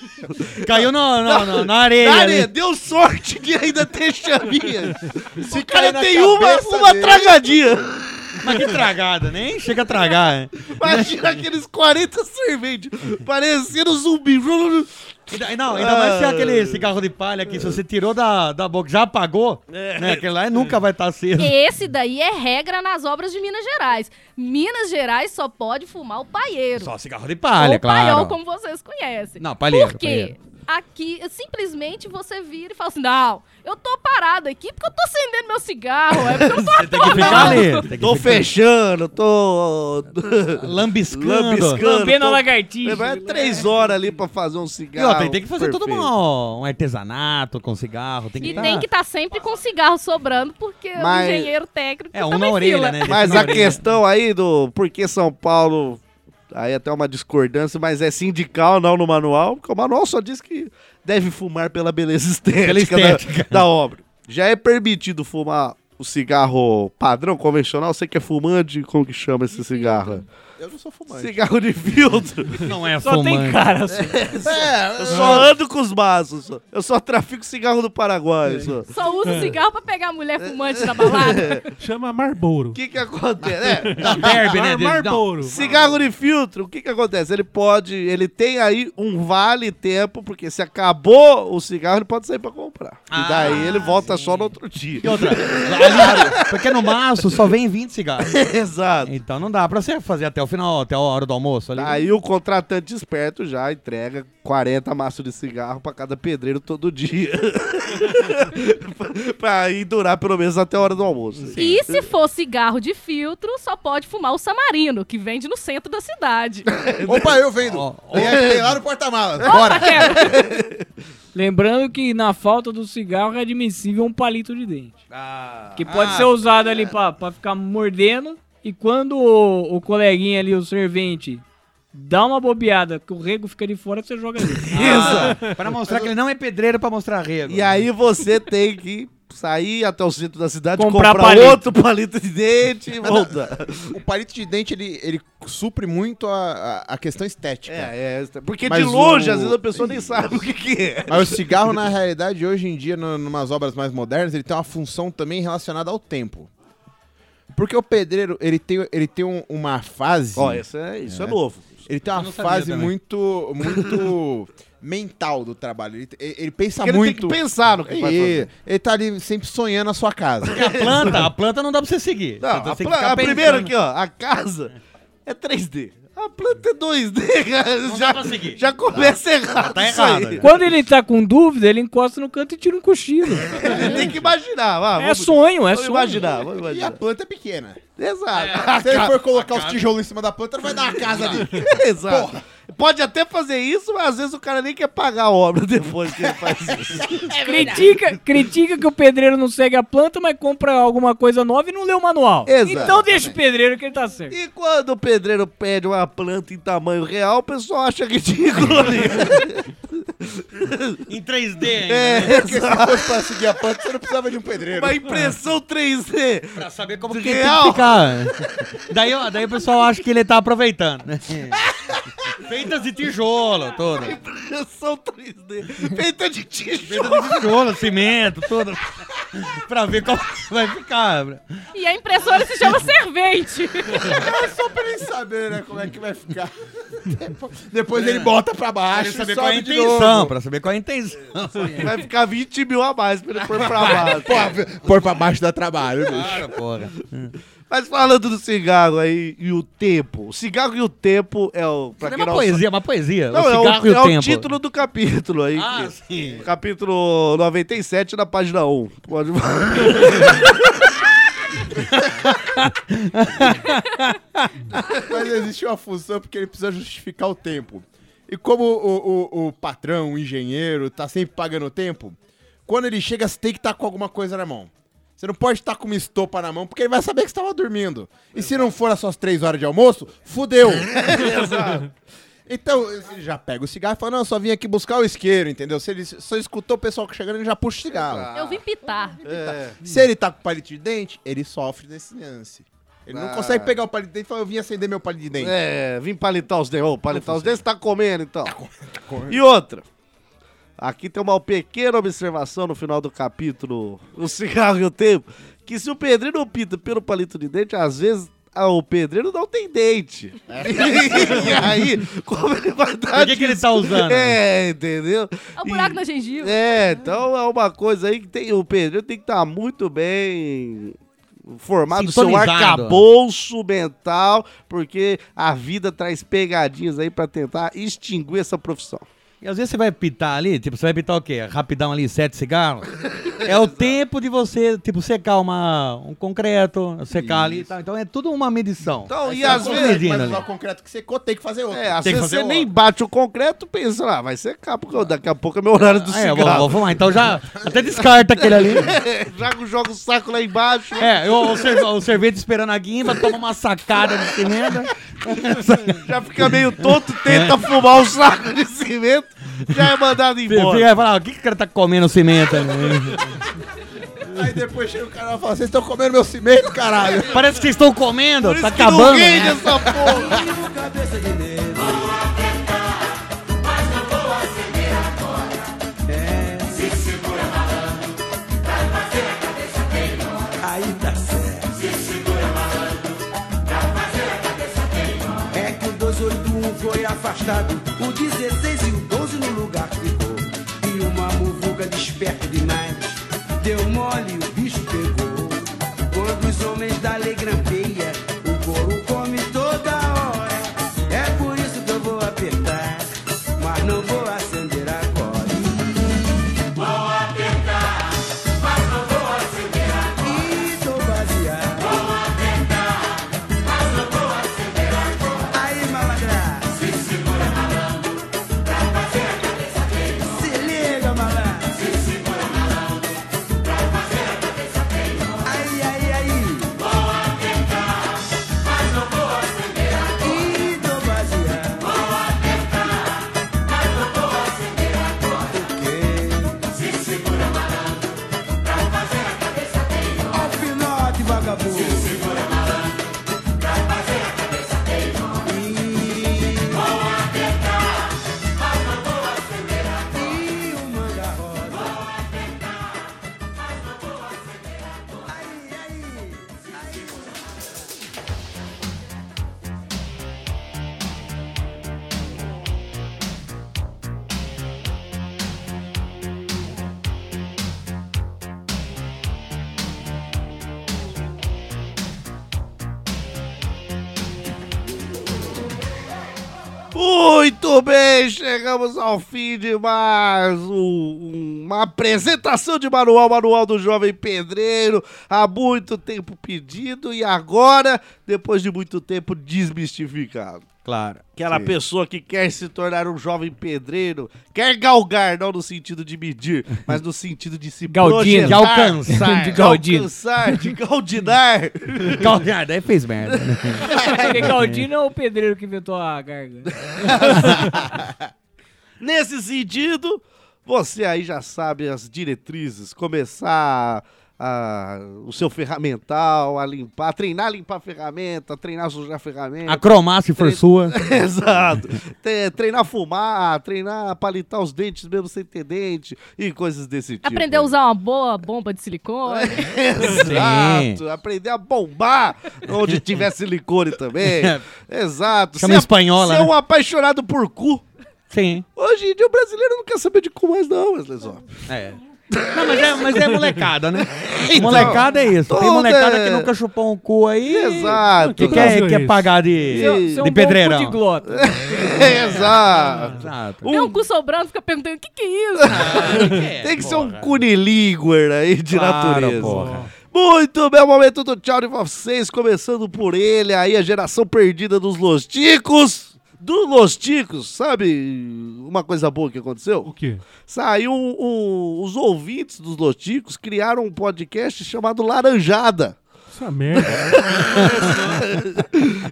Caiu no, no, no- na areia.
Na
ali.
areia, deu sorte que ainda tem chaminha. Se o
cair
cara
na
tem uma,
cabeça
uma
dele.
tragadinha.
Mas que tragada, nem chega a tragar. né?
Imagina aqueles 40 serventes parecendo zumbi. Ah.
Ainda- ainda- Não, ainda mais se é aquele cigarro de palha que se você tirou da, da boca, já apagou,
É.
né? Aquele lá nunca vai estar aceso.
Esse daí é regra nas obras de Minas Gerais. Minas Gerais só pode fumar o paieiro.
Só cigarro de palha,
Ou paiol,
claro.
é como vocês conhecem.
Não, palheiro,
Por quê?
palheiro.
aqui, simplesmente você vira e fala assim: não, eu tô parado aqui porque eu tô acendendo meu cigarro, é porque eu tô atorando. né?
Tô fechando, tô. Lambiscando.
Lambendo a né?
lagartixa.
Vai três horas ali pra fazer um
E
cigarro.
ó, tem, tem que fazer todo
perfeito.
um, um artesanato com cigarro. Tem que
E
tá-
tem que estar sempre com cigarro sobrando, porque
Mas-
o engenheiro técnico
É, um
tá
na
na
orelha,
fila.
né?
Mas a questão aí do por que São Paulo. Aí até uma discordância, mas é sindical, não no manual, porque o manual só diz que deve fumar pela beleza estética,
Pela estética.
Da, da obra. Já é permitido fumar o cigarro padrão, convencional? Você que é fumante, como que chama esse cigarro?
Eu não sou fumante.
Cigarro de filtro.
Não é
Só tem cara,
só.
É, eu só ando com os maços. só. Eu só trafico cigarro do
É.
Paraguai. Só.
Só usa o cigarro pra pegar mulher fumante na balada.
Chama Marlboro.
O que que acontece? É.
Dá verbe, né, dele? Marlboro.
Não. Cigarro de filtro, o que que acontece? Ele pode, ele tem aí um vale tempo, porque se acabou o cigarro, ele pode sair pra comprar. e daí ele volta só no outro dia.
E outra, ali- porque no maço só vem 20 cigarros.
Exato.
Então não dá pra você fazer até o final, até a hora do almoço ali.
Aí o contratante esperto já entrega 40 maços de cigarro pra cada pedreiro todo dia. Pra- pra ir durar pelo menos até a hora do almoço.
E se for cigarro de filtro, só pode fumar o samarino, que vende no centro da cidade.
Opa, eu vendo. Tem, tem lá no porta-malas. Bora.
Lembrando que na falta do cigarro é admissível um palito de dente. que pode
Ah,
ser usado
é.
ali pra, pra ficar mordendo. E quando o, o coleguinha ali, o servente, dá uma bobeada, que o rego fica de fora, você joga ali.
Ah, pra mostrar que ele não é pedreiro pra mostrar rego.
E aí você tem que sair até o centro da cidade,
Comprar
comprar,
palito.
outro palito de dente e
Mas
voltar.
O palito de dente, ele, ele supre muito a, a- a questão estética.
É, é. Porque
Mas
de longe,
o-
às vezes a pessoa nem sabe o que, que é.
Mas o cigarro, na realidade, hoje em dia, no, numas obras mais modernas, ele tem uma função também relacionada ao tempo. Porque o pedreiro, ele tem, ele tem um- uma fase...
Ó, isso é- isso é novo.
Ele tem
Eu
uma
não sabia
fase
também.
muito, muito mental do trabalho. Ele, ele- ele pensa
Porque ele
muito...
tem que pensar no que
ele,
vai fazer.
Ele tá ali sempre sonhando a sua casa.
Porque a planta, a planta não dá pra você seguir.
Não,
Você
a,
tem que
pla-
ficar
a primeira
pensando.
aqui, ó, a casa é 3D. A planta é 2D, cara. já, já
Tá.
começa errado. isso aí.
Quando ele tá com dúvida, ele encosta no canto e tira um cochilo.
Ele tem que imaginar. vá,
É sonho, é
ah, vamos
sonho.
Imaginar, vamos
E
imaginar.
a planta é pequena.
Exato.
Se ele for colocar os tijolos em cima da planta, vai dar uma casa ali.
Exato. Pode até fazer isso, mas às vezes o cara nem quer pagar a obra depois que ele faz isso.
É Critica, critica que o pedreiro não segue a planta, mas compra alguma coisa nova e não lê o manual.
Exato.
Então deixa o pedreiro que ele tá certo.
E quando o pedreiro pede uma planta em tamanho real, o pessoal acha ridículo ali.
Em 3D ainda.
É,
né?
Porque se fosse pra seguir a planta, você não precisava de um pedreiro.
Uma impressão 3D.
Pra saber como que ele tem que
real.
ficar. Daí, ó, daí o pessoal acha que ele tá aproveitando, né? Feitas de tijolo, toda.
Impressão 3D. Feita de tijolo.
Feitas de tijolo, cimento, toda. pra ver como vai ficar.
E a impressora se chama servente.
É só pra ele saber, né, como é que vai ficar. Depo- Depois ele bota pra baixo
É. Pra
e
saber
sobe
qual é a
de
intenção,
novo.
pra saber qual é a intenção.
Vai ficar 20 mil a mais pra ele pôr pra baixo.
Pô, Pôr pra baixo dá trabalho, bicho.
Cara, porra.
Mas falando do cigarro aí e o tempo. O cigarro e o tempo é o. Pra
É
quem
uma
não
poesia, uma poesia.
Não,
o
é,
cigarro
o,
e o
é o
tempo.
título do capítulo aí.
Ah,
que-
sim.
Capítulo 97, na página 1. Pode...
Mas existe uma função porque ele precisa justificar o tempo. E como o, o, o patrão, o engenheiro, tá sempre pagando o tempo, quando ele chega, você tem que estar com alguma coisa na mão. Você não pode estar com uma estopa na mão, porque ele vai saber que você estava dormindo. E se não for as suas três horas de almoço, fudeu. Então, ele já pega o cigarro e fala, não, eu só vim aqui buscar o isqueiro, entendeu? Se ele só escutou o pessoal chegando, ele já puxa o cigarro.
Eu vim pitar.
É.
Se ele tá com palito de dente, ele sofre desse lance. Ele não
Ah.
consegue pegar o palito de dente e falar, eu vim acender meu palito de dente.
É, vim palitar os dedos. Ô, palitar os dedos, tá comendo então. E outra. Aqui tem uma pequena observação no final do capítulo O Cigarro e o Tempo. Que se o pedreiro não pinta pelo palito de dente, às vezes ah, o pedreiro não tem dente. e aí, como ele vai dar.
Por que que ele tá usando?
É, entendeu?
É um buraco
E-
na gengiva.
É, então é uma coisa aí que tem, o pedreiro tem que estar muito bem formado, seu
Sintonizado. né?
arcabouço mental, porque a vida traz pegadinhas aí pra tentar extinguir essa profissão.
E às vezes você vai pitar ali, tipo, você vai pitar o quê? Rapidão ali, sete cigarros? é o tempo de você, tipo, secar uma, um concreto, secar ali e tal. Então é tudo uma medição. é
Então,
Aí
e
você
às
vai
vezes-
medindo
mas
ali.
só
concreto que secou, tem que fazer outro.
É, às
Tem que
vezes
fazer
você
o-
nem bate o concreto, pensa, ah, vai secar, porque daqui a pouco é meu horário do
Ah, é,
cigarro.
vou- vou- vamos lá, então já- até descarta aquele ali.
Joga, joga o saco lá embaixo.
É, eu, o, cer- o sorvete esperando a guimba, toma uma sacada de cimento.
Já fica meio tonto,
É.
tenta fumar o saco de cimento, já é mandado embora.
Vai falar, o que, que o cara tá comendo cimento? né?"
Aí depois chega o cara e fala: Vocês estão comendo meu cimento, caralho.
Parece que vocês estão comendo,
Por
tá
isso que
acabando.
não rende
né?
essa
Menino cabeça de dedo. Vou tentar, mas não vou acender agora. É. Se segura malandro, pra fazer a cabeça dele embora. Aí tá certo. Se segura malandro, pra fazer a cabeça dele embora. É que o 281 foi afastado, o 16 e o 12 no lugar ficou. E uma muvuca desperta demais, deu mole e o bicho pegou. Quando os homens da lei grampeia, o couro come toda hora. É por isso que eu vou apertar, mas não vou acender agora. Vou apertar, mas não vou acender agora. E tô baseado. Vou apertar, mas não vou acender agora. Aí, malandra. Se segura, malandro, pra fazer a cabeça dele. Se liga, malandro. Se segura, malandro, pra fazer a cabeça dele. Aí, aí, aí. Vou apertar, mas não vou acender agora. E tô baseado. Vou apertar, mas não vou acender agora. Se segura, malandro, pra fazer a cabeça dele. Ó, filhote vagabundo. Se segura, malandro, pra fazer a cabeça dele. Vou apertar, mas não vou acender agora. E o manga roda. Vou apertar, mas não vou acender agora. Aí, aí, aí.
Muito bem, chegamos ao fim de mais um- uma apresentação de manual, manual do jovem pedreiro, há muito tempo pedido e agora, depois de muito tempo, desmistificado.
Claro.
Aquela
Sim.
pessoa que quer se tornar um jovem pedreiro, quer galgar, não no sentido de medir, mas no sentido de se
Galdino.
projetar,
De alcançar.
de
De galdino.
alcançar, de galdinar.
Galdinar, daí fez merda. né?
Porque Galdino é o pedreiro que inventou a garga.
Nesse sentido, você aí já sabe as diretrizes, começar a- o seu ferramental, a limpar, treinar a limpar a ferramenta, treinar a sujar a ferramenta.
A cromar se for
Tre-
sua.
Exato. Te- Treinar a fumar, treinar a palitar os dentes mesmo sem ter dente e coisas desse tipo.
Aprender a usar uma boa bomba de silicone.
É. Exato. Aprender a bombar onde tiver silicone também. Exato.
Chama
Ser-
espanhola,
Ser
né?
um apaixonado por cu.
Sim.
Hoje em dia o brasileiro não quer saber de cu mais não, Wesley Zop.
É. Não, mas é, mas é molecada, né?
Então,
molecada é isso. Tem
toda-
molecada que nunca chupou um cu aí.
Exato.
Que quer, quer pagar de,
Seu- seu
de
bom
pedreirão.
cu de Exato.
Tem um cu sobrando, fica perguntando, o que que é isso?
Tem que ser um cunilíguer aí de
Claro,
natureza.
porra.
Muito bem, é o momento do tchau de vocês, começando por ele, aí a geração perdida dos Losticos. Do Losticos, sabe uma coisa boa que aconteceu? O
quê?
Saiu um- um- os ouvintes dos Losticos criaram um podcast chamado Laranjada.
Essa merda.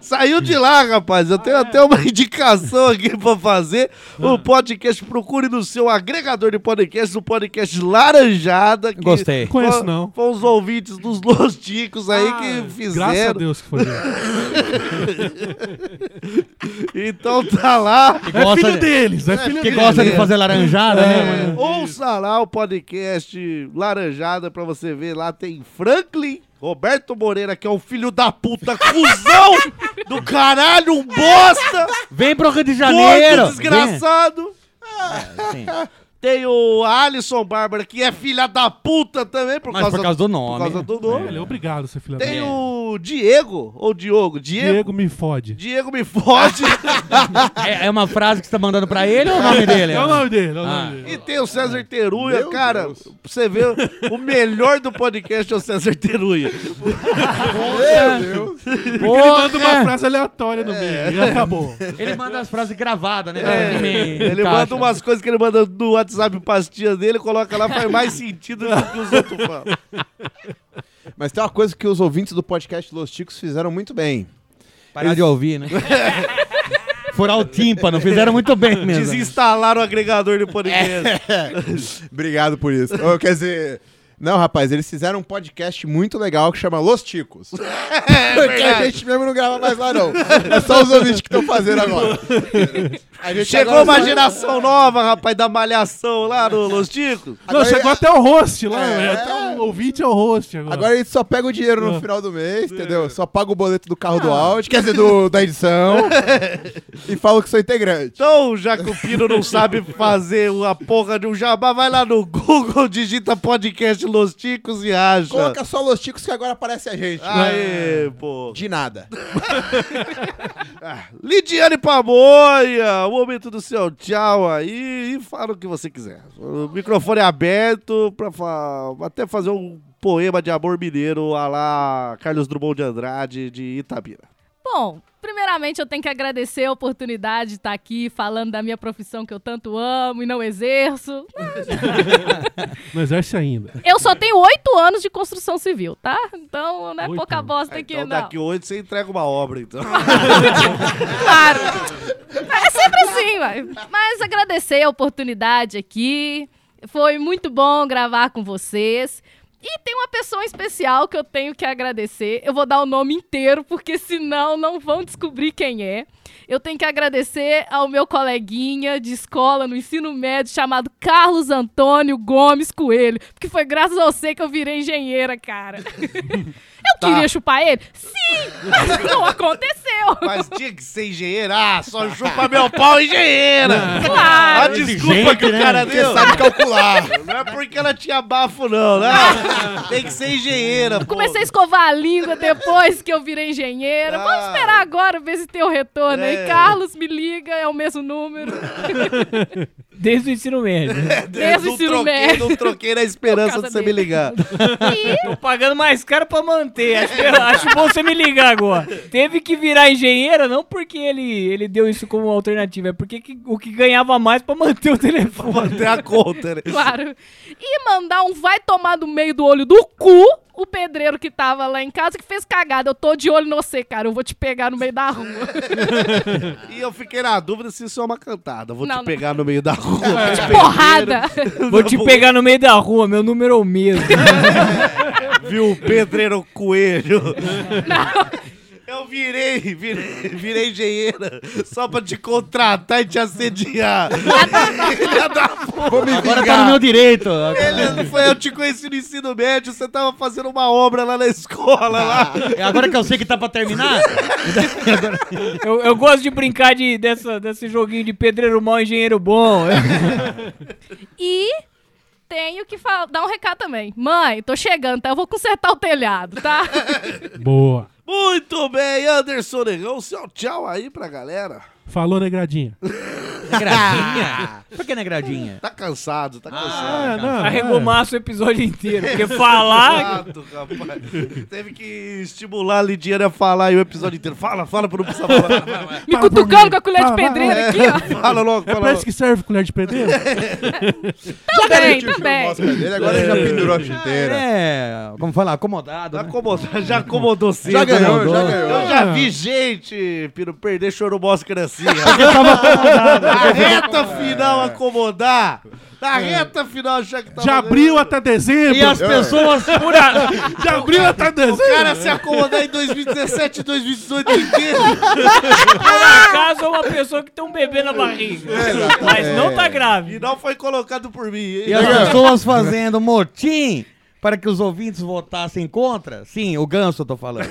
Saiu de lá, rapaz. Eu
Ah, é.
tenho até uma indicação aqui pra fazer. O podcast, procure no seu agregador de podcast, o podcast Laranjada. Que
Gostei.
foi-
Conheço não. Ah,
Foi os ouvintes dos Los Ticos aí que fizeram.
Graças a Deus que foi.
Então tá lá.
Que É gosta filho de- deles, é filho
que deles. gosta de fazer laranjada, né, mano?
Ouça lá o podcast Laranjada pra você ver. Lá tem Franklin, Roberto Moreira, que é um filho da puta, cuzão do caralho, um bosta.
Vem pro Rio de
Gordo,
Janeiro.
desgraçado.
Vem. É, sim.
Tem o Alisson Bárbara, que é filha da puta também, por,
Mas
causa,
por causa do nome,
Por causa
né?
do nome.
É, ele é obrigado a ser filha
Tem
da
o Diego, ou Diogo, Diego.
Diego me fode.
Diego me fode.
É, é uma frase que você tá mandando pra ele ou é o nome dele?
É o nome dele, é o
Ah.
nome dele.
e tem o César Teruia, cara. Pra você ver, o melhor do podcast é o César Teruia.
Porque ele manda uma
Porra!
frase aleatória no meio. E acabou.
Ele manda as frases gravadas, né?
É, ele manda umas coisas que ele manda no WhatsApp pastinha dele, coloca lá, faz mais sentido do que os outros falam.
Mas tem uma coisa que os ouvintes do podcast Los Ticos fizeram muito bem.
Parar de ouvir, né? Furar o tímpano, fizeram muito bem mesmo. É.
Desinstalaram o agregador de podcast.
Obrigado por isso. Ô, quer dizer. Não, rapaz, eles fizeram um podcast muito legal que chama Los Ticos.
É
É
Porque a gente mesmo não grava mais lá, não. É só os ouvintes que estão fazendo agora. A gente
Chegou
agora
uma
só-
geração nova, rapaz, da malhação lá no Los Ticos.
Não,
Agora-
chegou até o host lá.
É.
É, até o ouvinte é o host agora. É.
Agora a gente só pega o dinheiro no final do mês, entendeu? Só paga o boleto do carro do
Ah.
áudio, quer dizer, do, da edição. e fala que sou integrante.
Então, já que o Pino não sabe fazer uma porra de um jabá, vai lá no Google, digita podcast Los Ticos e acha.
Coloca só Los Ticos que agora aparece a gente. É.
Aê, pô. Ah,
De nada.
Lidiane Pamonha, o momento do seu tchau aí e fala o que você quiser. O microfone é aberto pra fa- até fazer um poema de amor mineiro a lá Carlos Drummond de Andrade de Itabira.
Bom, primeiramente eu tenho que agradecer a oportunidade de estar aqui falando da minha profissão que eu tanto amo e não exerço.
Não exerce ainda.
Eu só tenho oito anos de construção civil, tá? Então não é
Oito
pouca
anos.
bosta aqui,
Então
não.
daqui hoje você entrega uma obra, então.
Claro. É sempre assim, vai. Mas agradecer a oportunidade aqui. Foi muito bom gravar com vocês. E tem uma pessoa especial que eu tenho que agradecer. Eu vou dar o nome inteiro, porque senão não vão descobrir quem é. Eu tenho que agradecer ao meu coleguinha de escola no ensino médio chamado Carlos Antônio Gomes Coelho, porque foi graças a você que eu virei engenheira, cara. Eu queria chupar ele? Sim, mas não aconteceu.
Mas tinha que ser engenheira, ah, só chupa meu pau, engenheira!
Claro. né?
A desculpa que o cara
Porque
deu.
sabe calcular.
Não é porque ela tinha bafo, não, né? Tem que ser engenheira,
Eu comecei a escovar a língua depois que eu virei engenheira. Vamos
Ah.
esperar agora ver se tem o retorno
É.
aí. Carlos, me liga, é o mesmo número.
Desde o ensino médio.
Desde o
não
ensino
É, troquei,
médio.
não troquei na esperança
Por
de
causa
você me
dele.
ligar.
Tô pagando mais caro pra manter. Acho, acho bom você me ligar agora. Teve que virar engenheira, não porque ele, ele deu isso como alternativa, é porque que- o que ganhava mais pra manter o telefone.
Tem a conta, né?
Claro. E mandar um vai tomar no meio do olho do cu o pedreiro que tava lá em casa que fez cagada. Eu tô de olho no você, cara. Eu vou te pegar no meio da rua.
E eu fiquei na dúvida se isso é uma cantada. Vou
Não,
te
não.
pegar no meio da rua.
De porrada.
Vou te pegar no meio da rua, meu número é o mesmo.
Viu o pedreiro coelho? Eu virei, virei, virei engenheira só pra te contratar e te assediar. Filha da puta.
Vou me
Agora tá no meu
vingar.
direito.
Ele foi eu te conheci no ensino médio, você tava fazendo uma obra lá na escola lá.
É Agora que eu sei que tá pra terminar,
Eu, eu gosto de brincar de, dessa, desse joguinho de pedreiro mau, engenheiro bom.
E tenho que fa- dar um recado também. Mãe, tô chegando, tá? Eu vou consertar o telhado, tá?
Boa.
Muito bem, Anderson Negão, seu tchau aí pra galera.
Falou, negradinha.
negradinha. Por que é negradinha?
Ah. Tá cansado, tá cansado.
Ah, não.
Carregou
é.
massa o episódio inteiro. Porque falar.
Exato, rapaz. Teve que estimular a Lidiane a falar e o episódio inteiro. Fala, fala pra não precisar falar.
Me
Fala por
cutucando
mim.
com a colher de
Fala,
pedreira aqui, ó.
Fala logo,
É
fala
pra
logo.
isso que serve colher de pedreiro?
Também,
Tio,
também.
nossa, mas ele Agora ele já pendurou a chuteira.
É, como fala, acomodado.
Já
né?
acomodou, já acomodou cedo. né?
Já ganhou, já
Mandou.
Eu
ganhou.
já
Ah.
vi gente, Piro, perder chorobós criancinha. Na reta final
É.
acomodar. Na reta final achar que tava
De abril até dezembro.
E as pessoas por a-
De abril
Tá
até
O
dezembro.
cara se acomodar em 2017 e 2018 inteiro.
Por acaso é uma pessoa que tem um bebê na barriga. Mas não tá grave.
É, E não foi colocado por mim. hein?
É. e as pessoas fazendo motim para que os ouvintes votassem contra. Sim, o ganso eu tô falando.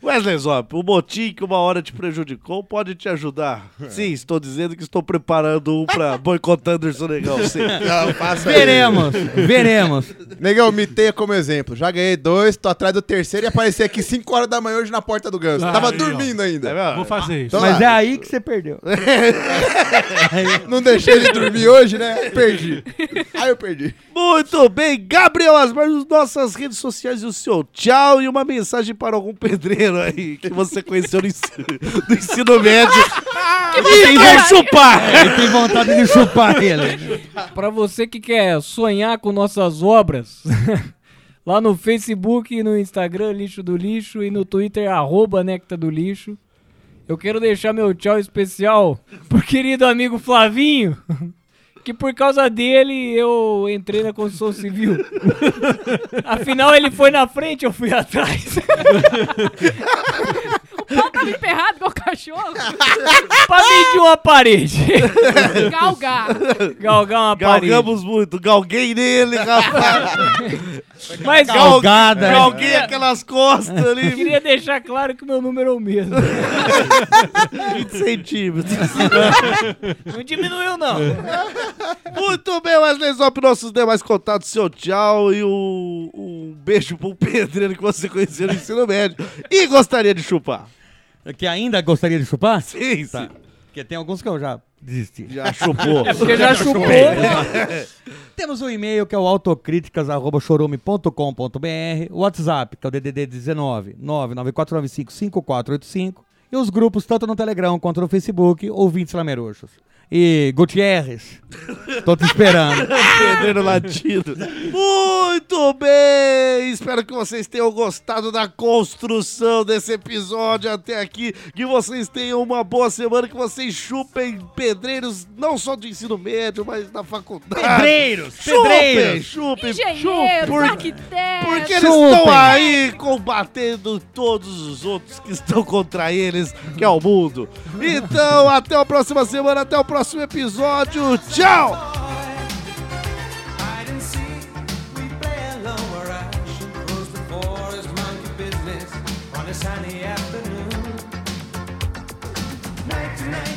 Wesley Zop, o motim que uma hora te prejudicou pode te ajudar.
É.
Sim, estou dizendo que estou preparando um pra boicotar Anderson Negão. Sim.
Veremos, veremos. Negão, me tenha como exemplo. Já ganhei dois, tô atrás do terceiro e apareci aqui 5 horas da manhã hoje na porta do Ganso.
Ah,
Tava
aí, ó.
dormindo ainda.
Vou fazer isso.
Então
Mas é
lá.
aí que você perdeu.
Não deixei ele dormir hoje, né? Perdi. Aí eu perdi.
Muito bem, Gabriel Asmar, nas nossas redes sociais e o seu tchau e uma mensagem para algum pedreiro aí que você conheceu no ensino, no ensino médio.
E
vão chupar!
Ele tem
vontade de chupar ele.
Pra você que quer sonhar com nossas obras, lá no Facebook, no Instagram, Lixo do Lixo, e no Twitter, arroba Necta do Lixo. Eu quero deixar meu tchau especial pro querido amigo Flavinho, que por causa dele eu entrei na construção civil. Afinal, ele foi na frente, eu fui atrás.
O pau tava emperrado igual cachorro.
pra medir uma parede.
Galgar.
Galgar uma parede.
Galgamos muito, galguei nele, rapaz.
Mas
Gal- Galgada. galguei aquelas costas ali.
Eu É. queria deixar claro que meu número é o mesmo.
20 centímetros. É.
Não diminuiu, não.
Muito bem, Wesley Zop, nossos demais contatos, seu tchau e um, um beijo pro pedreiro que você conheceu no ensino médio e gostaria de chupar.
É Que ainda gostaria de chupar?
Sim,
tá. Porque tem alguns que eu já desisti.
Já chupou.
É porque já chupou. Temos um e-mail que é o autocríticas.chorume.com.br, o WhatsApp, que é o DDD 19 994955485, e os grupos tanto no Telegram quanto no Facebook, ouvintes lameroxos. E Gutierrez, tô te esperando.
Pedreiro latido. Muito bem! Espero que vocês tenham gostado da construção desse episódio até aqui. Que vocês tenham uma boa semana, que vocês chupem pedreiros, não só do ensino médio, mas da faculdade.
Pedreiros,
Chupem,
pedreiros.
chupem, chupem.
Engenheiro,
Por-
arquiteto.
Porque eles estão aí combatendo todos os outros que estão contra eles, que é o mundo. Então, até a próxima semana, até o próximo episódio. Tchau!
hide and seek. We play alone where I should close the forest, mind your business on a sunny afternoon. Night to night.